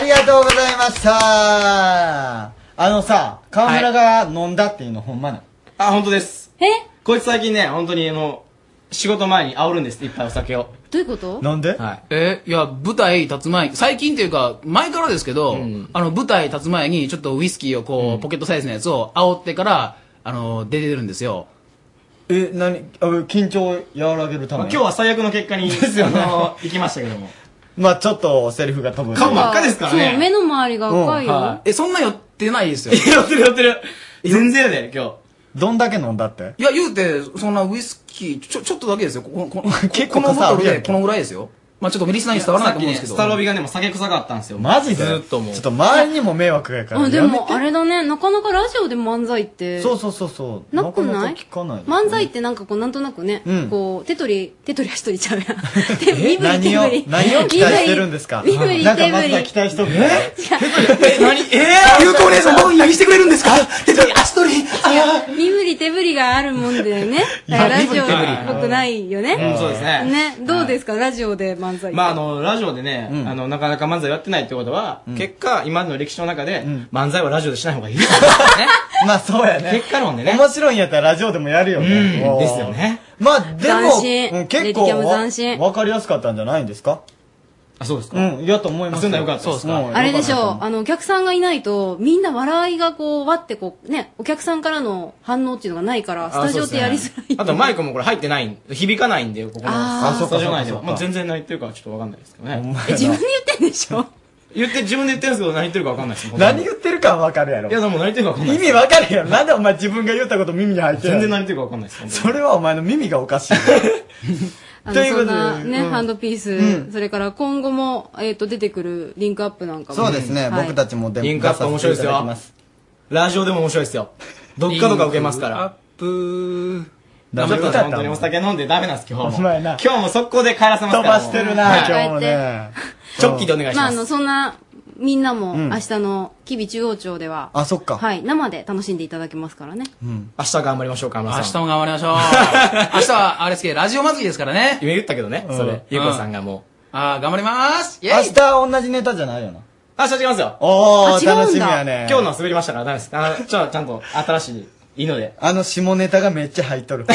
[SPEAKER 4] ありがとうございましたあのさ、河村が飲んだっていうのほんまなの
[SPEAKER 15] あ、本当です。
[SPEAKER 3] え
[SPEAKER 15] こいつ最近ね、本当にあの、仕事前に煽るんですって、いっぱいお酒を。
[SPEAKER 3] どういうこと
[SPEAKER 4] なんで
[SPEAKER 15] はい。
[SPEAKER 13] え、いや、舞台立つ前、最近っていうか、前からですけど、あの、舞台立つ前に、ちょっとウイスキーをこう、ポケットサイズのやつを煽ってから、あの、出てるんですよ。
[SPEAKER 4] え、何あ緊張を和らげるため
[SPEAKER 15] まあ今日は最悪の結果に、
[SPEAKER 4] ですよね
[SPEAKER 15] あの行きましたけども。
[SPEAKER 4] まあちょっとセリフが飛ぶ。
[SPEAKER 15] 顔真っ赤ですからね
[SPEAKER 3] そう、目の周りが赤いよ。
[SPEAKER 13] はいえ、そんな寄ってないですよ。
[SPEAKER 15] 寄ってる寄ってる。全然やで、今日。
[SPEAKER 4] どんだけ飲んだって
[SPEAKER 13] いや、言うて、そんなウイスキー、ちょ、ちょっとだけですよ。ここ こ
[SPEAKER 4] 結
[SPEAKER 13] こ
[SPEAKER 4] 構
[SPEAKER 13] のボトル
[SPEAKER 4] かさあるや
[SPEAKER 13] で、
[SPEAKER 4] ん
[SPEAKER 13] このぐらいですよ。まあちょっとリスナーに伝わらないと思うんですけど。
[SPEAKER 15] さっきねスタロビがね、もう酒臭かったんですよ。
[SPEAKER 4] マジで
[SPEAKER 15] ずっともう
[SPEAKER 4] ちょっと周りにも迷惑やから。
[SPEAKER 3] あ、で
[SPEAKER 4] やめ
[SPEAKER 3] も、あれだね、なかなかラジオで漫才って。
[SPEAKER 4] そうそうそうそう。
[SPEAKER 3] なくない
[SPEAKER 4] かか聞かない。
[SPEAKER 3] 漫才ってなんかこう、なんとなくね、
[SPEAKER 4] うん
[SPEAKER 3] こう、手取り、手取り足取りちゃうやん。 手身振り
[SPEAKER 4] 何を、何を期待してるんですか
[SPEAKER 3] 身振り
[SPEAKER 4] なんか
[SPEAKER 3] 手振
[SPEAKER 4] 松
[SPEAKER 3] り
[SPEAKER 4] 田期待しとく
[SPEAKER 13] え、何えー、ゆうこお姉さん僕に何してくれるんですか手取り、足取り、あ
[SPEAKER 3] 身振り手振りがあるもんだよね。だからラジオっぽくないよね。
[SPEAKER 15] うんそうですね
[SPEAKER 3] どうですか、ラジオで漫 才。
[SPEAKER 15] まああの、ラジオでね、あの、なかなか漫才をやってないってことは、結果、今の歴史の中で、漫才はラジオでしない 方がいい。ね。
[SPEAKER 4] まあそうやね。
[SPEAKER 15] 結果論でね。
[SPEAKER 4] 面白いんやったらラジオでもやるよね。
[SPEAKER 15] うん
[SPEAKER 4] もう
[SPEAKER 15] ですよね。
[SPEAKER 4] まあでも、
[SPEAKER 3] 斬新
[SPEAKER 4] うん結
[SPEAKER 3] レディキャム
[SPEAKER 4] 構
[SPEAKER 3] 斬新
[SPEAKER 4] わかりやすかったんじゃないんですか
[SPEAKER 15] あ、そうです
[SPEAKER 4] かうん、いやと思います
[SPEAKER 15] あそんなんよかったですか
[SPEAKER 3] あれでしょう、
[SPEAKER 4] う
[SPEAKER 3] あの、お客さんがいないと、みんな笑いがこう、わってこう、ね、お客さんからの反応っていうのがないから、スタジオってやり づらい。
[SPEAKER 15] い。あとマイクもこれ入ってない、響かないんで、ここの
[SPEAKER 3] あー
[SPEAKER 15] スタジオ内で
[SPEAKER 4] そうかそうかそう
[SPEAKER 15] は。
[SPEAKER 4] か
[SPEAKER 15] まあ全然何言ってるかちょっとわかんないですけどね。
[SPEAKER 3] え自分で言ってんでしょ
[SPEAKER 15] 言って、自分で言ってるんですけど何言ってるかわかんないですもん。
[SPEAKER 4] 何言ってるかはわかるやろ。
[SPEAKER 15] いやでも何言ってるかわかんない
[SPEAKER 4] 意味わかるやろ。なんでお前自分が言ったこと耳に入ってる
[SPEAKER 15] 全然何言ってるかわかんないです。
[SPEAKER 4] それはお前の耳がおかしい。
[SPEAKER 3] あ
[SPEAKER 4] と
[SPEAKER 3] の、
[SPEAKER 4] いうこ
[SPEAKER 3] そ
[SPEAKER 4] と
[SPEAKER 3] ん
[SPEAKER 4] で
[SPEAKER 3] なね、
[SPEAKER 4] うん
[SPEAKER 3] ハンドピース、それから今後も、えっ、と、出てくるリンクアップなんかも。
[SPEAKER 4] そうですね、
[SPEAKER 3] はい
[SPEAKER 4] 僕たちも
[SPEAKER 15] リンクアップ面白いですよ。ラジオでも面白いですよ。どっかどか受けますから。
[SPEAKER 13] ー。
[SPEAKER 15] ちょっと本当にお酒飲んでダメなんです、今日も。今日も速攻で帰らせますから。
[SPEAKER 4] 飛ばしてるな
[SPEAKER 15] はい
[SPEAKER 4] 今日もね。
[SPEAKER 15] 直帰でお願いし
[SPEAKER 3] まあ、
[SPEAKER 15] ま
[SPEAKER 3] あ
[SPEAKER 15] す。
[SPEAKER 3] の、そんな、みんなも、
[SPEAKER 15] うん
[SPEAKER 3] 明日の、吉備中央町では、
[SPEAKER 4] あ、そっか。
[SPEAKER 3] はい、生で楽しんでいただけますからね。
[SPEAKER 15] 明日頑張りましょう、河
[SPEAKER 13] 明
[SPEAKER 15] 村
[SPEAKER 13] 日
[SPEAKER 15] さん。
[SPEAKER 13] も頑張 りましょう。明日は、あれですけど、ラジオ祭りですからね。
[SPEAKER 15] 夢言ったけどね、それ。ゆうこさんがも
[SPEAKER 13] あー、頑張ります。イ
[SPEAKER 4] 明
[SPEAKER 13] ェイ
[SPEAKER 4] 日同じネタじゃないよな。
[SPEAKER 15] う。あ、明日違いますよ。
[SPEAKER 4] おー、楽しみやね。
[SPEAKER 15] 今日のは滑りましたからダメです。あのちょ、ちゃんと新しい、いいので。
[SPEAKER 4] あの下ネタがめっちゃ入っとる。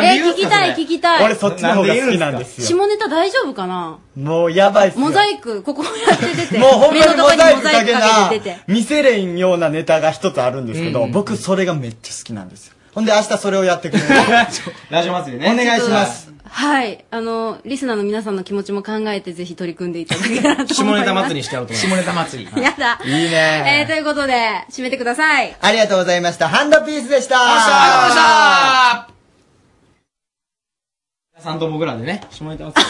[SPEAKER 3] えー、聞きたい、聞きたい。
[SPEAKER 4] 俺そっちの方が好きなんですよ。
[SPEAKER 3] 下ネタ大丈夫かな
[SPEAKER 4] もうやばいっすよ。
[SPEAKER 3] モザイク、ここやって出て。
[SPEAKER 4] もうほんま
[SPEAKER 3] 目の
[SPEAKER 4] に
[SPEAKER 3] と
[SPEAKER 4] モ
[SPEAKER 3] こ
[SPEAKER 4] ザイ
[SPEAKER 3] にモ
[SPEAKER 4] ク
[SPEAKER 3] ザ
[SPEAKER 4] だ
[SPEAKER 3] イク
[SPEAKER 4] け
[SPEAKER 3] か
[SPEAKER 4] な
[SPEAKER 3] けて出て。、
[SPEAKER 4] 見せれんようなネタが一つあるんですけ
[SPEAKER 15] うん
[SPEAKER 4] ど、
[SPEAKER 15] うん
[SPEAKER 4] 僕それがめっちゃ好きなんですよ。ほんで明日それをやってくれ る。
[SPEAKER 15] ラジオ祭り
[SPEAKER 4] お
[SPEAKER 15] ね。
[SPEAKER 4] 願いします。
[SPEAKER 3] はい。あの、リスナーの皆さんの気持ちも考えて、ぜひ取り組んでいただけたらと思います。
[SPEAKER 15] にしてやろうと
[SPEAKER 13] 思います。下ネタ祭り。
[SPEAKER 3] やだ。
[SPEAKER 4] いいね
[SPEAKER 3] えー、ということで、締めてください。
[SPEAKER 4] ありがとうございました。ハンドピースでした。
[SPEAKER 15] 皆さんと僕らでね、下ネタ祭り。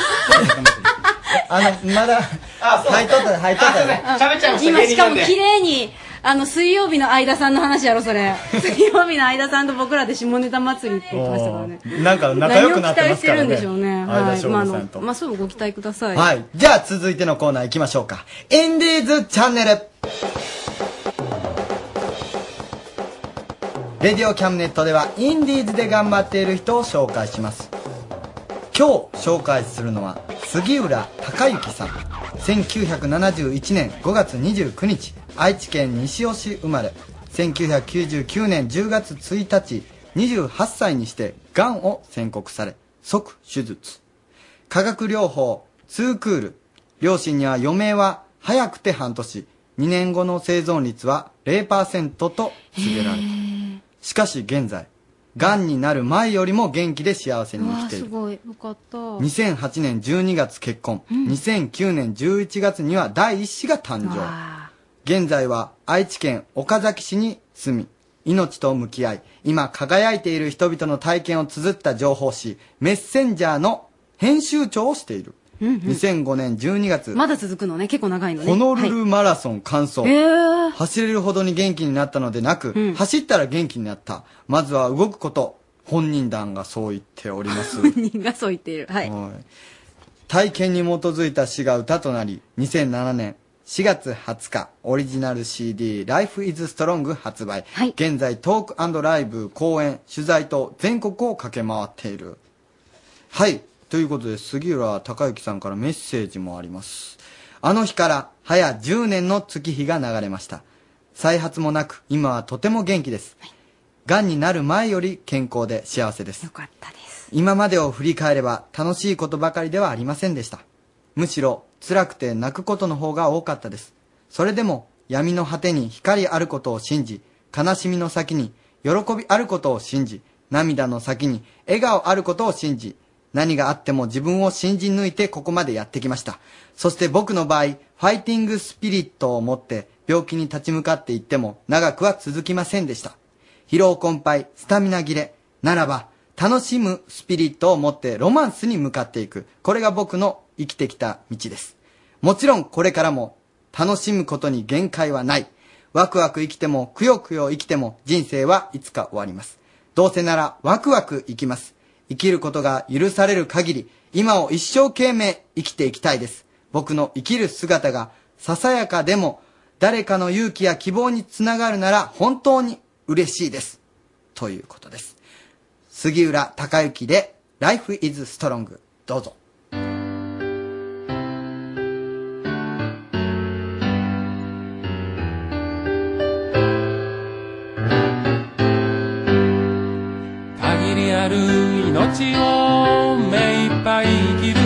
[SPEAKER 4] あの、まだ、入っとった、入っとったね。
[SPEAKER 15] 喋っちゃいました
[SPEAKER 3] 今
[SPEAKER 15] 芸
[SPEAKER 3] し
[SPEAKER 15] 人
[SPEAKER 3] か
[SPEAKER 15] なん
[SPEAKER 3] も
[SPEAKER 15] で
[SPEAKER 3] 綺麗に、あの、水曜日の相田さんの話やろ、そ れ。水曜日の相田さんと僕らで下ネタ祭りって言ってましたからね。
[SPEAKER 4] なんか仲良くなってますから
[SPEAKER 3] 何を期待してるんで
[SPEAKER 4] ね。
[SPEAKER 3] しょうね。
[SPEAKER 4] 相
[SPEAKER 3] は
[SPEAKER 4] 田
[SPEAKER 3] い。
[SPEAKER 4] 翔
[SPEAKER 3] まあ、あ
[SPEAKER 4] 吾さんと
[SPEAKER 3] の、まあ、そうご期待ください。
[SPEAKER 4] はい。じゃあ続いてのコーナー行きましょうか。インディーズチャンネル。レディオキャムネットではインディーズで頑張っている人を紹介します。今日紹介するのは杉浦隆之さん。1971年5月29日、愛知県西尾市生まれ。1999年10月1日、28歳にして癌を宣告され、即手術。化学療法、ツークール。両親には余命は早くて半年、2年後の生存率は0%と告げられた。しかし現在、癌になる前よりも元気で幸せに
[SPEAKER 3] わ
[SPEAKER 4] 生
[SPEAKER 3] あ、
[SPEAKER 4] きてい
[SPEAKER 3] す
[SPEAKER 4] る。
[SPEAKER 3] ごい。よかった。
[SPEAKER 4] 2008年12月結婚、2009年11月には第一子が誕生現在は愛知県岡崎市に住み命と向き合い今輝いている人々の体験を綴った情報誌「メッセンジャー」の編集長をしている、
[SPEAKER 3] うんうん
[SPEAKER 4] 2005年12月、
[SPEAKER 3] まだ続くのね、結構長いのね。
[SPEAKER 4] ホノル
[SPEAKER 3] は
[SPEAKER 4] ルマラソン完走、
[SPEAKER 3] いえー
[SPEAKER 4] 走れるほどに元気になったのでなく、走ったら元気になった。まずは動くこと。本人団がそう言っており ます。
[SPEAKER 3] 本人がそう言っている。はい。
[SPEAKER 4] はい体験に基づいた詩が歌となり、2007年4月20日、オリジナル CD Life is Strong 発売。現在トークライブ、公演、取材と全国を駆け回っている。はい。ということで、杉浦隆之さんからメッセージもあります。あの日から、早10年の月日が流れました。再発もなく、今はとても元気です。癌になる前より健康で幸せです。今までを振り返れば楽しいことばかりではありませんでした。むしろ辛くて泣くことの方が多かったです。それでも闇の果てに光あることを信じ、悲しみの先に喜びあることを信じ、涙の先に笑顔あることを信じ、何があっても自分を信じ抜いてここまでやってきました。そして僕の場合、ファイティングスピリットを持って病気に立ち向かっていっても長くは続きませんでした。疲労困憊、スタミナ切れ。ならば、楽しむスピリットを持ってロマンスに向かっていく。これが僕の生きてきた道です。もちろんこれからも楽しむことに限界はない。ワクワク生きても、くよくよ生きても、人生はいつか終わります。どうせならワクワク生きます。生きることが許される限り、今を一生懸命生きていきたいです。僕の生きる姿がささやかでも、誰かの勇気や希望につながるなら本当に嬉しいです。ということです。杉浦隆之で Life is Strong どうぞ。
[SPEAKER 9] 限りある命を目いっぱい生きる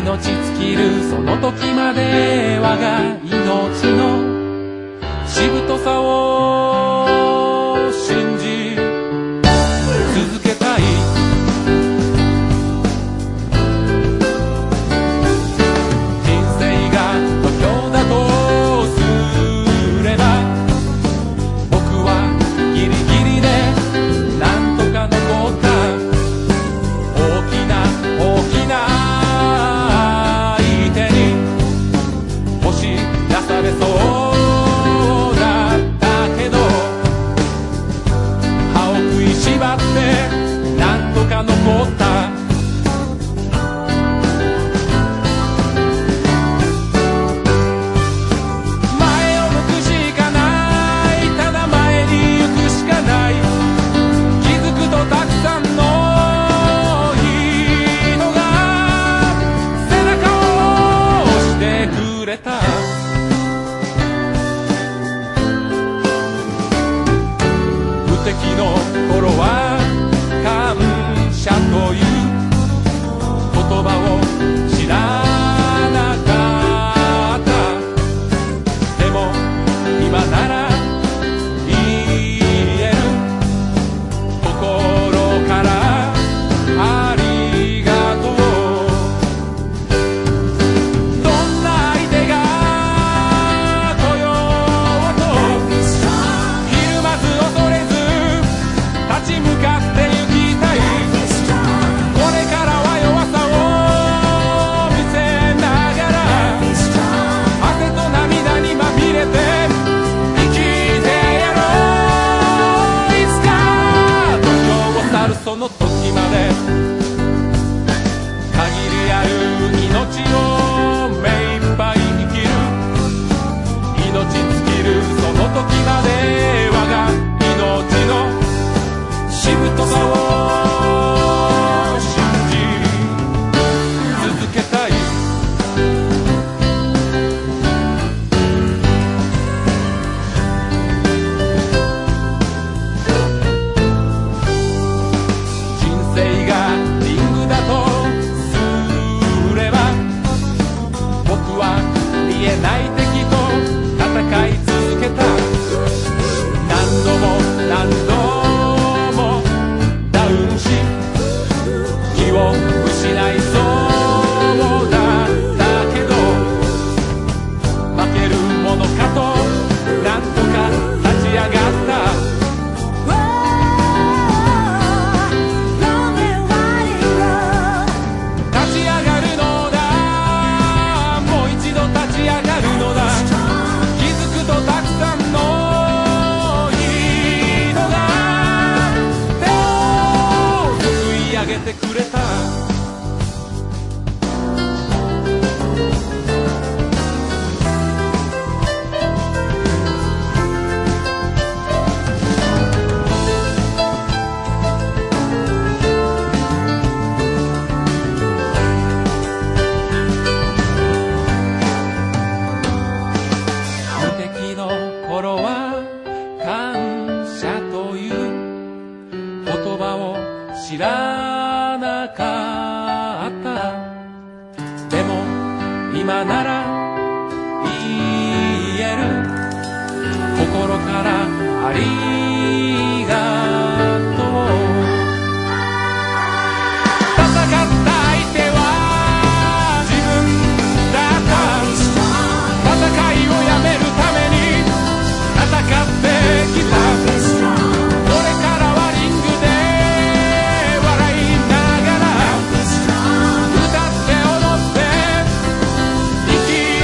[SPEAKER 9] 命尽きるその時まで我が命のしぶとさを信じ続けたい人生が度胸だとすれば僕はギリギリでなんとか残った大きな大きな相手に押し出されそうだったけど歯を食いしばってなんとか残った前を向くしかないただ前に行くしかない気づくとたくさんの人が背中を押してくれた無敵の頃は感謝という言葉を知らなかったでも今なら言える心からありがとうどんな相手が来ようとひるまず恐れず立ち向かって行きたいこれからは弱さを今なら言える心からありがとう戦った相手は自分だった戦いをやめるために戦ってきたこれからはリングで笑いながら歌って踊って生き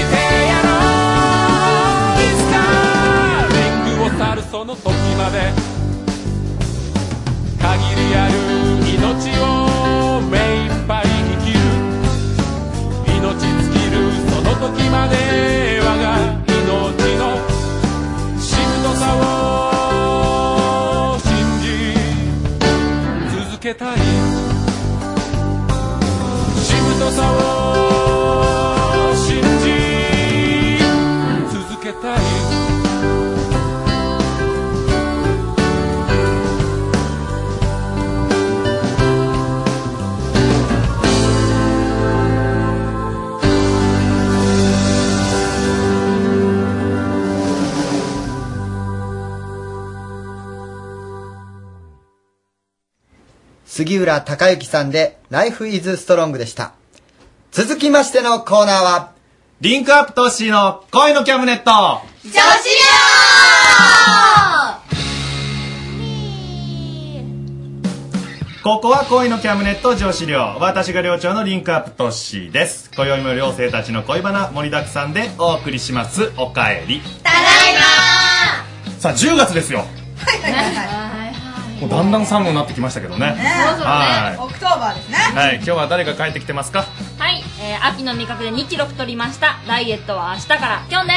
[SPEAKER 9] てやろういつかリングを去るその時まで限りある命を目いっぱい生きる命尽きるその時まで我が命のしぶとさを信じ続けたいしぶとさを信じ続けたい
[SPEAKER 4] 杉浦隆之さんで、Life is Strong でした。続きましてのコーナーは、
[SPEAKER 21] リンクアップトッシーの声のキャムネット
[SPEAKER 3] 女子寮
[SPEAKER 21] ここは恋のキャムネット上司寮私が寮長のリンクアップトッシーです今宵も寮生たちの恋バナ盛りだくさんでお送りしますおかえりただいまさあ10月ですよもうだんだん寒くなってきましたけどね
[SPEAKER 11] ねそうそうね
[SPEAKER 21] は
[SPEAKER 11] オクトーバーですね
[SPEAKER 21] い、はい、今日は誰が帰ってきてますか
[SPEAKER 11] はい、えー秋の味覚で2キロ太りましたダイエットは明日からきょんで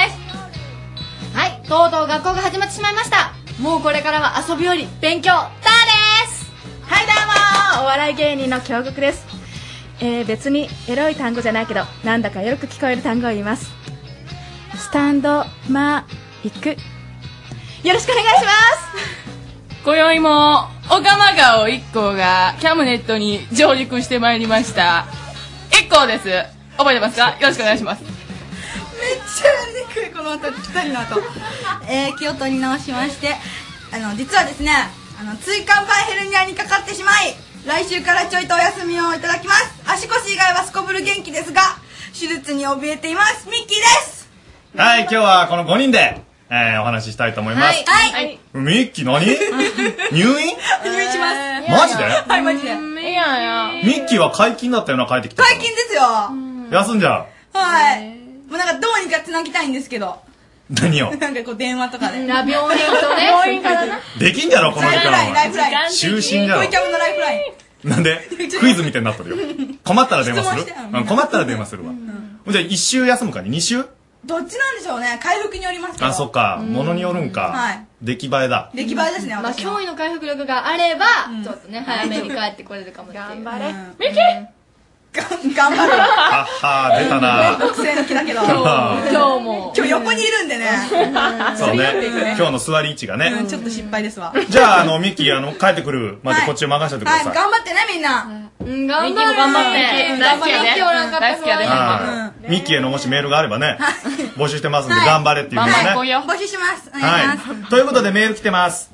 [SPEAKER 11] す
[SPEAKER 3] はい、とうとう学校が始まってしまいました。もうこれからは遊びより勉強、だですはい、どうもお笑い芸人の京極です。
[SPEAKER 27] えー、別にエロい単語じゃないけどなんだかよく聞こえる単語を言いますスタンドマイクよろしくお願いします
[SPEAKER 28] 今宵もオカマ顔一行がキャムネットに上陸してまいりました一行です覚えてますかよろしくお願いします
[SPEAKER 11] めっちゃやりにくいこの後ぴったりの後 えー、気を取り直しましてあの実はですねあの椎間板ヘルニアにかかってしまい来週からちょいとお休みをいただきます足腰以外はすこぶる元気ですが手術に怯えていますミッキーです
[SPEAKER 21] はい今日はこの5人で、えーお話ししたいと思います、
[SPEAKER 11] はい
[SPEAKER 21] ミッキー 何入院
[SPEAKER 11] 入院します
[SPEAKER 21] マジで
[SPEAKER 11] はいマジでいやい
[SPEAKER 21] ミッキーは解禁だったよな帰ってきた
[SPEAKER 11] 解禁ですよ
[SPEAKER 21] 休んじゃう
[SPEAKER 11] はいもうなんかどうにかつなぎたいんですけど
[SPEAKER 21] 何 を
[SPEAKER 11] なんかこう電話とかで。
[SPEAKER 3] な病院とね
[SPEAKER 11] 病院からな。
[SPEAKER 21] できんじゃろこの時間
[SPEAKER 11] ライフライン。
[SPEAKER 21] 就寝だろ
[SPEAKER 11] 恋キャブのライフライン。
[SPEAKER 21] なんでクイズみたいになっとるよ困ったら電話する
[SPEAKER 11] 質問してよみんな
[SPEAKER 21] うん困ったら電話するわ、じゃあ1週休むかね2週
[SPEAKER 11] どっちなんでしょうね。回復によりますけど
[SPEAKER 21] あそっかものによるんか、
[SPEAKER 11] はい。
[SPEAKER 21] 出来栄えだ
[SPEAKER 11] 出来栄えですね、
[SPEAKER 3] まあ、
[SPEAKER 11] 私の。
[SPEAKER 3] 脅威の回復力があれば、ちょっとね、早めに帰ってこれるかもっていう。頑張れ。ミキ
[SPEAKER 11] 頑張る。
[SPEAKER 21] あはー出た
[SPEAKER 11] めん
[SPEAKER 21] な
[SPEAKER 11] どくせえの気だけど。
[SPEAKER 21] 今日
[SPEAKER 11] 今日も。今日横にいるんでね。
[SPEAKER 21] そうね今日の
[SPEAKER 11] 日
[SPEAKER 21] 座り位置がね、
[SPEAKER 11] ちょっと失敗ですわ。
[SPEAKER 21] じゃああのミッキーあの帰ってくるまでこっちを任せてくだ
[SPEAKER 11] はい、
[SPEAKER 21] さい、
[SPEAKER 11] 頑張ってね、みんな。うん、
[SPEAKER 3] ミッキーも頑張って
[SPEAKER 11] うん
[SPEAKER 3] 大好きやで
[SPEAKER 11] ミッキーおらんかった
[SPEAKER 3] 大好きやで
[SPEAKER 11] 不安
[SPEAKER 21] はいミッキーへのもしメールがあればね、募集してますんで、頑張れっていうのね。
[SPEAKER 11] 募集します。お願いします。
[SPEAKER 21] はい。ということでメール来てます。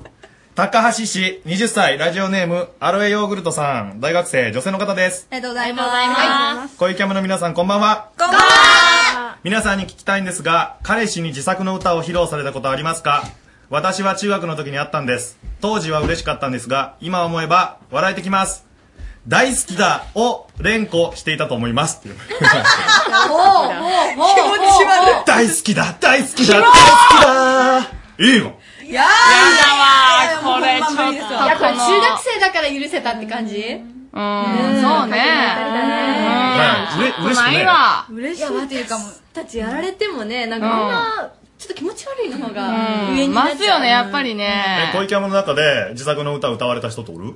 [SPEAKER 21] 高橋氏、20歳、ラジオネーム、アロエヨーグルトさん、大学生、女性の方です。
[SPEAKER 11] ありがとうございます。
[SPEAKER 21] 恋キャムの皆さん、こんばんは。
[SPEAKER 11] こんばんは。
[SPEAKER 21] 皆さんに聞きたいんですが、彼氏に自作の歌を披露されたことはありますか私は中学の時にあったんです。当時は嬉しかったんですが、今思えば笑えてきます。大好きだを連呼していたと思います。 っていう
[SPEAKER 11] おおお気持ちしまる。
[SPEAKER 21] 大好きだ大好きだ大好きだいいよ
[SPEAKER 11] いや
[SPEAKER 3] や
[SPEAKER 11] だわこれちょっと
[SPEAKER 3] やっぱ中学生だから許せたって感じうん、そうね。
[SPEAKER 11] ね
[SPEAKER 3] うれ嬉しくねないわ
[SPEAKER 11] 嬉しいっていうかも。
[SPEAKER 3] たちやられてもね、なんか
[SPEAKER 11] うん
[SPEAKER 3] みんな、ちょっと気持ち悪いのが
[SPEAKER 11] うん
[SPEAKER 3] 上になっちゃう。
[SPEAKER 11] ますよねやっぱ
[SPEAKER 3] り
[SPEAKER 21] え、恋キャムの中で自作の歌を歌われた人とおる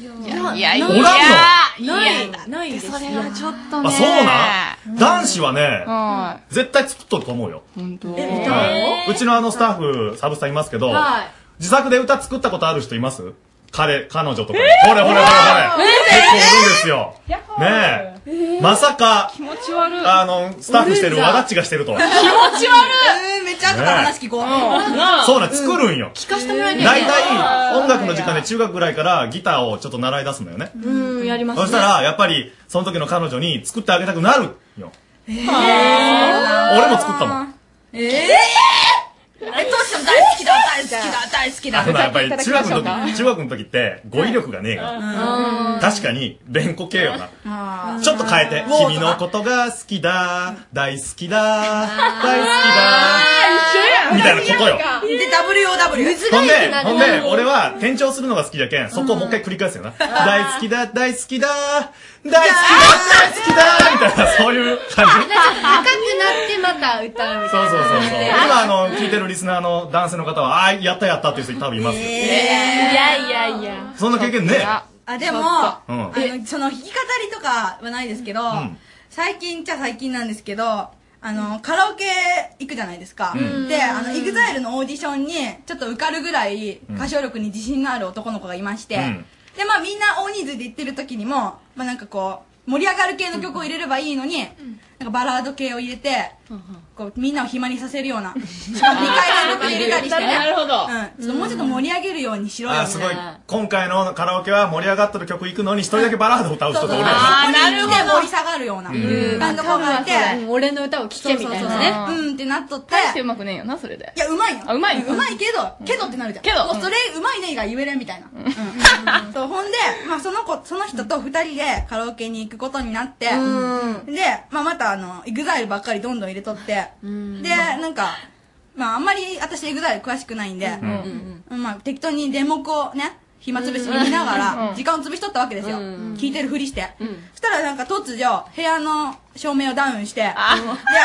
[SPEAKER 3] いや
[SPEAKER 11] い
[SPEAKER 3] や
[SPEAKER 11] い
[SPEAKER 21] やおらんの
[SPEAKER 11] ない、ないです。それはちょっと
[SPEAKER 21] あ、そうなん男子はね、
[SPEAKER 11] は
[SPEAKER 21] 絶対作っとると思うよ。
[SPEAKER 11] 本当
[SPEAKER 21] はい、うちのあのスタッフ、サブさんいますけど、
[SPEAKER 11] はい
[SPEAKER 21] 自作で歌作ったことある人います彼、彼女とかに。
[SPEAKER 6] えー
[SPEAKER 21] ほれほれほれほれ。
[SPEAKER 6] うわー
[SPEAKER 21] 結構いるんですよ。
[SPEAKER 6] やっほー
[SPEAKER 21] ねえ。まさか、
[SPEAKER 6] 気持ち悪い。
[SPEAKER 21] あの、スタッフしてるわだっちがしてるとは。
[SPEAKER 6] 気持ち悪い。
[SPEAKER 11] めっちゃ後から話聞こう。
[SPEAKER 21] そうなん、作るんよ。
[SPEAKER 11] 聞かしてもらいたい
[SPEAKER 21] 大体、音楽の時間で中学ぐらいからギターをちょっと習い出すのよね。
[SPEAKER 11] うん、やりますね。
[SPEAKER 21] そしたら、やっぱり、その時の彼女に作ってあげたくなるよ。
[SPEAKER 11] えー、
[SPEAKER 21] 俺も作ったもん。
[SPEAKER 11] えー、えー、どうしても大好きだ、大好きだ、大好きだ。
[SPEAKER 21] あのなやっぱり中学の時、中
[SPEAKER 11] 学
[SPEAKER 21] 学の時って語彙力がねえから。確かに、連呼系よな。
[SPEAKER 11] か
[SPEAKER 21] ちょっと変えて。君のことが好きだ、大好きだ、大好きだ。みたいなことよ。
[SPEAKER 11] で、WOW。
[SPEAKER 21] ほんで、ほんで、俺は転調するのが好きじゃけん、そこをもう一回繰り返すよな。大好きだ、大好きだ、大好きだ、大好きだ、みたいな、そういう感じ。
[SPEAKER 29] 高くなってまた歌うみたいな。
[SPEAKER 21] そうそうそう。今、あの、聞いてるリスナーの男性の方は、あーやったやったっていう人多分いますよ。
[SPEAKER 6] いやいやいや。
[SPEAKER 21] そんな経験ね
[SPEAKER 11] あ、でも、あ
[SPEAKER 21] うん
[SPEAKER 11] の、その弾き語りとかはないですけど
[SPEAKER 21] うん、
[SPEAKER 11] 最近っちゃ最近なんですけど、あの、カラオケ行くじゃないですか。
[SPEAKER 3] うん
[SPEAKER 11] で、あの、EXILE のオーディションに、ちょっと受かるぐらい歌唱力に自信のある男の子がいまして、
[SPEAKER 3] うん
[SPEAKER 11] で、まあみんな大人数で行ってる時にも、まあなんかこう、盛り上がる系の曲を入れればいいのに、なんかバラード系を入れて、こうみんなを暇にさせるよう な、しかも2回連続で入れたりしてね。
[SPEAKER 6] なるほど
[SPEAKER 11] うん。ちょっともうちょっと盛り上げるようにしろよみ
[SPEAKER 21] あ
[SPEAKER 11] た
[SPEAKER 21] ー、
[SPEAKER 11] いな。
[SPEAKER 21] すごい。今回のカラオケは盛り上がってる曲行くのに、一人だけバラード歌う人とおるやん
[SPEAKER 11] あ
[SPEAKER 6] ーなるほど
[SPEAKER 11] 盛り下がるような
[SPEAKER 21] うん
[SPEAKER 11] バンドコがいて
[SPEAKER 6] わかるわそれ
[SPEAKER 11] 俺の歌を聴
[SPEAKER 6] けみたいなね
[SPEAKER 11] うんってなっとって
[SPEAKER 6] 大してうまくねえよな、それで。
[SPEAKER 11] いやうまいよ
[SPEAKER 6] あうまいの
[SPEAKER 11] うまいけどけどってなるじゃん
[SPEAKER 6] けど
[SPEAKER 11] もうそれうまいねが言えれんみたいなうんそうほんでまあその子その人と二人でカラオケに行くことになってでまあまたあの EXILE ばっかりどんどん入れとってでなんかまああんまり私 EXILE 詳しくないんで
[SPEAKER 3] うん
[SPEAKER 11] うんまあ適当にデモコをね暇つぶしに見なが
[SPEAKER 3] う
[SPEAKER 11] ら
[SPEAKER 3] ん
[SPEAKER 11] 時間を潰しとったわけですよ聞いてるふりしてそしたらなんか突如部屋の照明をダウンしてであ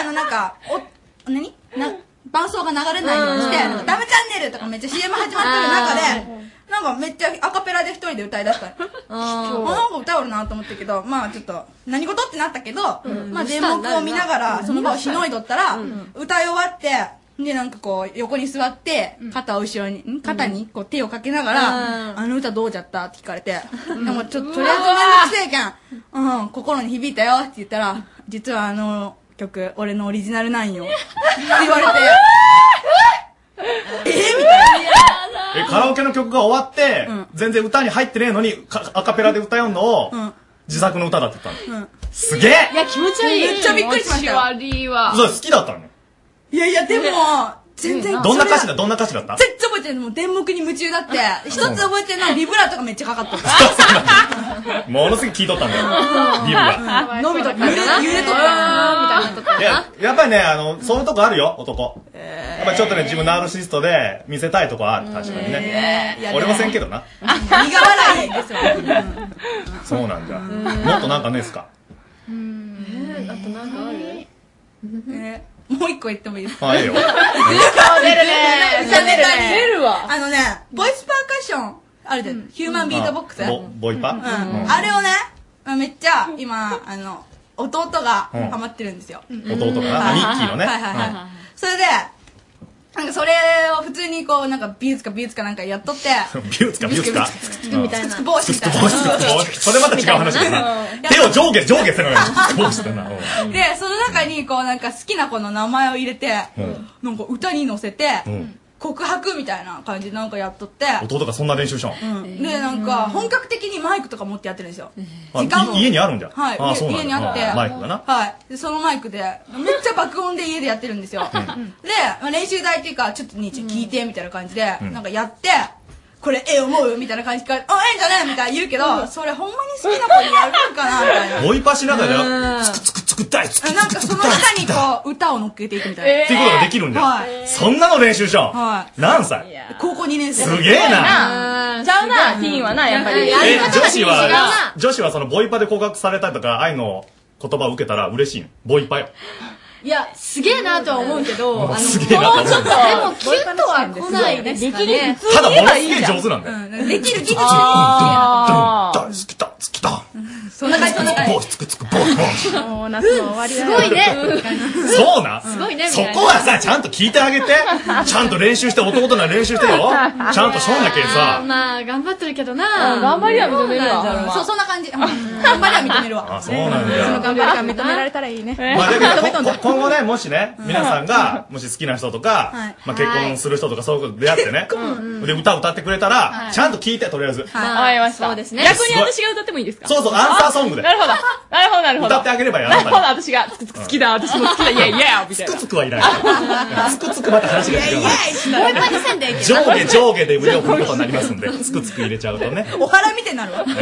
[SPEAKER 11] のなんかお何な伴奏が流れないようにして
[SPEAKER 3] う
[SPEAKER 11] 「なんか
[SPEAKER 3] ん
[SPEAKER 11] ダメチャンネル」とかめっちゃ CM 始まってる中でなんかめっちゃアカペラで一人で歌いだしたあなんか歌おるなと思ったけどまあちょっと何事ってなったけど、
[SPEAKER 3] うん
[SPEAKER 11] まあ全目を見なが
[SPEAKER 3] う
[SPEAKER 11] ら
[SPEAKER 3] ん
[SPEAKER 11] その場をしのいどったら、
[SPEAKER 3] うん
[SPEAKER 11] 歌い終わってでなんかこう横に座って肩を後ろにん肩にこう手をかけながら「あの歌どうじゃった?」って聞かれて「でもちょっととりあえずめんどくせえけんうん、心に響いたよって言ったら、実はあの曲、俺のオリジナルなんよ。って言 われて、えー、みたいな。
[SPEAKER 21] えカラオケの曲が終わって、全然歌に入ってねえのにかアカペラで歌うのを、自作の歌だって言ったの、
[SPEAKER 11] うん
[SPEAKER 21] すげえ
[SPEAKER 11] いや、気持ち
[SPEAKER 6] 悪い
[SPEAKER 11] めっちゃびっくりしましたよ。
[SPEAKER 6] 気持ち悪いわ
[SPEAKER 21] それ好きだったのね
[SPEAKER 11] いやいや、でも、全然
[SPEAKER 21] どんな歌詞
[SPEAKER 11] そ
[SPEAKER 21] だ
[SPEAKER 11] れは
[SPEAKER 21] どんな歌詞だった
[SPEAKER 11] 全然覚えてない。もう電目に夢中だって、一つ覚えてるのはリブラとかめっちゃか かった。
[SPEAKER 21] ものすごい聞いとったんだよリブが
[SPEAKER 11] うん伸びとったんだな。揺れとったんだな。みたい
[SPEAKER 21] いややっぱりねあのそういうとこあるよ男、やっぱりちょっとね自分ナルシストで見せたいとこある確かにね
[SPEAKER 11] え、ーいや
[SPEAKER 21] 俺もせんけどな
[SPEAKER 11] な。苦笑いですよ。
[SPEAKER 21] そうなんだもっとなんかねえっすか
[SPEAKER 11] えー、あとなんかあるえー、もう一個言ってもいいです
[SPEAKER 21] あいいよ
[SPEAKER 11] 出るね
[SPEAKER 6] 出るね出る
[SPEAKER 11] わあのね、ボイスパーカッション、あるじゃん。ヒューマンビートボックス。
[SPEAKER 21] あボボイパ、うん
[SPEAKER 11] うんあれをね、まあめっちゃ今、あの、弟が
[SPEAKER 21] うん
[SPEAKER 11] ハマってるんですよ。
[SPEAKER 21] 弟がな
[SPEAKER 11] はい
[SPEAKER 21] ミッキーのね
[SPEAKER 11] はいはいはい。
[SPEAKER 21] うん
[SPEAKER 11] それで、なんかそれを普通にこう、なんかビューツかビューツかなんかやっとって、
[SPEAKER 21] ビューツかビューツかうん
[SPEAKER 11] みたいな。帽子みたいな。
[SPEAKER 21] それまた違う話だな手を上下上下す るのよどうしてなうん
[SPEAKER 11] で、その中にこうなんか好きな子の名前を入れて、
[SPEAKER 21] うん
[SPEAKER 11] なんか歌に乗せて、
[SPEAKER 21] うん
[SPEAKER 11] 告白みたいな感じでなんかやっとって、
[SPEAKER 21] 弟がそんな練習しょん
[SPEAKER 11] うん、でなんか本格的にマイクとか持ってやってるんですよ、
[SPEAKER 21] あ
[SPEAKER 11] 時間も
[SPEAKER 21] い家にあるんじゃ
[SPEAKER 11] はい
[SPEAKER 21] あ
[SPEAKER 11] 家
[SPEAKER 21] そうなんだ
[SPEAKER 11] 家にあって
[SPEAKER 21] あマイクがな
[SPEAKER 11] はいでそのマイクでめっちゃ爆音で家でやってるんですよ、で、まあ、練習台っていうかちょっと兄ちゃん聞いてみたいな感じで、
[SPEAKER 3] うん
[SPEAKER 11] なんかやってこれえ思うみたいな感じから「あええんじゃねえ」みたいな言うけど、それほんまに好きな子にやるんかなみたいな
[SPEAKER 21] ボイパしながら
[SPEAKER 11] うん
[SPEAKER 21] つくつくつくたいつくつ
[SPEAKER 11] なん
[SPEAKER 21] く
[SPEAKER 11] か
[SPEAKER 21] つ
[SPEAKER 11] そ
[SPEAKER 21] く
[SPEAKER 11] の
[SPEAKER 21] たい
[SPEAKER 11] 下にこう歌を乗っけていくみたいな、
[SPEAKER 21] っていうことができるんじゃ
[SPEAKER 11] はい
[SPEAKER 21] そんなの練習しょん
[SPEAKER 11] は
[SPEAKER 21] 何歳
[SPEAKER 11] い高校2年生
[SPEAKER 21] すげえ
[SPEAKER 6] なちゃうな、ティーンはな、やっぱり。
[SPEAKER 21] え女子
[SPEAKER 6] 違うな
[SPEAKER 21] は女子はそのボイパで告白されたりとか愛の言葉を受けたら嬉しいのボイパよ
[SPEAKER 3] いや、すげえなとは思うけど、あの、もう
[SPEAKER 21] す
[SPEAKER 3] ち
[SPEAKER 21] げえ
[SPEAKER 3] ょっ
[SPEAKER 21] なと思う
[SPEAKER 3] と、でも、キュッとは来ないですかね。
[SPEAKER 21] ただものすげえ上手なんだよ
[SPEAKER 11] できる技術
[SPEAKER 3] あ
[SPEAKER 21] 好きだ好きだ
[SPEAKER 11] そんな感じ、そんな感じ。
[SPEAKER 21] 帽子つくつく帽子帽子
[SPEAKER 12] もう夏の終わりだよ
[SPEAKER 11] すごいね
[SPEAKER 21] そうなん
[SPEAKER 12] すごいねみ
[SPEAKER 21] そ
[SPEAKER 12] たいな
[SPEAKER 21] こはさちゃんと聞いてあげてちゃんと練習して男となら練習して よちゃんとしょんやけん
[SPEAKER 2] まあ
[SPEAKER 21] さ
[SPEAKER 2] まあ、頑張ってるけどな。
[SPEAKER 12] うん頑張りは認める
[SPEAKER 2] そ
[SPEAKER 12] わ
[SPEAKER 2] うなんだろうな
[SPEAKER 11] そう、そんな感じ。うん頑張りは認めるわ。
[SPEAKER 21] あそうなんだ
[SPEAKER 12] その頑張りが認められたらいいね。
[SPEAKER 21] ま あ、だけどここ今後ね、もしね、皆さんが、もし好きな人とか、
[SPEAKER 12] はい
[SPEAKER 21] まあ、結婚する人とかそういうことで出会ってね、で、歌を歌ってくれたら、
[SPEAKER 28] はい
[SPEAKER 21] ちゃんと聞いて、とりあえず。
[SPEAKER 28] わかりました。そうです
[SPEAKER 21] ね
[SPEAKER 28] 逆に私が歌ってもいいですか
[SPEAKER 21] そうそうアンサーソングで
[SPEAKER 28] あなるほど。なるほど、なるほど。
[SPEAKER 21] 歌ってあげればいいよ
[SPEAKER 28] なるほど、
[SPEAKER 21] あな
[SPEAKER 28] 私が、つくつく好きだ、私も好きだ、イェイイェイみたいな。つく
[SPEAKER 21] つくはいら ない。つくつくまた話が違う。
[SPEAKER 11] もう一回見せんでいいけど
[SPEAKER 21] 上下上下で腕を振ることになりますんで、つくつく入れちゃうとね。
[SPEAKER 11] お腹見てなるわ。
[SPEAKER 21] うん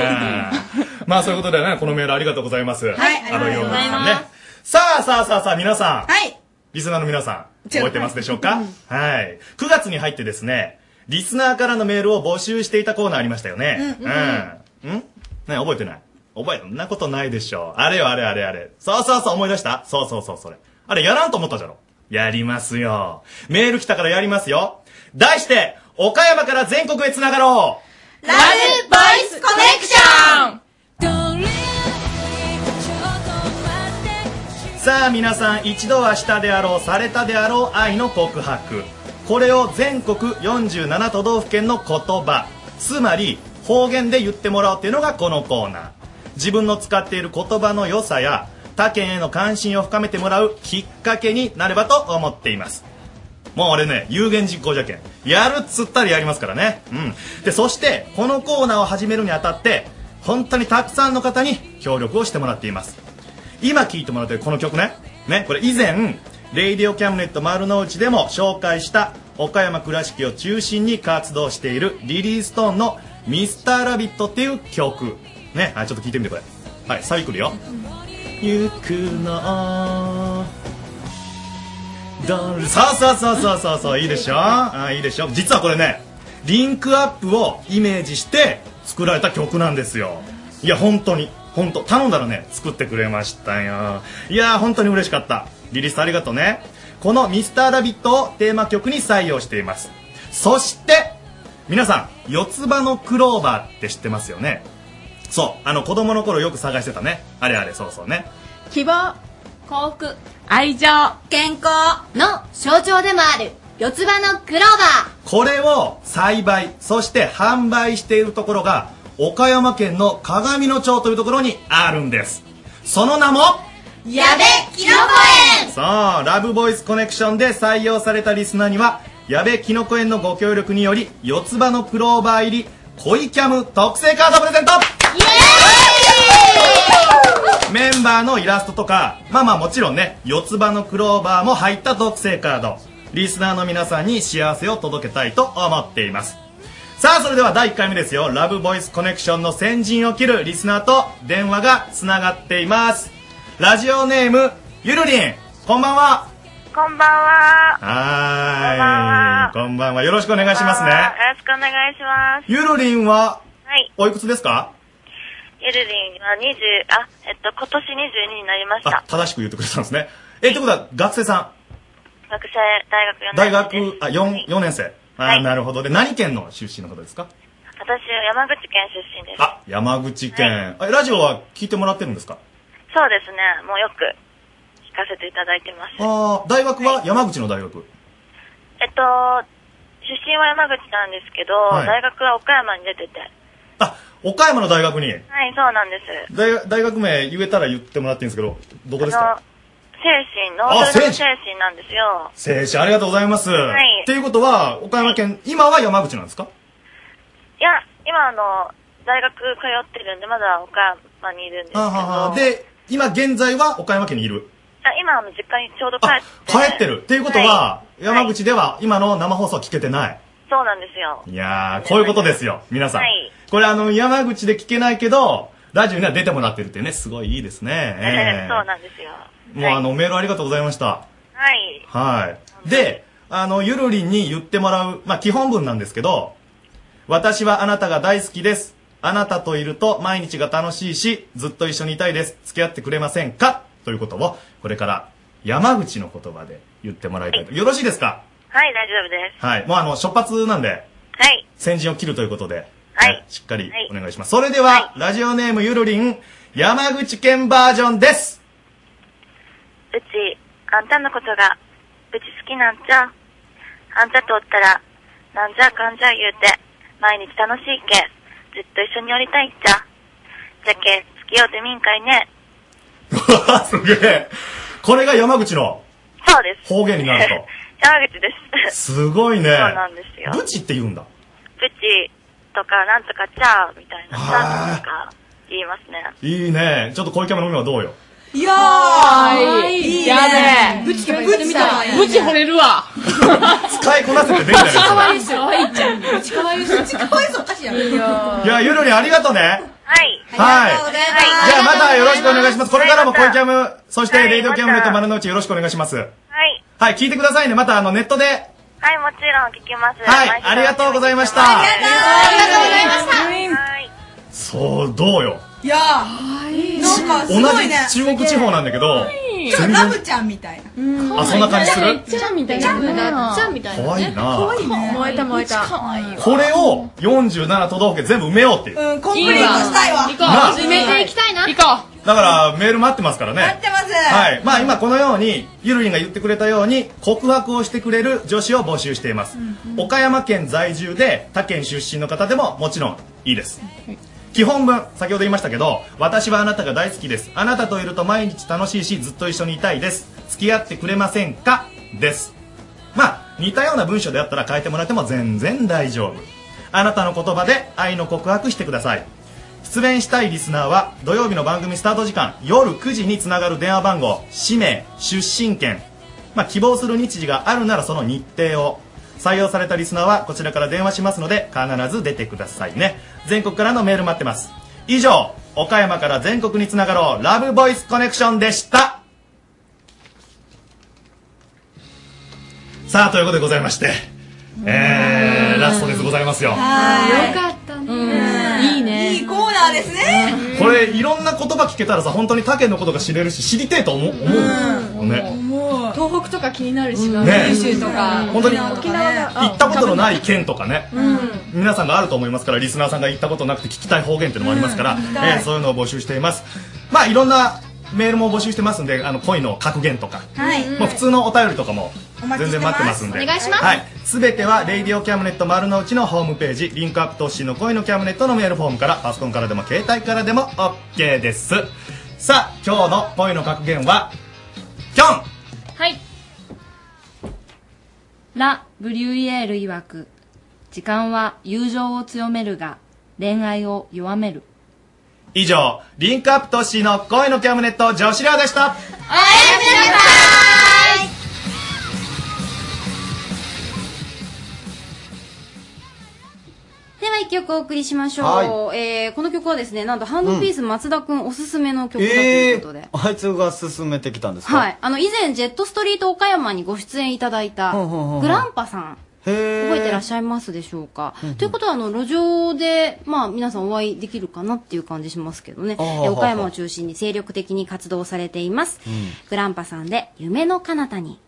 [SPEAKER 21] まあ、そういうことでね、このメールありがとうございます。はい
[SPEAKER 11] ありがとうございます
[SPEAKER 21] ね。さあさあさあさあ、皆さん。
[SPEAKER 11] はい。
[SPEAKER 21] リスナーの皆さん、覚えてますでしょうかはい。9月に入ってですね、リスナーからのメールを募集していたコーナーありましたよね。
[SPEAKER 25] う
[SPEAKER 21] う
[SPEAKER 25] ん
[SPEAKER 21] ん。うんね、覚えてない覚え、そんなことないでしょう。あれよ、あれあれあれ。そうそうそう、思い出したそうそうそう、それ。あれ、やらんと思ったじゃろ。やりますよ。メール来たからやりますよ。題して、岡山から全国へ繋がろう
[SPEAKER 11] ラブボイスコネクション
[SPEAKER 21] さあ皆さん一度はしたであろうされたであろう愛の告白これを全国47都道府県の言葉つまり方言で言ってもらおうっていうのがこのコーナー自分の使っている言葉の良さや他県への関心を深めてもらうきっかけになればと思っていますもう俺ね有言実行じゃけんやるっつったらやりますからねうんでそしてこのコーナーを始めるにあたって本当にたくさんの方に協力をしてもらっています今聴いてもらってるこの曲ねねこれ以前「レイディオキャムネット丸の内」でも紹介した岡山倉敷を中心に活動しているリリー・ストーンの「ミスターラビットっていう曲ねはいちょっと聴いてみてこれはいサビ来るよゆくのそうそうそうそうそうそういいでしょあいいでしょ実はこれねリンクアップをイメージして作られた曲なんですよいや本当に本当頼んだらね作ってくれましたよいや本当に嬉しかったリリースありがとうねこの「ミスターラビットをテーマ曲に採用していますそして皆さん四つ葉のクローバーって知ってますよねそうあの子供の頃よく探してたねあれあれそうそうね
[SPEAKER 12] 希望、
[SPEAKER 10] 幸福
[SPEAKER 12] 愛情、
[SPEAKER 10] 健康の象徴でもある四つ葉のクローバー
[SPEAKER 21] これを栽培そして販売しているところが岡山県の鏡野町というところにあるんですその名も
[SPEAKER 10] やべきのこ園
[SPEAKER 21] そうラブボイスコネクションで採用されたリスナーには矢部きのこ園のご協力により四つ葉のクローバー入り恋キャム特製カードプレゼントメンバーのイラストとかまあまあもちろんね四つ葉のクローバーも入った特製カードリスナーの皆さんに幸せを届けたいと思っていますさあそれでは第1回目ですよラブボイスコネクションの先陣を切るリスナーと電話がつながっていますラジオネームゆるりんこんばんは
[SPEAKER 17] こんばんは。
[SPEAKER 21] はーいこんばんはよろしくお願いしますね
[SPEAKER 17] よろしくお願いします。
[SPEAKER 21] ゆるりんは
[SPEAKER 17] はい。
[SPEAKER 21] おいくつですか
[SPEAKER 17] ゆるりんは20、あ、えっと、今年22になりました
[SPEAKER 21] あ。正しく言ってくれたんですねえってことは学生さ
[SPEAKER 17] 学生、大学4
[SPEAKER 21] ん
[SPEAKER 17] 年。
[SPEAKER 21] 大学あ 4, 四年生あー、
[SPEAKER 17] はい
[SPEAKER 21] なるほどで何県の出身の方ですか
[SPEAKER 17] 私、山口県出身です。
[SPEAKER 21] あ山口県、あラジオは聞いてもらってるんですか
[SPEAKER 17] そうですね。もうよく聞かせていただいてます。
[SPEAKER 21] ああ大学は山口の大学、
[SPEAKER 17] えっと、出身は山口なんですけど、
[SPEAKER 21] はい
[SPEAKER 17] 大学は岡山に出てて。
[SPEAKER 21] 岡山の大学に
[SPEAKER 17] はい、そうなんです。
[SPEAKER 21] 大大学名言えたら言ってもらっていいんですけどどこですか
[SPEAKER 17] あの精神の、
[SPEAKER 21] あ
[SPEAKER 17] それの
[SPEAKER 21] 精
[SPEAKER 17] 精神なんですよ。
[SPEAKER 21] 精子ありがとうございます、
[SPEAKER 17] はい
[SPEAKER 21] っていうことは岡山県今は山口なんですか
[SPEAKER 17] いや、今あの、大学通ってるんで、まだ岡山にいるんですけど。
[SPEAKER 21] あははで今現在は岡山県にいる
[SPEAKER 17] あ今、あの実家にちょうど帰って、
[SPEAKER 21] 帰ってるっていうことは、
[SPEAKER 17] は
[SPEAKER 21] 山口では今の生放送聞けてない
[SPEAKER 17] そうなんですよ。
[SPEAKER 21] いやーこういうことですよ皆さん、
[SPEAKER 17] はい
[SPEAKER 21] これあの山口で聞けないけどラジオには出てもらってるってねすごいいいですね、ええ
[SPEAKER 17] そうなんですよ。
[SPEAKER 21] もうあのメールありがとうございました
[SPEAKER 17] はい。
[SPEAKER 21] はい。で、あの、ゆるりんに言ってもらう、まあ、基本文なんですけど、私はあなたが大好きです。あなたといると毎日が楽しいし、ずっと一緒にいたいです。付き合ってくれませんかということを、これから山口の言葉で言ってもらいたいと。よろしいですか
[SPEAKER 17] はい、大丈夫です。
[SPEAKER 21] はい。もうあの、初発なんで、
[SPEAKER 17] はい。
[SPEAKER 21] 先陣を切るということで、
[SPEAKER 17] はい。
[SPEAKER 21] しっかり
[SPEAKER 17] はい
[SPEAKER 21] お願いします。それでは、ラジオネームゆるりん、山口県バージョンです
[SPEAKER 17] うち、あんたのことが、うち好きなんじゃ。あんたとおったら、なんじゃかんじゃ言うて、毎日楽しいけ。ずっと一緒におりたいっちゃ。じゃけ、付き合うてみんかいね。
[SPEAKER 21] わあすげえこれが山口の
[SPEAKER 17] そうです。
[SPEAKER 21] 方言になる
[SPEAKER 17] 山口です。
[SPEAKER 21] すごいね
[SPEAKER 17] そうなんですよ。
[SPEAKER 21] と。ブチって言うんだ。
[SPEAKER 17] プチとかなんとかちゃーみたいな、ちゃーとか言いますね。
[SPEAKER 21] いいね。ちょっと小池のみはどうよ。
[SPEAKER 17] い
[SPEAKER 11] や
[SPEAKER 17] ー
[SPEAKER 11] いいね
[SPEAKER 28] やべえ。
[SPEAKER 11] ブチとか言ってみたらいいね
[SPEAKER 28] ブチ惚れるわ。
[SPEAKER 21] 使いこなせて便利だ
[SPEAKER 28] ブチ可愛いっ
[SPEAKER 21] よ。
[SPEAKER 28] すよ。可愛いっちゃん。ブチ可愛いっすよ。
[SPEAKER 11] ブチ可愛いっすおかしいやん
[SPEAKER 28] いいよ
[SPEAKER 21] いや、ゆるりんありがとうね。
[SPEAKER 17] はい。
[SPEAKER 21] はい。じゃあまたよろしくお願いします。これからも
[SPEAKER 17] はい
[SPEAKER 21] 恋キャム、そして
[SPEAKER 17] はい
[SPEAKER 21] レイドキャムネット丸の内よろしくお願いします。
[SPEAKER 17] はい。
[SPEAKER 21] はい、聞いてくださいね。またあのネットで。
[SPEAKER 17] はい、もちろん聞きます。
[SPEAKER 21] はい、ありがとうございました。
[SPEAKER 17] ありがとうございました。はい。
[SPEAKER 21] そう、どうよ。
[SPEAKER 11] いやーなんか
[SPEAKER 21] 同
[SPEAKER 11] すごいね
[SPEAKER 21] じ中国地方なんだけど、
[SPEAKER 11] ちょっとラブちゃんみたいな
[SPEAKER 21] あそんな感じする
[SPEAKER 11] ちゃんみたいなちゃんみたい
[SPEAKER 21] 怖いな
[SPEAKER 11] 可愛いね
[SPEAKER 12] 燃えた燃えた。
[SPEAKER 21] これを47都道府県全部埋めようっていう。
[SPEAKER 11] うんコンプリートしたいわ
[SPEAKER 12] いいわ
[SPEAKER 21] なあ
[SPEAKER 11] 行こういきたいな
[SPEAKER 28] 行こ
[SPEAKER 21] だからメール待ってますからね。待
[SPEAKER 11] ってます
[SPEAKER 21] はい。まあ今このように、ゆるりんが言ってくれたように、告白をしてくれる女子を募集しています。岡山県在住で他県出身の方でももちろんいいです。基本文、先ほど言いましたけど、私はあなたが大好きです。あなたといると毎日楽しいし、ずっと一緒にいたいです。付き合ってくれませんかです。まあ、似たような文章であったら変えてもらっても全然大丈夫。あなたの言葉で愛の告白してください。出演したいリスナーは土曜日の番組スタート時間夜9時につながる電話番号氏名出身県、まあ、希望する日時があるならその日程を採用されたリスナーはこちらから電話しますので必ず出てくださいね全国からのメール待ってます以上岡山から全国につながろうラブボイスコネクションでしたさあということでございましてえー、ラストですございますよ
[SPEAKER 11] よかったねいいねいいコーナーですね
[SPEAKER 21] これいろんな言葉聞けたらさ本当に他県のことが知れるし知りてえと思う思うよね
[SPEAKER 11] もう東北とか気になるし
[SPEAKER 21] ね
[SPEAKER 11] 九州とか
[SPEAKER 21] 本当に
[SPEAKER 11] 沖縄
[SPEAKER 21] 行ったことのない県とかね
[SPEAKER 11] うん
[SPEAKER 21] 皆さんがあると思いますからリスナーさんが行ったことなくて聞きたい方言っていうのもありますから
[SPEAKER 11] うん聞きたい
[SPEAKER 21] えーそういうのを募集していますまあいろんなメールも募集してますんであの恋の格言とか
[SPEAKER 11] はい
[SPEAKER 21] もう普通のお便りとかも
[SPEAKER 11] お待
[SPEAKER 21] 全
[SPEAKER 11] ちして
[SPEAKER 21] 然
[SPEAKER 11] ます
[SPEAKER 21] 待ってますんで
[SPEAKER 11] お願いします
[SPEAKER 21] はい、全ては「レイディオキャムネット丸の内」のホームページリンクアップ投資の恋のキャムネットのメールフォームからパソコンからでも携帯からでも OK ですさあ今日の恋の格言はキョン
[SPEAKER 3] はい。ラ・ブリュイエール曰く、時間は友情を強めるが、恋愛を弱める。
[SPEAKER 21] 以上リンクアップ投資の恋のキャムネット女子寮でした
[SPEAKER 3] では一曲お送りしましょう。
[SPEAKER 16] は
[SPEAKER 3] えー、この曲はですね、なんとハンドピース松田くんおすすめの曲だという
[SPEAKER 16] え
[SPEAKER 3] ことで。
[SPEAKER 16] ー、あいつが勧めてきたんですか
[SPEAKER 3] はい。あの、以前、ジェットストリート岡山にご出演いただいた、
[SPEAKER 16] ほうほうほうほう
[SPEAKER 3] グランパさん、覚えてらっしゃいますでしょうか。ということは、あの、路上で、まあ、皆さんお会いできるかなっていう感じしますけどね。
[SPEAKER 25] あー
[SPEAKER 3] え岡山を中心に精力的に活動されています。グランパさんで、夢の彼方に。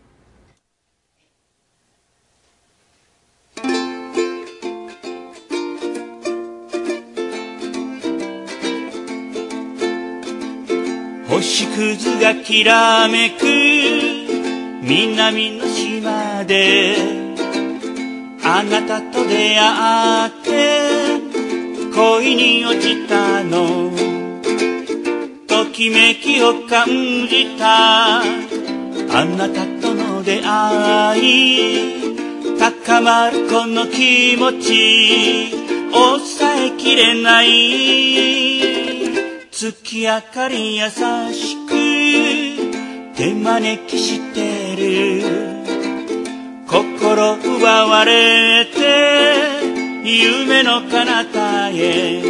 [SPEAKER 30] 星屑がきらめく南の島であなたと出会って恋に落ちたのときめきを感じたあなたとの出会い高まるこの気持ち抑えきれない月明かり優しく手招きしてる心奪われて夢の彼方へ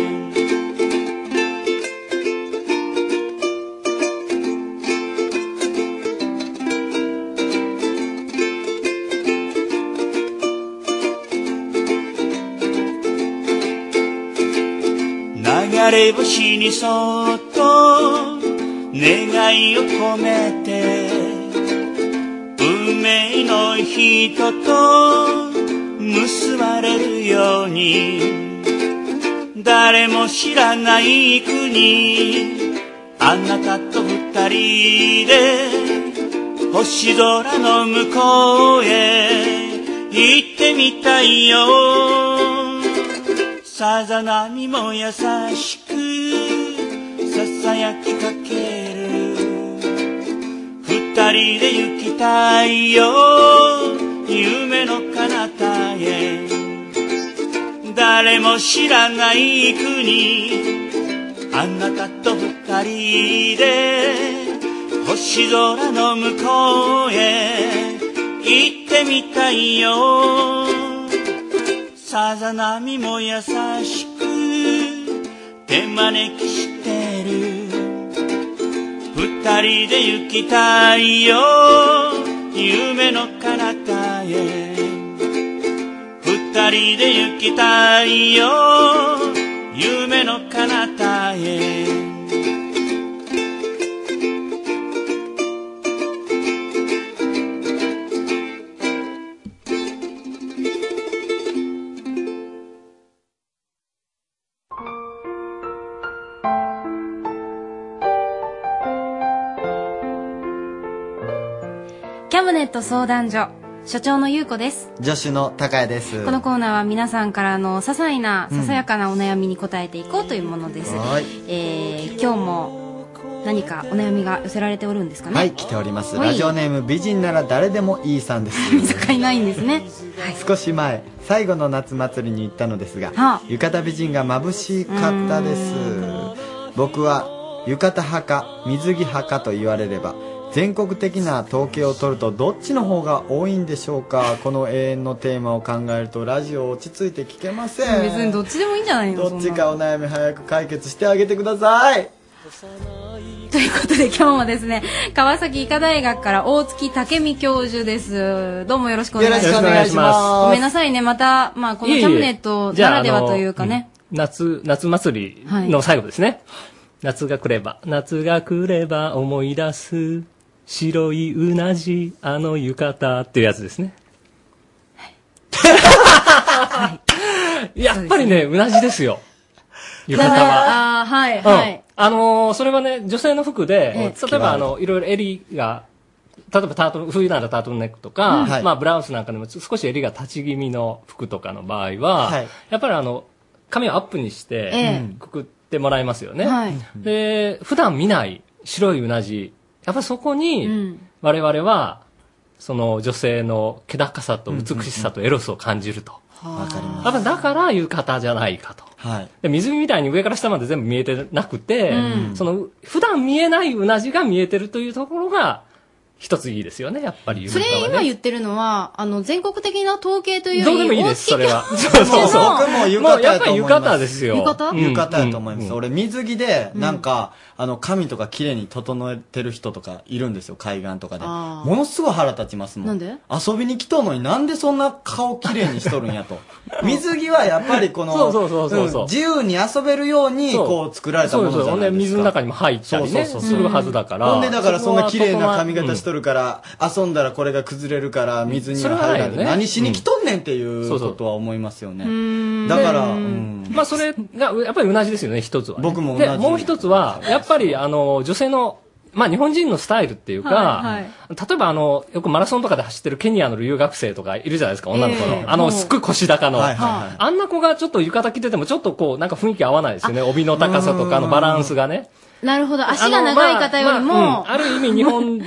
[SPEAKER 30] 流れ星にそっと願いを込めて運命の人と結ばれるように誰も知らない国あなたと二人で星空の向こうへ行ってみたいよさざ波も優しくささやきかける二人で行きたいよ夢の彼方へ誰も知らない国あなたと二人で星空の向こうへ行ってみたいよさざ波も優しく手招きしてる二人で行きたいよ夢の彼方へ二人で行きたいよ夢の彼方へ
[SPEAKER 3] キャムネット相談所所長の優子です
[SPEAKER 4] 助手の高谷です
[SPEAKER 3] このコーナーは皆さんからの些細な
[SPEAKER 4] うん
[SPEAKER 3] ささやかなお悩みに答えていこうというものです、
[SPEAKER 4] はい
[SPEAKER 3] えー今日も何かお悩みが寄せられておるんですかね
[SPEAKER 4] はい来ております
[SPEAKER 3] はい
[SPEAKER 4] ラジオネーム美人なら誰でもいいさんです
[SPEAKER 3] 使いないんですね
[SPEAKER 4] 少し前最後の夏祭りに行ったのですが、
[SPEAKER 3] はあ
[SPEAKER 4] 浴衣美人が眩しかったです僕は浴衣派か水着派かと言われれば全国的な統計を取るとどっちの方が多いんでしょうかこの永遠のテーマを考えるとラジオ落ち着いて聞けません
[SPEAKER 3] 別にどっちでもいいんじゃないの
[SPEAKER 4] どっちかお悩み早く解決してあげてください
[SPEAKER 3] ということで今日もですね川崎医科大学から大月武美教授ですどうもよろしくお願いします
[SPEAKER 25] よろしくお願いします
[SPEAKER 3] ごめんなさいねまた、まあ、このキャムネットならではというかね
[SPEAKER 25] 夏、夏祭りの最後ですね。夏が来れば、夏が来れば思い出す、白いうなじ、あの浴衣っていうやつですね。 やっぱりね、うなじですよ。浴衣は。
[SPEAKER 2] ああ、はい、
[SPEAKER 25] うん
[SPEAKER 2] はい。
[SPEAKER 25] あのーそれはね、女性の服で、
[SPEAKER 2] ええ
[SPEAKER 25] 例えばあの、いろいろ襟が、例えばタートル、冬ならタートルネックとか、
[SPEAKER 2] うんはい
[SPEAKER 25] まあブラウスなんかでも少し襟が立ち気味の服とかの場合は、
[SPEAKER 2] はい
[SPEAKER 25] やっぱりあの、髪をアップにし
[SPEAKER 2] え
[SPEAKER 25] て
[SPEAKER 2] え、
[SPEAKER 25] くくってもらいますよね。
[SPEAKER 2] はい
[SPEAKER 25] で、普段見ない白いうなじ、やっぱそこに、我々は、その女性の気高さと美しさとエロスを感じると。
[SPEAKER 4] わかりま
[SPEAKER 25] やっぱだから浴衣じゃないかと。
[SPEAKER 4] はい
[SPEAKER 25] で水着みたいに上から下まで全部見えてなくて、
[SPEAKER 4] うん
[SPEAKER 25] その普段見えないうなじが見えてるというところが一ついいですよねやっぱり
[SPEAKER 3] そ
[SPEAKER 25] 浴
[SPEAKER 3] れ
[SPEAKER 25] 衣は
[SPEAKER 3] 今
[SPEAKER 25] ね。
[SPEAKER 3] 言ってるのはあの全国的な統計という
[SPEAKER 25] どうで
[SPEAKER 3] よ
[SPEAKER 25] もい
[SPEAKER 3] り
[SPEAKER 25] いで
[SPEAKER 3] 大
[SPEAKER 25] す
[SPEAKER 3] 月
[SPEAKER 25] それ は。
[SPEAKER 4] そうそうそう。僕も浴衣
[SPEAKER 25] やっ
[SPEAKER 4] や
[SPEAKER 25] ぱ
[SPEAKER 4] と
[SPEAKER 25] り
[SPEAKER 4] 思います。
[SPEAKER 25] 浴衣ですよ。
[SPEAKER 4] 浴衣
[SPEAKER 25] うん
[SPEAKER 4] 浴衣やと思います。俺、水着で、なんか、あの、髪とか綺麗に整えてる人とかいるんですよ、海岸とかで。
[SPEAKER 3] あ
[SPEAKER 4] も
[SPEAKER 3] ー
[SPEAKER 4] のすごい腹立ちますもん。
[SPEAKER 3] なんで
[SPEAKER 4] 遊びに来とんのになんでそんな顔綺麗にしとるんや と。水着はやっぱりこの、
[SPEAKER 25] そうそうそうそうそう
[SPEAKER 4] うん自由に遊べるように、
[SPEAKER 25] そう
[SPEAKER 4] こう作られたものじゃないですか。
[SPEAKER 25] そうそうほんで水の中にも入ったりね
[SPEAKER 4] そうそう
[SPEAKER 25] す
[SPEAKER 4] そう
[SPEAKER 25] るはずだから。
[SPEAKER 4] ほんで、だからそんな綺麗な髪型し
[SPEAKER 25] る。
[SPEAKER 4] とるから、遊んだらこれが崩れるから、水に
[SPEAKER 25] それ
[SPEAKER 4] は
[SPEAKER 25] はな
[SPEAKER 4] 入
[SPEAKER 25] いよ
[SPEAKER 4] ら
[SPEAKER 25] ね
[SPEAKER 4] んで何しに来とんねんってい
[SPEAKER 25] そううそう
[SPEAKER 4] ことは思いますよね。
[SPEAKER 25] ん
[SPEAKER 4] だから、
[SPEAKER 25] う
[SPEAKER 4] うん
[SPEAKER 25] まあそれがやっぱりうなじですよね一つはね、僕も
[SPEAKER 4] うなじ
[SPEAKER 25] でもう一つはやっぱりあの女性のまあ日本人のスタイルっていうか、
[SPEAKER 2] はいはい
[SPEAKER 25] 例えばあのよくマラソンとかで走ってるケニアの留学生とかいるじゃないですか女の子の、
[SPEAKER 2] ええ
[SPEAKER 25] あ
[SPEAKER 2] もう
[SPEAKER 25] のすっごい腰高の、
[SPEAKER 2] はいはいはい
[SPEAKER 25] あんな子がちょっと浴衣着ててもちょっとこうなんか雰囲気合わないですよね帯の高さとかのバランスがね
[SPEAKER 3] なるほど足が長い方よりも、
[SPEAKER 25] あのまあまあうんある意味日本人、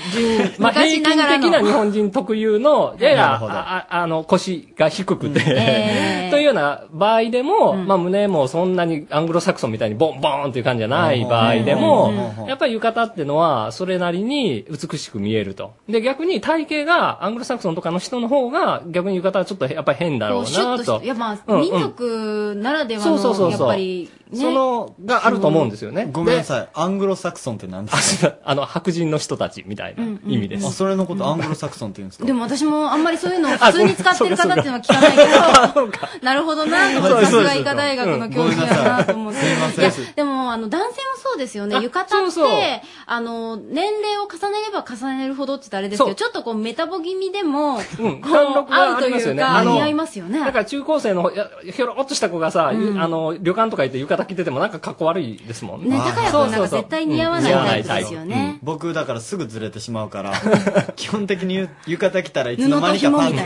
[SPEAKER 25] まあ、平
[SPEAKER 3] 昔
[SPEAKER 25] 均
[SPEAKER 3] ながらの
[SPEAKER 25] 的な日本人特有の、やや
[SPEAKER 2] なるほど
[SPEAKER 25] あああの腰が低くて、 というような場合でも、まあ、胸もそんなにアングロサクソンみたいにボンボーンっていう感じじゃない場合で
[SPEAKER 2] うんうんうん
[SPEAKER 25] も、やっぱり浴衣ってのはそれなりに美しく見えると。で、逆に体型がアングロサクソンとかの人の方が逆に浴衣はちょっとやっぱり変だ
[SPEAKER 3] こ
[SPEAKER 25] ろう
[SPEAKER 3] うシュ
[SPEAKER 25] な
[SPEAKER 3] ッとし
[SPEAKER 25] と
[SPEAKER 3] てい。やまあ、
[SPEAKER 25] うんうん
[SPEAKER 3] 民族ならでは
[SPEAKER 25] そうそうそ
[SPEAKER 3] の
[SPEAKER 25] う
[SPEAKER 3] やっ
[SPEAKER 25] そう
[SPEAKER 3] ぱりね
[SPEAKER 25] そのがあると思うんですよね。
[SPEAKER 4] ごめんなさい。アングロサクソンって何です
[SPEAKER 25] かあの、白人の人たちみたいな意味です。
[SPEAKER 4] あそれのことアングロサクソンって言うんですか
[SPEAKER 3] でも私もあんまりそういうのを
[SPEAKER 25] あ
[SPEAKER 3] 普通に使ってる方っていうのは聞かない けど、なるほどなと思って、さすが医科大学の教授やなと思って。いや、でもあの男性もそそうですよ
[SPEAKER 31] あ
[SPEAKER 3] ね。浴衣って、
[SPEAKER 31] そうそう
[SPEAKER 3] あの、年齢を重ねれば重ねるほどって言ったらあれですけ
[SPEAKER 25] そ
[SPEAKER 3] ど、
[SPEAKER 25] う
[SPEAKER 3] ちょっとこう、メタボ気味でも、こう、
[SPEAKER 25] 貫禄 が
[SPEAKER 3] 合う
[SPEAKER 25] あ
[SPEAKER 3] と
[SPEAKER 25] ります
[SPEAKER 3] い
[SPEAKER 25] よ
[SPEAKER 3] う
[SPEAKER 25] ね
[SPEAKER 3] か、
[SPEAKER 25] あの
[SPEAKER 3] 似合いますよね。
[SPEAKER 25] だから中高生のやひょろっとした子がさ、ゆあの旅館とか行って浴衣着ててもなんかかっこ悪いですもん
[SPEAKER 3] ね高谷君なんか絶対似合わないタイプですよね。
[SPEAKER 4] 僕だからすぐずれてしまう から基本的に浴衣着たらいつの
[SPEAKER 25] 布
[SPEAKER 4] 間
[SPEAKER 25] と
[SPEAKER 4] にか
[SPEAKER 25] 紐
[SPEAKER 4] パン
[SPEAKER 25] み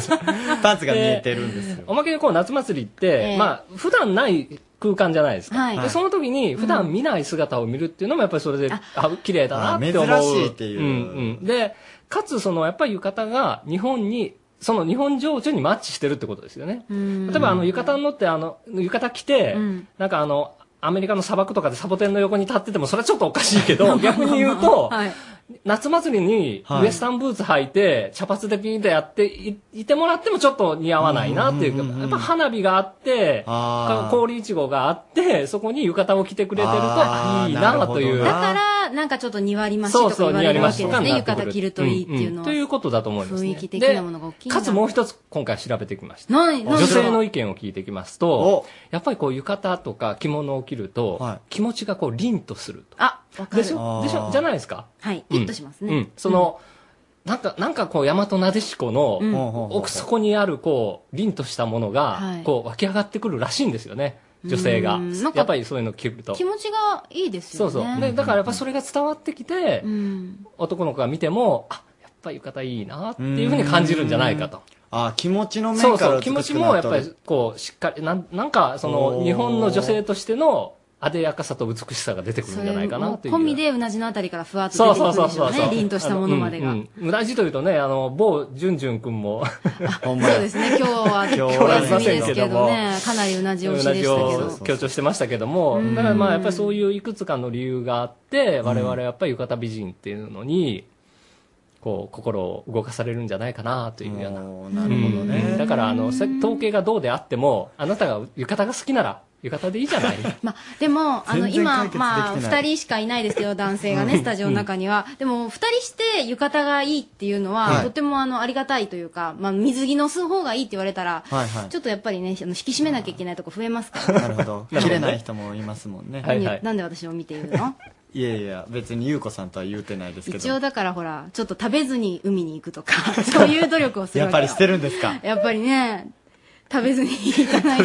[SPEAKER 4] ツ
[SPEAKER 25] たい
[SPEAKER 4] が
[SPEAKER 25] な
[SPEAKER 4] パンツが見えてるんですよ
[SPEAKER 25] おまけにこう夏祭りって、
[SPEAKER 4] ええ
[SPEAKER 25] まあ普段ない空間じゃないですか、
[SPEAKER 4] はい
[SPEAKER 25] でその時に普段見ない姿を見るっていうのもやっぱりそれで、あ綺麗だなって思う
[SPEAKER 4] あ珍しいっていうん
[SPEAKER 25] うんでかつそのやっぱり浴衣が日本にその日本情緒にマッチしてるってことですよね、例えばあの浴衣に乗ってあの浴衣着て、
[SPEAKER 6] うん
[SPEAKER 25] なんかあのアメリカの砂漠とかでサボテンの横に立っててもそれはちょっとおかしい けど逆に言うと、夏祭りに
[SPEAKER 6] はい
[SPEAKER 25] ウエスタンブーツ履いて、茶髪でピンとやっていいてもらってもちょっと似合わないなっていうか、やっぱ花火があって
[SPEAKER 4] あー
[SPEAKER 25] 氷いちごがあってそこに浴衣を着てくれてると
[SPEAKER 4] あー
[SPEAKER 25] いいなとい
[SPEAKER 4] なる
[SPEAKER 25] う
[SPEAKER 3] だから、なんかちょっと2割増しとか言われるわけですね。浴衣着るといいっていうの
[SPEAKER 25] と
[SPEAKER 3] は。
[SPEAKER 25] いうことだと思います、ね。
[SPEAKER 3] 雰囲気的なものが大きいな
[SPEAKER 25] でかつもう一つ今回調べてきました。
[SPEAKER 3] 何何
[SPEAKER 25] 女性の意見を聞いてきますと、やっぱりこう浴衣とか着物を着ると、気持ちがこう凛とすると。
[SPEAKER 3] あ、わかる。
[SPEAKER 25] でしょでしょじゃないですか
[SPEAKER 3] はい。
[SPEAKER 25] うん
[SPEAKER 3] ピッとしますね。
[SPEAKER 25] うんその、なんか、なんかこう、大和なでしこの、
[SPEAKER 3] うん
[SPEAKER 25] 奥底にある、こう、凛としたものが、
[SPEAKER 3] はい
[SPEAKER 25] こう、湧き上がってくるらしいんですよね。女性が
[SPEAKER 3] うんなん。か
[SPEAKER 25] やっぱりそういうの聞くと。
[SPEAKER 3] 気持ちがいいです
[SPEAKER 25] そ
[SPEAKER 3] よ
[SPEAKER 25] う
[SPEAKER 3] ね。
[SPEAKER 25] そう。で、だからやっぱそれが伝わってきて、
[SPEAKER 3] うん。
[SPEAKER 25] 男の子が見ても、あ、やっぱ浴衣いいな、っていうふうに感じるんじゃないかと。
[SPEAKER 4] あ気持ちの
[SPEAKER 25] そ
[SPEAKER 4] 面
[SPEAKER 25] う
[SPEAKER 4] か
[SPEAKER 25] そ
[SPEAKER 4] ら
[SPEAKER 25] う。気持
[SPEAKER 4] 美し
[SPEAKER 25] ち
[SPEAKER 4] くな
[SPEAKER 25] も
[SPEAKER 4] っ
[SPEAKER 25] やっ
[SPEAKER 4] と
[SPEAKER 25] ぱ
[SPEAKER 4] る
[SPEAKER 25] り、こう、しっかり、なん、なんか、そ
[SPEAKER 4] お
[SPEAKER 25] の、
[SPEAKER 4] ー
[SPEAKER 25] 日本の女性としての、艶やかさと美しさが出てくる
[SPEAKER 3] そ
[SPEAKER 25] んじ
[SPEAKER 3] れ
[SPEAKER 25] ゃないかな、
[SPEAKER 3] も
[SPEAKER 25] っていう。
[SPEAKER 3] 込みでうなじのあたりからふわっ
[SPEAKER 25] そ
[SPEAKER 3] と
[SPEAKER 25] う
[SPEAKER 3] 出
[SPEAKER 25] そ
[SPEAKER 3] て
[SPEAKER 25] う
[SPEAKER 3] くる
[SPEAKER 25] そ
[SPEAKER 3] ん
[SPEAKER 25] う
[SPEAKER 3] でしょ
[SPEAKER 25] そうう。
[SPEAKER 3] ね。凛としたものまでが。
[SPEAKER 25] うんうん無駄じというとね、あの、某じゅんじゅん君も。
[SPEAKER 4] ほん
[SPEAKER 3] そうですね、今日は
[SPEAKER 25] 今日は
[SPEAKER 3] お休みですけ
[SPEAKER 25] ありませんけども
[SPEAKER 3] どね、かなりうなじ推しでしたけど。
[SPEAKER 25] 強調してましたけども
[SPEAKER 3] うん、
[SPEAKER 25] だからまあやっぱりそういういくつかの理由があって、我々はやっぱり浴衣美人っていうのに、こう、心を動かされるんじゃないかなというような。なるほどね。だからあの、さ統計がどうであっても、あなたが浴衣が好きなら、浴衣でいいじゃない。
[SPEAKER 3] でも、あの、
[SPEAKER 25] 全然
[SPEAKER 3] 今
[SPEAKER 25] 解、決
[SPEAKER 3] まあ、
[SPEAKER 25] できてない
[SPEAKER 3] 二人しかいないですけど、男性が
[SPEAKER 25] う
[SPEAKER 3] ね、
[SPEAKER 25] ん
[SPEAKER 3] スタジオの中には。でも、二人して浴衣がいいっていうの
[SPEAKER 25] は
[SPEAKER 3] は、
[SPEAKER 25] い
[SPEAKER 3] とても、あの、ありがたいというか、まあ、水着のす方がいいって言われたら、
[SPEAKER 4] はいはい
[SPEAKER 3] ちょっとやっぱりね、あの引き締めなきゃいけないとこ増えますから。
[SPEAKER 4] なるほど 切れない人もいますもんね
[SPEAKER 3] 何なんで私を見ているの
[SPEAKER 4] いやいや別に優子さんとは言うてないですけ
[SPEAKER 3] 一応
[SPEAKER 4] ど
[SPEAKER 3] だからほら、ちょっと食べずに海に行くとか、 そういう努力をする
[SPEAKER 4] や
[SPEAKER 3] わ
[SPEAKER 4] っ
[SPEAKER 3] け
[SPEAKER 4] ぱ
[SPEAKER 3] よ
[SPEAKER 4] りしてるんです か
[SPEAKER 3] やっぱりね、食べずに行かないと、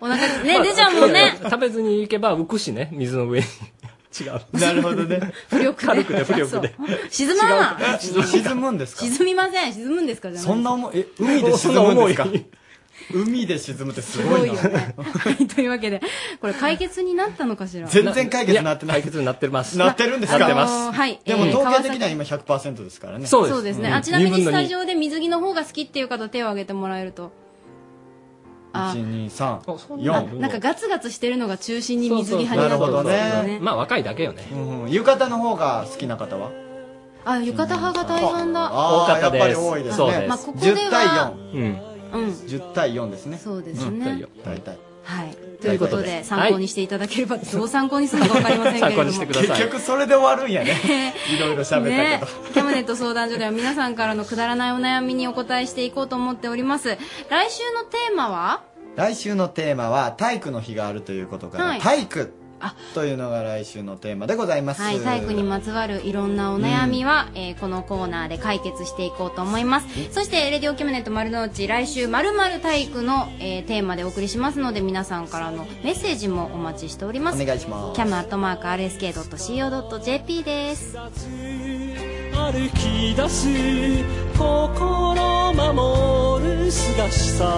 [SPEAKER 3] お腹に、ね、出ちゃうもんね。
[SPEAKER 25] 食べずに行けば浮くしね、水の上に。 違う。
[SPEAKER 4] なるほどね。
[SPEAKER 3] 浮力で。
[SPEAKER 25] 軽くて浮力で。
[SPEAKER 3] そう沈まんわ。
[SPEAKER 4] 沈むんですか
[SPEAKER 3] 沈みません。沈むんですかじゃない
[SPEAKER 4] そんな重いえ海で沈むんです か海で沈むってすごいな
[SPEAKER 3] はいというわけで、これ解決になったのかし ら。
[SPEAKER 4] 全然解決なってない
[SPEAKER 25] 解決になってま す
[SPEAKER 4] なってるんですか
[SPEAKER 25] なってま
[SPEAKER 3] あのー
[SPEAKER 25] す。
[SPEAKER 3] はい。
[SPEAKER 4] でも
[SPEAKER 3] えー
[SPEAKER 4] 統計的には今100%ですからね
[SPEAKER 25] そうです
[SPEAKER 3] そうですね。あ、ちなみにスタジオで水着の方が好きっていう方手を挙げてもらえると。ああ
[SPEAKER 4] 123
[SPEAKER 3] なんかガツガツしてるのが中心に水着派に
[SPEAKER 4] な
[SPEAKER 3] な
[SPEAKER 4] る
[SPEAKER 3] ってま
[SPEAKER 4] ほ
[SPEAKER 3] す
[SPEAKER 4] ど
[SPEAKER 3] けどね
[SPEAKER 4] ね
[SPEAKER 25] まあ若いだけよね
[SPEAKER 4] 浴衣の方が好きな方は
[SPEAKER 3] あ浴衣派が大半だ
[SPEAKER 4] あー
[SPEAKER 25] 多かったで
[SPEAKER 4] や
[SPEAKER 25] す
[SPEAKER 4] っぱり多いです
[SPEAKER 25] そうで
[SPEAKER 4] ね
[SPEAKER 25] すまあ
[SPEAKER 3] ここでは
[SPEAKER 4] 10対4
[SPEAKER 3] うん
[SPEAKER 4] 10対4ですね
[SPEAKER 3] そうですね
[SPEAKER 4] 10対4大体
[SPEAKER 3] はいということで
[SPEAKER 4] はい
[SPEAKER 3] 参考にしていただければどう参考にするのか分か りませんけれども
[SPEAKER 4] 結局それで終わるんやね いろいろ喋っ
[SPEAKER 3] ね
[SPEAKER 4] たけど、
[SPEAKER 3] キャムネット相談所では皆さんからのくだらないお悩みにお答えしていこうと思っております来週のテーマは
[SPEAKER 4] 来週のテーマは体育の日があるということから、
[SPEAKER 3] はい
[SPEAKER 4] 体育というのが来週のテーマでございます、
[SPEAKER 3] はい、体育にまつわるいろんなお悩みは、えーこのコーナーで解決していこうと思います。そして、レディオキャムネット丸の内、来週、まるまる体育の、えーテーマでお送りしますので、皆さんからのメッセージもお待ちしております。
[SPEAKER 4] お願いします
[SPEAKER 3] キャムアットマーク RSK.CO.JP です。
[SPEAKER 6] 歩き出す心守るすがしさ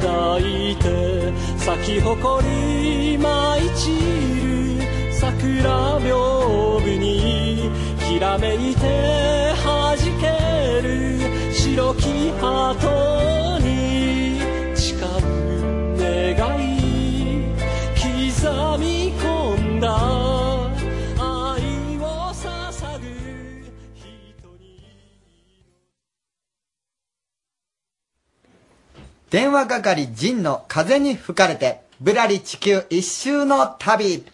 [SPEAKER 6] 抱いて咲き誇り舞い散る桜屏風にきらめいて弾ける白き鳩に誓う願い刻み込んだ愛を捧ぐ
[SPEAKER 32] 電話係陣の風に吹かれて、ぶらり地球一周の旅。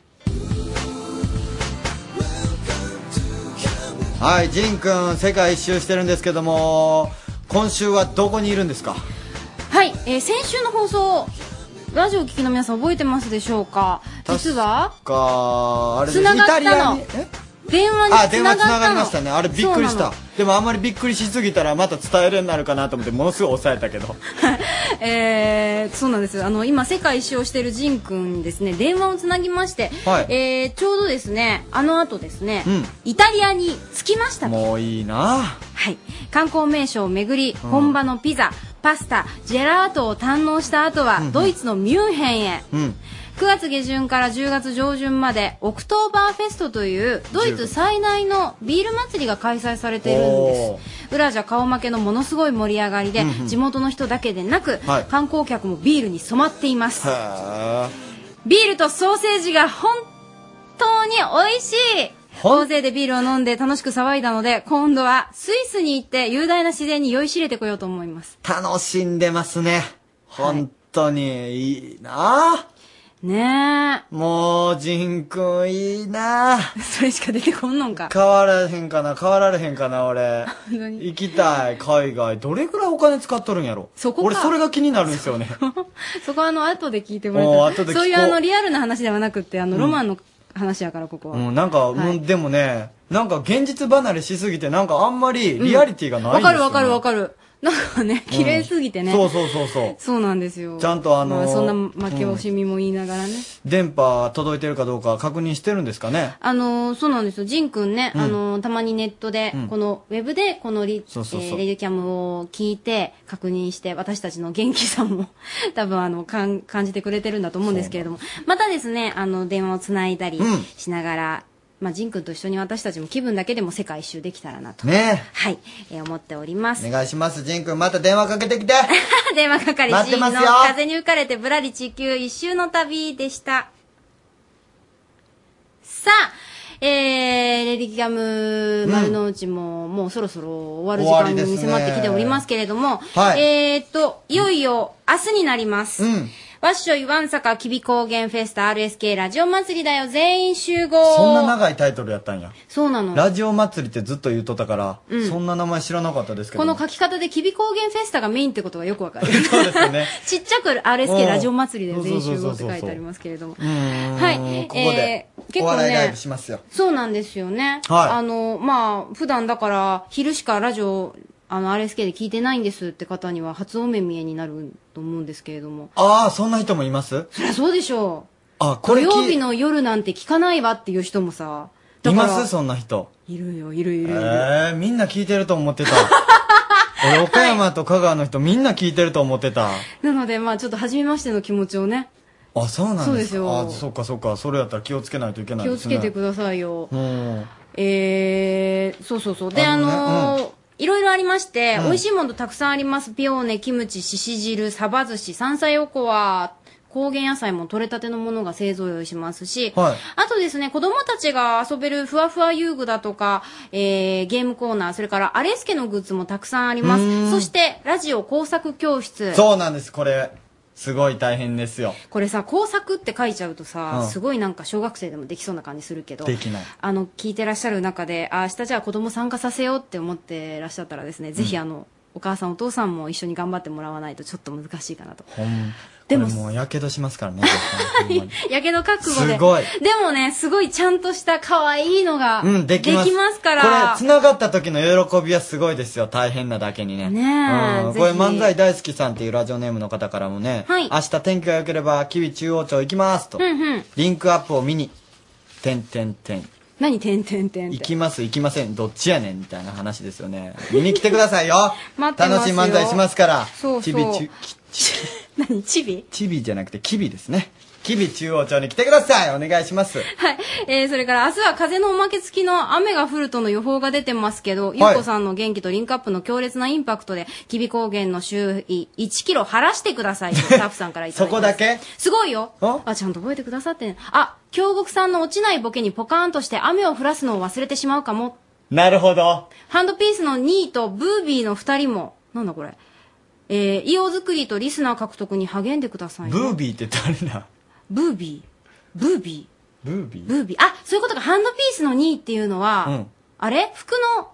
[SPEAKER 4] はい仁君世界一周してるんですけども今週はどこにいるんですか
[SPEAKER 3] はい、えー先週の放送、ラジオを聴きの皆さん覚えてますでしょうか、実は
[SPEAKER 4] かあれで
[SPEAKER 3] 繋がった
[SPEAKER 4] イ
[SPEAKER 3] の
[SPEAKER 4] タリアにえ
[SPEAKER 3] 電話
[SPEAKER 4] あ
[SPEAKER 3] に
[SPEAKER 4] 電
[SPEAKER 3] 繋
[SPEAKER 4] 話
[SPEAKER 3] が
[SPEAKER 4] つな
[SPEAKER 3] っ
[SPEAKER 4] が
[SPEAKER 3] た
[SPEAKER 4] り
[SPEAKER 3] の
[SPEAKER 4] ましたねあれびっくりし
[SPEAKER 3] そうな
[SPEAKER 4] た
[SPEAKER 3] の
[SPEAKER 4] でもあんまりびっくりしすぎたらまた伝えるようになるかなと思ってものすごい抑えたけど
[SPEAKER 3] えーそうなんですあの今世界一周をしているジン君にですね電話をつなぎまして、
[SPEAKER 4] はい
[SPEAKER 3] えーちょうどですねあの後ですね、
[SPEAKER 4] うん
[SPEAKER 3] イタリアに着きましたと
[SPEAKER 4] もういいな
[SPEAKER 3] 観光名所を巡り、
[SPEAKER 4] うん
[SPEAKER 3] 本場のピザパスタジェラートを堪能した後は、
[SPEAKER 4] うんうん
[SPEAKER 3] ドイツのミュンヘンへ
[SPEAKER 4] うん
[SPEAKER 3] 9月下旬から10月上旬までオクトーバーフェストというドイツ最大のビール祭りが開催されているんです
[SPEAKER 4] おー
[SPEAKER 3] 裏じゃ顔負けのものすごい盛り上がりで、
[SPEAKER 4] うんうん
[SPEAKER 3] 地元の人だけでなく、
[SPEAKER 4] はい
[SPEAKER 3] 観光客もビールに染まっています
[SPEAKER 4] へ
[SPEAKER 3] ビールとソーセージが本当に美味しい大勢でビールを飲んで楽しく騒いだので今度はスイスに行って雄大な自然に酔いしれてこようと思います
[SPEAKER 4] え楽しんでますね本当にいいな
[SPEAKER 3] ね
[SPEAKER 4] えもう仁君いいな
[SPEAKER 3] それしか出てこんのんか
[SPEAKER 4] 変わらへんかな変わられへんかな 俺
[SPEAKER 3] 本当に
[SPEAKER 4] 行きたい海外どれくらいお金使っとるんやろ
[SPEAKER 3] そこか
[SPEAKER 4] 俺それが気になるんですよね
[SPEAKER 3] そこはあの後で聞いてもら
[SPEAKER 4] おー
[SPEAKER 3] えた
[SPEAKER 4] 後で聞こ
[SPEAKER 3] ら
[SPEAKER 4] う
[SPEAKER 3] そういうあのリアルな話ではなくってあの
[SPEAKER 4] うん
[SPEAKER 3] ロマンの話やからここは、
[SPEAKER 4] うん、なんか、
[SPEAKER 3] はい
[SPEAKER 4] うんでもね、なんか現実離れしすぎて、なんかあんまりリアリティがないん
[SPEAKER 3] わ
[SPEAKER 4] ですよ、
[SPEAKER 3] か
[SPEAKER 4] ね
[SPEAKER 3] るわかるわかるなんかね綺麗すぎてね、
[SPEAKER 4] そうそうそうそう。
[SPEAKER 3] そうなんですよ
[SPEAKER 4] ちゃんとあのー
[SPEAKER 3] まそんな負け惜しみも言いながらね、
[SPEAKER 4] 電波届いてるかどうか確認してるんですかね。
[SPEAKER 3] あのーそうなんですよ、ジン君ね、
[SPEAKER 4] うん
[SPEAKER 3] あのーたまにネットで、
[SPEAKER 4] うん
[SPEAKER 3] このウェブでこのリ
[SPEAKER 4] そうそうそう
[SPEAKER 3] えーレディキャムを聞いて、確認して、私たちの元気さも 多分あのかん感じてくれてるんだと思うんですけれども、またですね、あの電話をつないだり
[SPEAKER 4] うん
[SPEAKER 3] しながら、まあ、ジン君と一緒に私たちも気分だけでも世界一周できたらなと、
[SPEAKER 4] ね
[SPEAKER 3] はいえー思っております
[SPEAKER 4] お。願いします、ジン君。また電話かけてきて。
[SPEAKER 3] 電話係
[SPEAKER 4] 待って
[SPEAKER 3] C の
[SPEAKER 4] ますよ
[SPEAKER 3] 風に吹かれてぶらり地球一周の旅でした。さあ、えー、レディキガム丸の内も、もうそろそろ終わる時間
[SPEAKER 33] 終わ
[SPEAKER 3] に迫
[SPEAKER 33] りですね
[SPEAKER 3] ってきておりますけれども、
[SPEAKER 33] はい
[SPEAKER 3] えーっと、いよいよ明日になります。
[SPEAKER 33] うん
[SPEAKER 3] わっしょいわんさかきび高原フェスタ RSK ラジオ祭りだよ全員集合。
[SPEAKER 4] そんな長いタイトルやったんや。
[SPEAKER 3] そうなの。
[SPEAKER 4] ラジオ祭りってずっと言うとったから、
[SPEAKER 3] うん
[SPEAKER 4] そんな名前知らなかったですけど。
[SPEAKER 3] この書き方できび高原フェスタがメインってことがよくわかる。
[SPEAKER 4] そうですよね。
[SPEAKER 3] ちっちゃく
[SPEAKER 4] うん
[SPEAKER 3] RSK ラジオ祭りだよ全員集合って
[SPEAKER 4] そうそうそうそう
[SPEAKER 3] 書いてありますけれども。
[SPEAKER 4] は
[SPEAKER 3] はい
[SPEAKER 4] ここで
[SPEAKER 3] え、ー結構ね
[SPEAKER 4] お笑いライブしますよ。
[SPEAKER 3] そうなんですよね。
[SPEAKER 4] はい
[SPEAKER 3] あの、まあ、普段だから、昼しかラジオ、あの、RSK で聞いてないんですって方には、初お目見えになると思うんですけれども。
[SPEAKER 4] ああ、そんな人もいます
[SPEAKER 3] そりゃそうでしょ
[SPEAKER 4] あ、
[SPEAKER 3] う。
[SPEAKER 4] こ
[SPEAKER 3] 土
[SPEAKER 4] れ
[SPEAKER 3] 曜日
[SPEAKER 4] き、
[SPEAKER 3] の夜なんて聞かないわっていう人もさ。だ
[SPEAKER 4] い
[SPEAKER 3] から
[SPEAKER 4] ますそんな人。
[SPEAKER 3] いるよ、いるいるいる。
[SPEAKER 4] ええみんな聞いてると思 ってた。俺、岡山と香川の人、みんな聞いてると思ってた。
[SPEAKER 3] なので、まあ、ちょっと初めましての気持ちをね、
[SPEAKER 4] あ、そうなんですか
[SPEAKER 3] そうですよ
[SPEAKER 4] あ、そっかそっか。それやったら気をつけないといけない
[SPEAKER 3] 気
[SPEAKER 4] で
[SPEAKER 3] を
[SPEAKER 4] す
[SPEAKER 3] つ
[SPEAKER 4] ね。
[SPEAKER 3] けてくださいよ。
[SPEAKER 4] うん。
[SPEAKER 3] えー、そうそうそう。で、あの
[SPEAKER 4] あの
[SPEAKER 3] ーいろいろありまして、
[SPEAKER 4] うん
[SPEAKER 3] 美味しいものたくさんあります。ピオーネ、キムチ、シシ汁、サバ寿司、山菜おこわ、高原野菜も取れたてのものが製造用意しますし、
[SPEAKER 33] はい
[SPEAKER 3] あとですね、子供たちが遊べるふわふわ遊具だとか、えー、ゲームコーナー、それからアレスケのグッズもたくさんありま
[SPEAKER 4] うーん
[SPEAKER 3] す。そして、ラジオ工作教室。
[SPEAKER 4] そうなんです、これ。すごい大変ですよ。
[SPEAKER 3] これさ、工作って書いちゃうとさ、
[SPEAKER 4] うん
[SPEAKER 3] すごいなんか小学生でもできそうな感じするけど、
[SPEAKER 4] できない。
[SPEAKER 3] あの聞いてらっしゃる中であ明日じゃあ子供参加させようって思ってらっしゃったらですね、ぜひあのお母さんお父さんも一緒に頑張ってもらわないとちょっと難しいかなと
[SPEAKER 4] ほん、
[SPEAKER 3] でも
[SPEAKER 4] これもう、やけどしますからね。
[SPEAKER 3] やけど覚悟です
[SPEAKER 4] ごい
[SPEAKER 3] でもねすごいちゃんとした可愛いのが
[SPEAKER 4] うん、できます。
[SPEAKER 3] から
[SPEAKER 4] これ、繋がった時の喜びはすごいですよ。大変なだけにね。
[SPEAKER 3] ねえ
[SPEAKER 4] うん
[SPEAKER 3] ぜひ
[SPEAKER 4] これ、漫才大好きさんっていうラジオネームの方からもね、
[SPEAKER 3] はい
[SPEAKER 4] 明日天気が良ければ、キビ中央町行きますと。
[SPEAKER 3] うんうん
[SPEAKER 4] リンクアップを見に、てんてんてん。
[SPEAKER 3] 何てんてんてんっ
[SPEAKER 4] 行
[SPEAKER 3] て
[SPEAKER 4] きます、行きません、どっちやねんみたいな話ですよね。見に来てくださいよ
[SPEAKER 3] 待ってますよ
[SPEAKER 4] 楽しい漫才しますから。
[SPEAKER 3] そうそう
[SPEAKER 4] チビチュ、き
[SPEAKER 3] 何チビ
[SPEAKER 4] チビじゃなくてキビですね。キビ中央町に来てくださいお願いします。
[SPEAKER 3] はい、えー、それから明日は風のおまけ付きの雨が降るとの予報が出てますけど、
[SPEAKER 4] い
[SPEAKER 3] ゆうこさんの元気とリンクアップの強烈なインパクトで、吉備高原の周囲1キロ晴らしてくださいとスタッフさんからいただ
[SPEAKER 4] そ
[SPEAKER 3] いて
[SPEAKER 4] こ
[SPEAKER 3] ます
[SPEAKER 4] だけ
[SPEAKER 3] すごいよ。あ、ちゃんと覚えてくださってね。あ、京極さんの落ちないボケにポカーンとして雨を降らすのを忘れてしまうかも。
[SPEAKER 4] なるほど。
[SPEAKER 3] ハンドピースの2位とブービーの2人も、なんだこれ。えー、イオ作りとリスナー獲得に励んでくださいね。
[SPEAKER 4] ブービーって誰だ
[SPEAKER 3] ブービー。ブービ
[SPEAKER 4] ブービー
[SPEAKER 3] ー。ブービー。あ、そういうことか。ハンドピースの2位っていうのは、
[SPEAKER 4] うん
[SPEAKER 3] あれ服の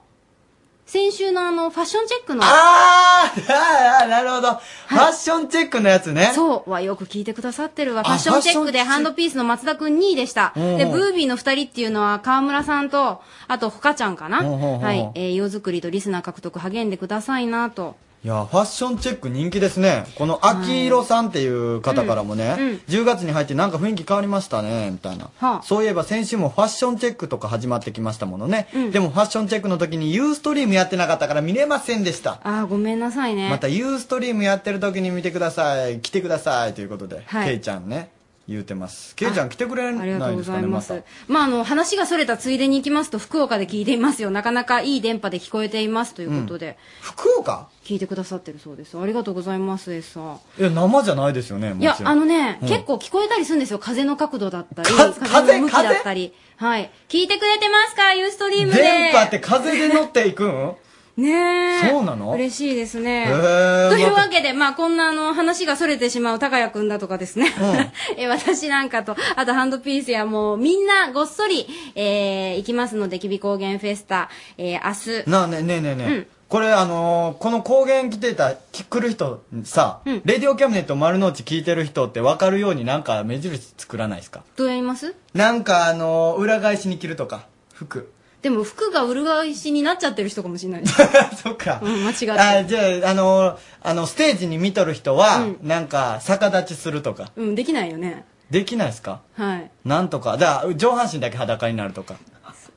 [SPEAKER 3] 先週のあの、ファッションチェックの。
[SPEAKER 4] あーあーなるほど、ファッションチェックのやつね。
[SPEAKER 3] そうはよく聞いてくださってるわ。ファッションチェックでハンドピースの松田くん2位でした。
[SPEAKER 4] うん
[SPEAKER 3] で、ブービーの2人っていうのは川村さんと、あとほかちゃんかな。
[SPEAKER 4] うんうんうんうん
[SPEAKER 3] はい。えー、洋作りとリスナー獲得励んでくださいなと。
[SPEAKER 4] いや、ファッションチェック人気ですね。この秋色さんっていう方からもね、
[SPEAKER 3] うんうん
[SPEAKER 4] 10月に入ってなんか雰囲気変わりましたね、みたいな、
[SPEAKER 3] はあ
[SPEAKER 4] そういえば先週もファッションチェックとか始まってきましたものね。でもファッションチェックの時にユーストリームやってなかったから見れませんでした。
[SPEAKER 3] あー、ごめんなさいね。
[SPEAKER 4] またユーストリームやってる時に見てください、来てくださいということで、
[SPEAKER 3] はい
[SPEAKER 4] ケイちゃんね、言うてます。ケイちゃん来てくれな
[SPEAKER 3] ありがと
[SPEAKER 4] いう
[SPEAKER 3] ご
[SPEAKER 4] です
[SPEAKER 3] ざ
[SPEAKER 4] か
[SPEAKER 3] い
[SPEAKER 4] ね、ま
[SPEAKER 3] ま
[SPEAKER 4] た。
[SPEAKER 3] す。まあ、あの、話がそれたついでに行きますと、福岡で聞いていますよ。なかなかいい電波で聞こえていますということで。
[SPEAKER 4] 福岡
[SPEAKER 3] 聞いてくださってるそうです。ありがとうございます、S さん。
[SPEAKER 4] いや、生じゃないですよね、も
[SPEAKER 3] い
[SPEAKER 4] ちろ
[SPEAKER 3] や
[SPEAKER 4] ん。、
[SPEAKER 3] あのね、
[SPEAKER 4] うん
[SPEAKER 3] 結構聞こえたりするんですよ。風の角度だったり、
[SPEAKER 4] 風
[SPEAKER 3] 風の向きだったり。はい。聞いてくれてますかユーストリームで。
[SPEAKER 4] 電波って風で乗っていくん
[SPEAKER 3] ねえ。
[SPEAKER 4] そうなの
[SPEAKER 3] 嬉しいです
[SPEAKER 4] へ
[SPEAKER 3] ね。
[SPEAKER 4] ー
[SPEAKER 3] というわけで、まあ、こんなあの、話が逸れてしまう高谷くんだとかですね。 え、私なんかと、あとハンドピースやもう、みんなごっそり、えー、行きますので、きび高原フェスタ、えー、明日。
[SPEAKER 4] なあねねえねえねえ、
[SPEAKER 3] うん
[SPEAKER 4] これあのーこの高原来てたき来る人さ、レディオキャビネット丸の内聞いてる人って分かるようになんか目印作らないですか
[SPEAKER 3] どうやります
[SPEAKER 4] なんかあのー裏返しに着るとか服
[SPEAKER 3] でも、服がうるがいしになっちゃってる人かもしれないです。
[SPEAKER 4] そっか、
[SPEAKER 3] うん、間違って。
[SPEAKER 4] あじゃああのーあのステージに見とる人は、なんか逆立ちするとか
[SPEAKER 3] うん、できないよね。
[SPEAKER 4] できないですか
[SPEAKER 3] はい。
[SPEAKER 4] なんとかだから上半身だけ裸になるとか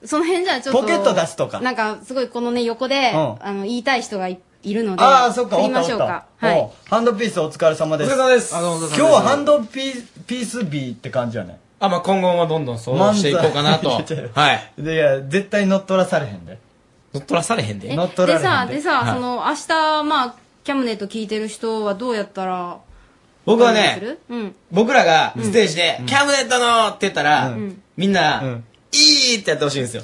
[SPEAKER 3] その辺じゃちょっと。
[SPEAKER 4] ポケット出すとか
[SPEAKER 3] なんか、すごいこのね、横で、
[SPEAKER 4] うん
[SPEAKER 3] あの、言いたい人がいいるので。
[SPEAKER 4] ああそっか
[SPEAKER 3] 言
[SPEAKER 4] おっ
[SPEAKER 3] いま
[SPEAKER 4] たお
[SPEAKER 3] しょ
[SPEAKER 4] っ
[SPEAKER 3] う
[SPEAKER 4] た
[SPEAKER 3] か。はい。
[SPEAKER 4] おハンドピースお疲れ様です
[SPEAKER 15] お疲れ様ですあどう
[SPEAKER 4] 今
[SPEAKER 15] ぞ
[SPEAKER 4] 日はハンドピースピース日って感じやね
[SPEAKER 15] あ、まあ、今後はどんどんそうしていこうかな と。
[SPEAKER 4] 漫才
[SPEAKER 15] はい。
[SPEAKER 4] で、いや、絶対乗っ取らされへんで。
[SPEAKER 15] 乗っ取らされへんで。
[SPEAKER 3] えでさ、でさ、
[SPEAKER 15] はい
[SPEAKER 3] その、明日、まあ、キャムネット聞いてる人はどうやったら、
[SPEAKER 15] 僕は
[SPEAKER 3] どう
[SPEAKER 15] ね、
[SPEAKER 3] するうん。
[SPEAKER 15] 僕らがステージで、キャムネットのって言ったら、みんな、いいってやってほしいんですよ。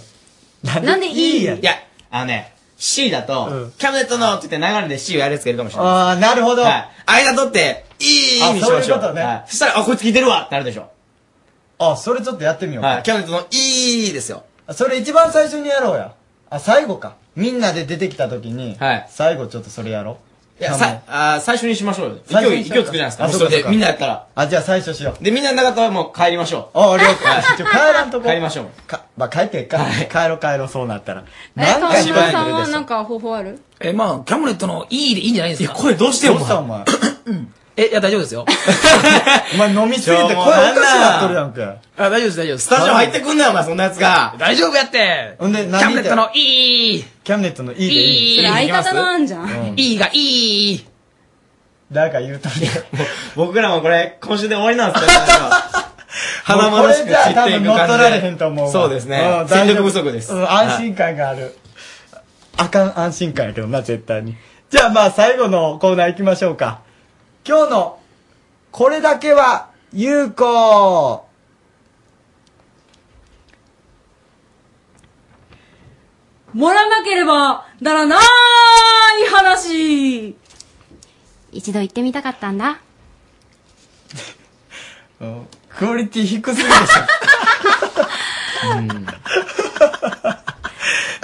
[SPEAKER 3] なんでいい
[SPEAKER 15] いや、あのね、C だと、キャムネットのって言って流れで C をやるやつがいるかもしれない。
[SPEAKER 4] あーなるほど
[SPEAKER 15] はい。間取って、いいにしましょう。はいそしたら、あ、こいつ聞いてるわってなるでしょ。
[SPEAKER 4] あ、それちょっとやってみようか。
[SPEAKER 15] はい。キャムネットのいいですよ。
[SPEAKER 4] あそれ一番最初にやろうや。あ、最後か。みんなで出てきた時に、最後ちょっとそれやろう。
[SPEAKER 15] いや、
[SPEAKER 4] キャ
[SPEAKER 15] さ
[SPEAKER 4] メ、
[SPEAKER 15] あー最初にしましょうよ。
[SPEAKER 4] 最初
[SPEAKER 15] 勢
[SPEAKER 4] に
[SPEAKER 15] い、
[SPEAKER 4] し
[SPEAKER 15] 勢
[SPEAKER 4] よう
[SPEAKER 15] いつくじゃないですか。
[SPEAKER 4] あ
[SPEAKER 15] もう
[SPEAKER 4] そう
[SPEAKER 15] そ
[SPEAKER 4] か
[SPEAKER 15] れで、みんなやったら。
[SPEAKER 4] あ、じゃあ最初しよう。
[SPEAKER 15] で、みんななかったらもう帰りましょう。
[SPEAKER 4] あ、ありがとう。ちょ帰らんとこ。
[SPEAKER 15] 帰りましょう。
[SPEAKER 4] か、まあ、帰ってっか。帰ろう帰ろう、そうなったら。
[SPEAKER 3] え、川村
[SPEAKER 13] 芝居
[SPEAKER 3] さん
[SPEAKER 13] やる
[SPEAKER 3] は
[SPEAKER 13] でしょ
[SPEAKER 3] なんか方法ある
[SPEAKER 13] え、まあ、キャムネットのいいでいいんじゃないですか。
[SPEAKER 15] 声どうしてよ、お前。
[SPEAKER 13] え、いや、大丈夫 ですよ。
[SPEAKER 4] お前飲みすぎて声おかしくなっとるやんか。
[SPEAKER 13] あ、大丈夫です、大丈夫です。
[SPEAKER 15] スタジオ入ってくんなよ、お前、そんなやつが。
[SPEAKER 13] 大丈夫やって
[SPEAKER 4] ほんで、
[SPEAKER 13] キ
[SPEAKER 4] 何
[SPEAKER 13] ャムネットの
[SPEAKER 4] い
[SPEAKER 13] いい
[SPEAKER 4] キャムネットのいいでいい。
[SPEAKER 3] それ相方の案じゃん。
[SPEAKER 15] うん
[SPEAKER 13] いいがいい
[SPEAKER 4] だから言うとり。
[SPEAKER 15] 僕らもこれ、今週で終わりなんですけど、 花々しく散っていく感じで。
[SPEAKER 4] もうこれじゃ多分乗っ取られへんと思うわ
[SPEAKER 15] そうですね
[SPEAKER 4] ん。
[SPEAKER 15] 戦力不足です。
[SPEAKER 4] うん安心感がある。あかん安心感やけどな、絶対に。じゃあまあ最後のコーナー行きましょうか。今日の、これだけは、有効
[SPEAKER 34] もらなければならない話
[SPEAKER 3] 一度行ってみたかったんだ。
[SPEAKER 4] クオリティ低すぎでし ょ。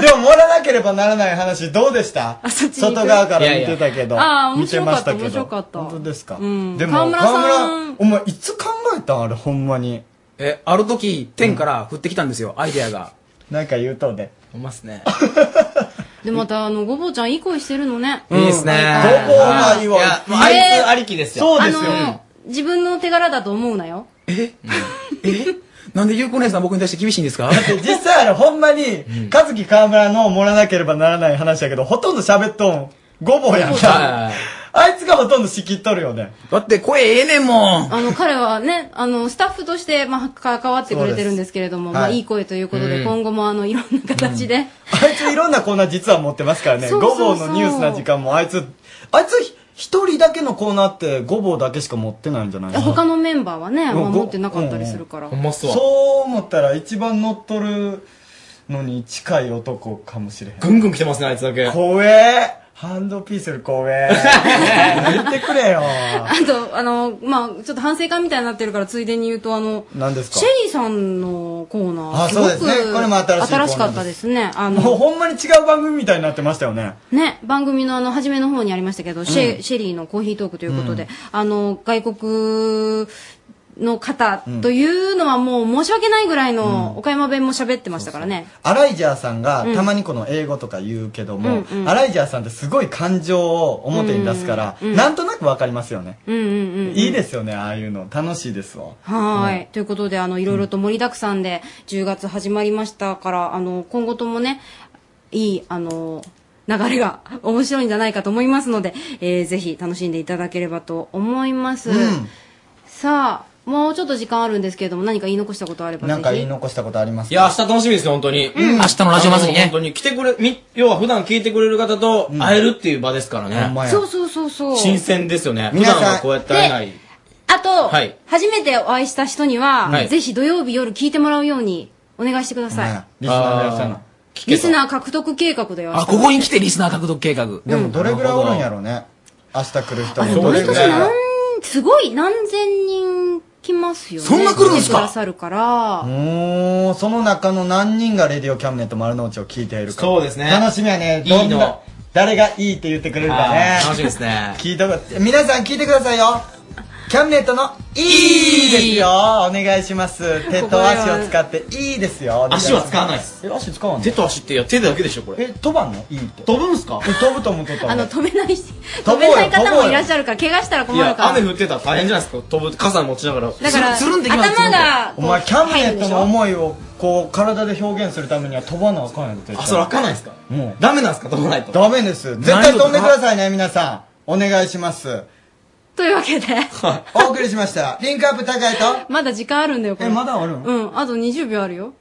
[SPEAKER 4] でも、盛らなければならない話、どうでした
[SPEAKER 3] そっちに行く
[SPEAKER 4] 外側から見てたけど。
[SPEAKER 3] いやいやあー面
[SPEAKER 4] 見て
[SPEAKER 3] 白か
[SPEAKER 4] ま
[SPEAKER 3] っ
[SPEAKER 4] したたけど
[SPEAKER 3] 面白かった
[SPEAKER 4] 本当ですか。
[SPEAKER 3] ん
[SPEAKER 4] でも、
[SPEAKER 3] 川村さん
[SPEAKER 4] ん、お前、いつ考えたんあれ、ほんまに。
[SPEAKER 13] え、ある時、天から降ってきたんですよ、アイデアが。
[SPEAKER 4] なんか言うとね。
[SPEAKER 15] うますね。
[SPEAKER 3] で、また、あの、ごぼうちゃんいい声してるのね。
[SPEAKER 15] いいですね。
[SPEAKER 4] どこがいいわ
[SPEAKER 15] いや、もうあい
[SPEAKER 3] えー
[SPEAKER 15] つありきですよ。
[SPEAKER 4] そうですよ。
[SPEAKER 3] 自分の手柄だと思うなよ。
[SPEAKER 13] なんでゆうこ姉さん僕に対して厳しいんですか
[SPEAKER 4] で実際あれ、ほんまに、和樹川村の盛らなければならない話やけど、ほとんど喋っとん、ごぼうやんか。あいつがほとんど仕切っとるよね。
[SPEAKER 13] だって声ええねんもん。
[SPEAKER 3] あの、彼はね、あの、スタッフとして、まあ、関わってくれてるんですけれど
[SPEAKER 4] そ
[SPEAKER 3] も、
[SPEAKER 4] うです
[SPEAKER 3] まあ、
[SPEAKER 4] はい
[SPEAKER 3] いい声ということ
[SPEAKER 4] うん
[SPEAKER 3] で、今後も、あの、いろんな形で、
[SPEAKER 4] あいついろんなコーナー実は持ってますからね。
[SPEAKER 3] そ
[SPEAKER 4] ご
[SPEAKER 3] うそうそ
[SPEAKER 4] ぼうの
[SPEAKER 3] う
[SPEAKER 4] ニュースな時間もあいつ、あいつひ一人だけのコーナーってごぼうだけしか持ってないんじゃないの
[SPEAKER 3] 他のメンバーはね、
[SPEAKER 4] うん
[SPEAKER 3] まあ
[SPEAKER 4] ご
[SPEAKER 3] 持ってなかったりするから。
[SPEAKER 4] そう思ったら一番乗っとるのに近い男かもしれへん。
[SPEAKER 15] ぐんぐん来てますね、あいつだけ。
[SPEAKER 4] 怖えハンドピースより光 栄。言ってくれよ。
[SPEAKER 3] あと、あの、まあちょっと反省会みたいになってるから、ついでに言うと、あの、
[SPEAKER 4] 何ですか
[SPEAKER 3] シェリーさんのコーナー、
[SPEAKER 4] あそうですね
[SPEAKER 3] ごく
[SPEAKER 4] これも新しいコーナーです
[SPEAKER 3] 新しかったですね。
[SPEAKER 4] も
[SPEAKER 3] あ
[SPEAKER 4] う
[SPEAKER 3] の、
[SPEAKER 4] ほんまに違う番組みたいになってましたよね。
[SPEAKER 3] ね、番組のあの、初めの方にありましたけど、シェ
[SPEAKER 4] うん
[SPEAKER 3] シェリーのコーヒートークということで、あの、外国、の方というのはもう申し訳ないぐらいの岡山弁も喋ってましたからね。
[SPEAKER 4] アライジャーさんが
[SPEAKER 3] うん
[SPEAKER 4] たまにこの英語とか言うけども、
[SPEAKER 3] うんうん
[SPEAKER 4] アライジャーさんってすごい感情を表に出すから、
[SPEAKER 3] うんうん
[SPEAKER 4] なんとなくわかりますよね。
[SPEAKER 3] うんうんうんうん。
[SPEAKER 4] いいですよね、ああいうの。楽しいですわ。
[SPEAKER 3] はーい、ということで、あの、いろいろと盛りだくさんで、10月始まりましたから、あの、今後ともね、いい、あの、流れが 面白いんじゃないかと思いますので、えーぜひ楽しんでいただければと思います。さあ、もうちょっと時間あるんですけれども、何か言い残したことあればぜひ。
[SPEAKER 4] なんか言い残したことあります
[SPEAKER 15] いや、明日楽しみですよ、本当に。
[SPEAKER 3] うん明日のラジオ祭りね
[SPEAKER 15] あの本当に来てくれ、み、要は普段聞いてくれる方と会えるっていう場ですからね。
[SPEAKER 3] そうそうそうそう。
[SPEAKER 15] 新鮮ですよね。普
[SPEAKER 3] 皆さん
[SPEAKER 15] 段はこうやって会えない。
[SPEAKER 3] あと、
[SPEAKER 15] はい
[SPEAKER 3] 初めてお会いした人には、
[SPEAKER 15] はい
[SPEAKER 3] ぜひ土曜日夜聞いてもらうようにお願いしてください。
[SPEAKER 4] リスナーの皆さんの
[SPEAKER 3] リスナー獲得計画だよ。
[SPEAKER 13] あ、ここに来てリスナー獲得計画。
[SPEAKER 4] でもどれぐらいおるんやろうね。明日来る人もど
[SPEAKER 3] 毎
[SPEAKER 4] れ
[SPEAKER 3] 年
[SPEAKER 4] ぐらい。
[SPEAKER 3] なん、すごい何千人来ますよね。
[SPEAKER 4] そんな来るんすか
[SPEAKER 3] 来てくださるから。
[SPEAKER 4] おーその中の何人がレディオキャムネット丸の内を聞いているか。
[SPEAKER 15] そうですね
[SPEAKER 4] 楽しみやね。
[SPEAKER 15] いいの
[SPEAKER 4] どんな誰がいいって言ってくれるかね
[SPEAKER 15] あ。ー楽しみですね
[SPEAKER 4] 聞いたこと、皆さん聞いてくださいよ。キャムネットのいいですよ。お願いします。手と足を使っていいですよ。。
[SPEAKER 15] 足は使わないですす。足使わない手と足って、いや、手だけでしょ、これ。
[SPEAKER 4] え、飛ばんのいいって。
[SPEAKER 15] 飛ぶんすか
[SPEAKER 4] 飛ぶと思っとった
[SPEAKER 3] あの、飛べないし、
[SPEAKER 15] 飛
[SPEAKER 3] 飛
[SPEAKER 15] ぼう
[SPEAKER 3] べ
[SPEAKER 15] よ
[SPEAKER 3] ない方
[SPEAKER 15] 飛ぼう
[SPEAKER 3] も
[SPEAKER 15] よ
[SPEAKER 3] いらっしゃるから、怪我したら困
[SPEAKER 15] い
[SPEAKER 3] る
[SPEAKER 15] や、
[SPEAKER 3] から。
[SPEAKER 15] 雨降ってたら大変じゃないですか。飛ぶ、傘持ちながら。
[SPEAKER 3] だから、
[SPEAKER 15] つるんできます
[SPEAKER 3] 頭が、
[SPEAKER 4] お前キャムネットの思いをこう体で表現するためには飛ばなあかんやろ
[SPEAKER 15] あ、それ開かないですか
[SPEAKER 4] もう
[SPEAKER 15] ダメなんですか飛ばないと。
[SPEAKER 4] ダメです絶対飛んでくださいね皆さんお願いします
[SPEAKER 3] というわけで、
[SPEAKER 4] お送りしましたリンクアップ高いと
[SPEAKER 3] まだ時間あるんだよ、これ。
[SPEAKER 4] えまだあるの
[SPEAKER 3] うん、あと20秒あるよ。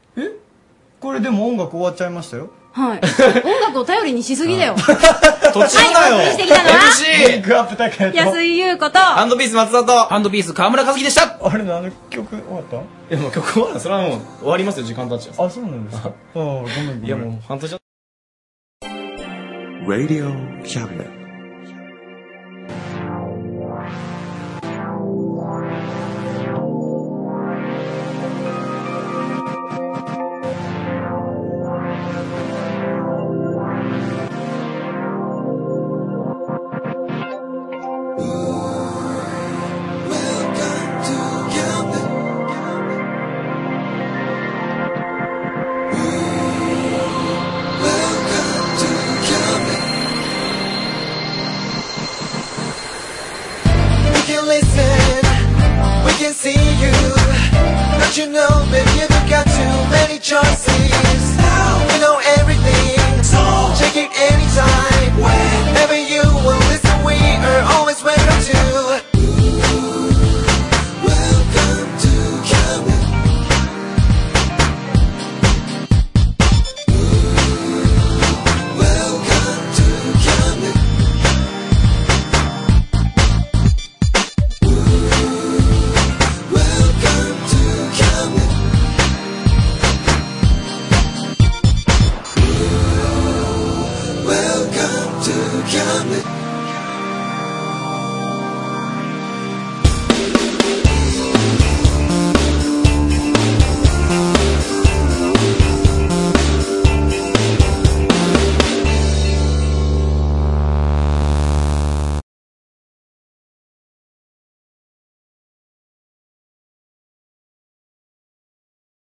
[SPEAKER 4] これでも音楽終わっちゃいましたよ
[SPEAKER 3] はい。音楽を頼りにしすぎだよ。
[SPEAKER 4] 途中
[SPEAKER 3] だよはいお送りしてきたのは MC
[SPEAKER 4] リンクアップ高いと
[SPEAKER 3] 安井優子と、
[SPEAKER 15] ハンドピース松田と、ハ
[SPEAKER 13] ンドピース河村和樹でした
[SPEAKER 4] あれ、あの曲終わった
[SPEAKER 15] いや、もう曲終わらないそれはもう終わりますよ、時間経っちゃう。
[SPEAKER 4] あ、そうなんですか。あごめんごめん。
[SPEAKER 15] いや、もう半年だ
[SPEAKER 35] Radio Cabinet.
[SPEAKER 6] We can listen, we can see you. Don't you know, baby, you've got too many choices. Now we know everything, so check it anytime. Whenever you will listen, we are always welcome to. Welcome to Camden. Welcome to Camden. Welcome to Camden. Welcome to Camden.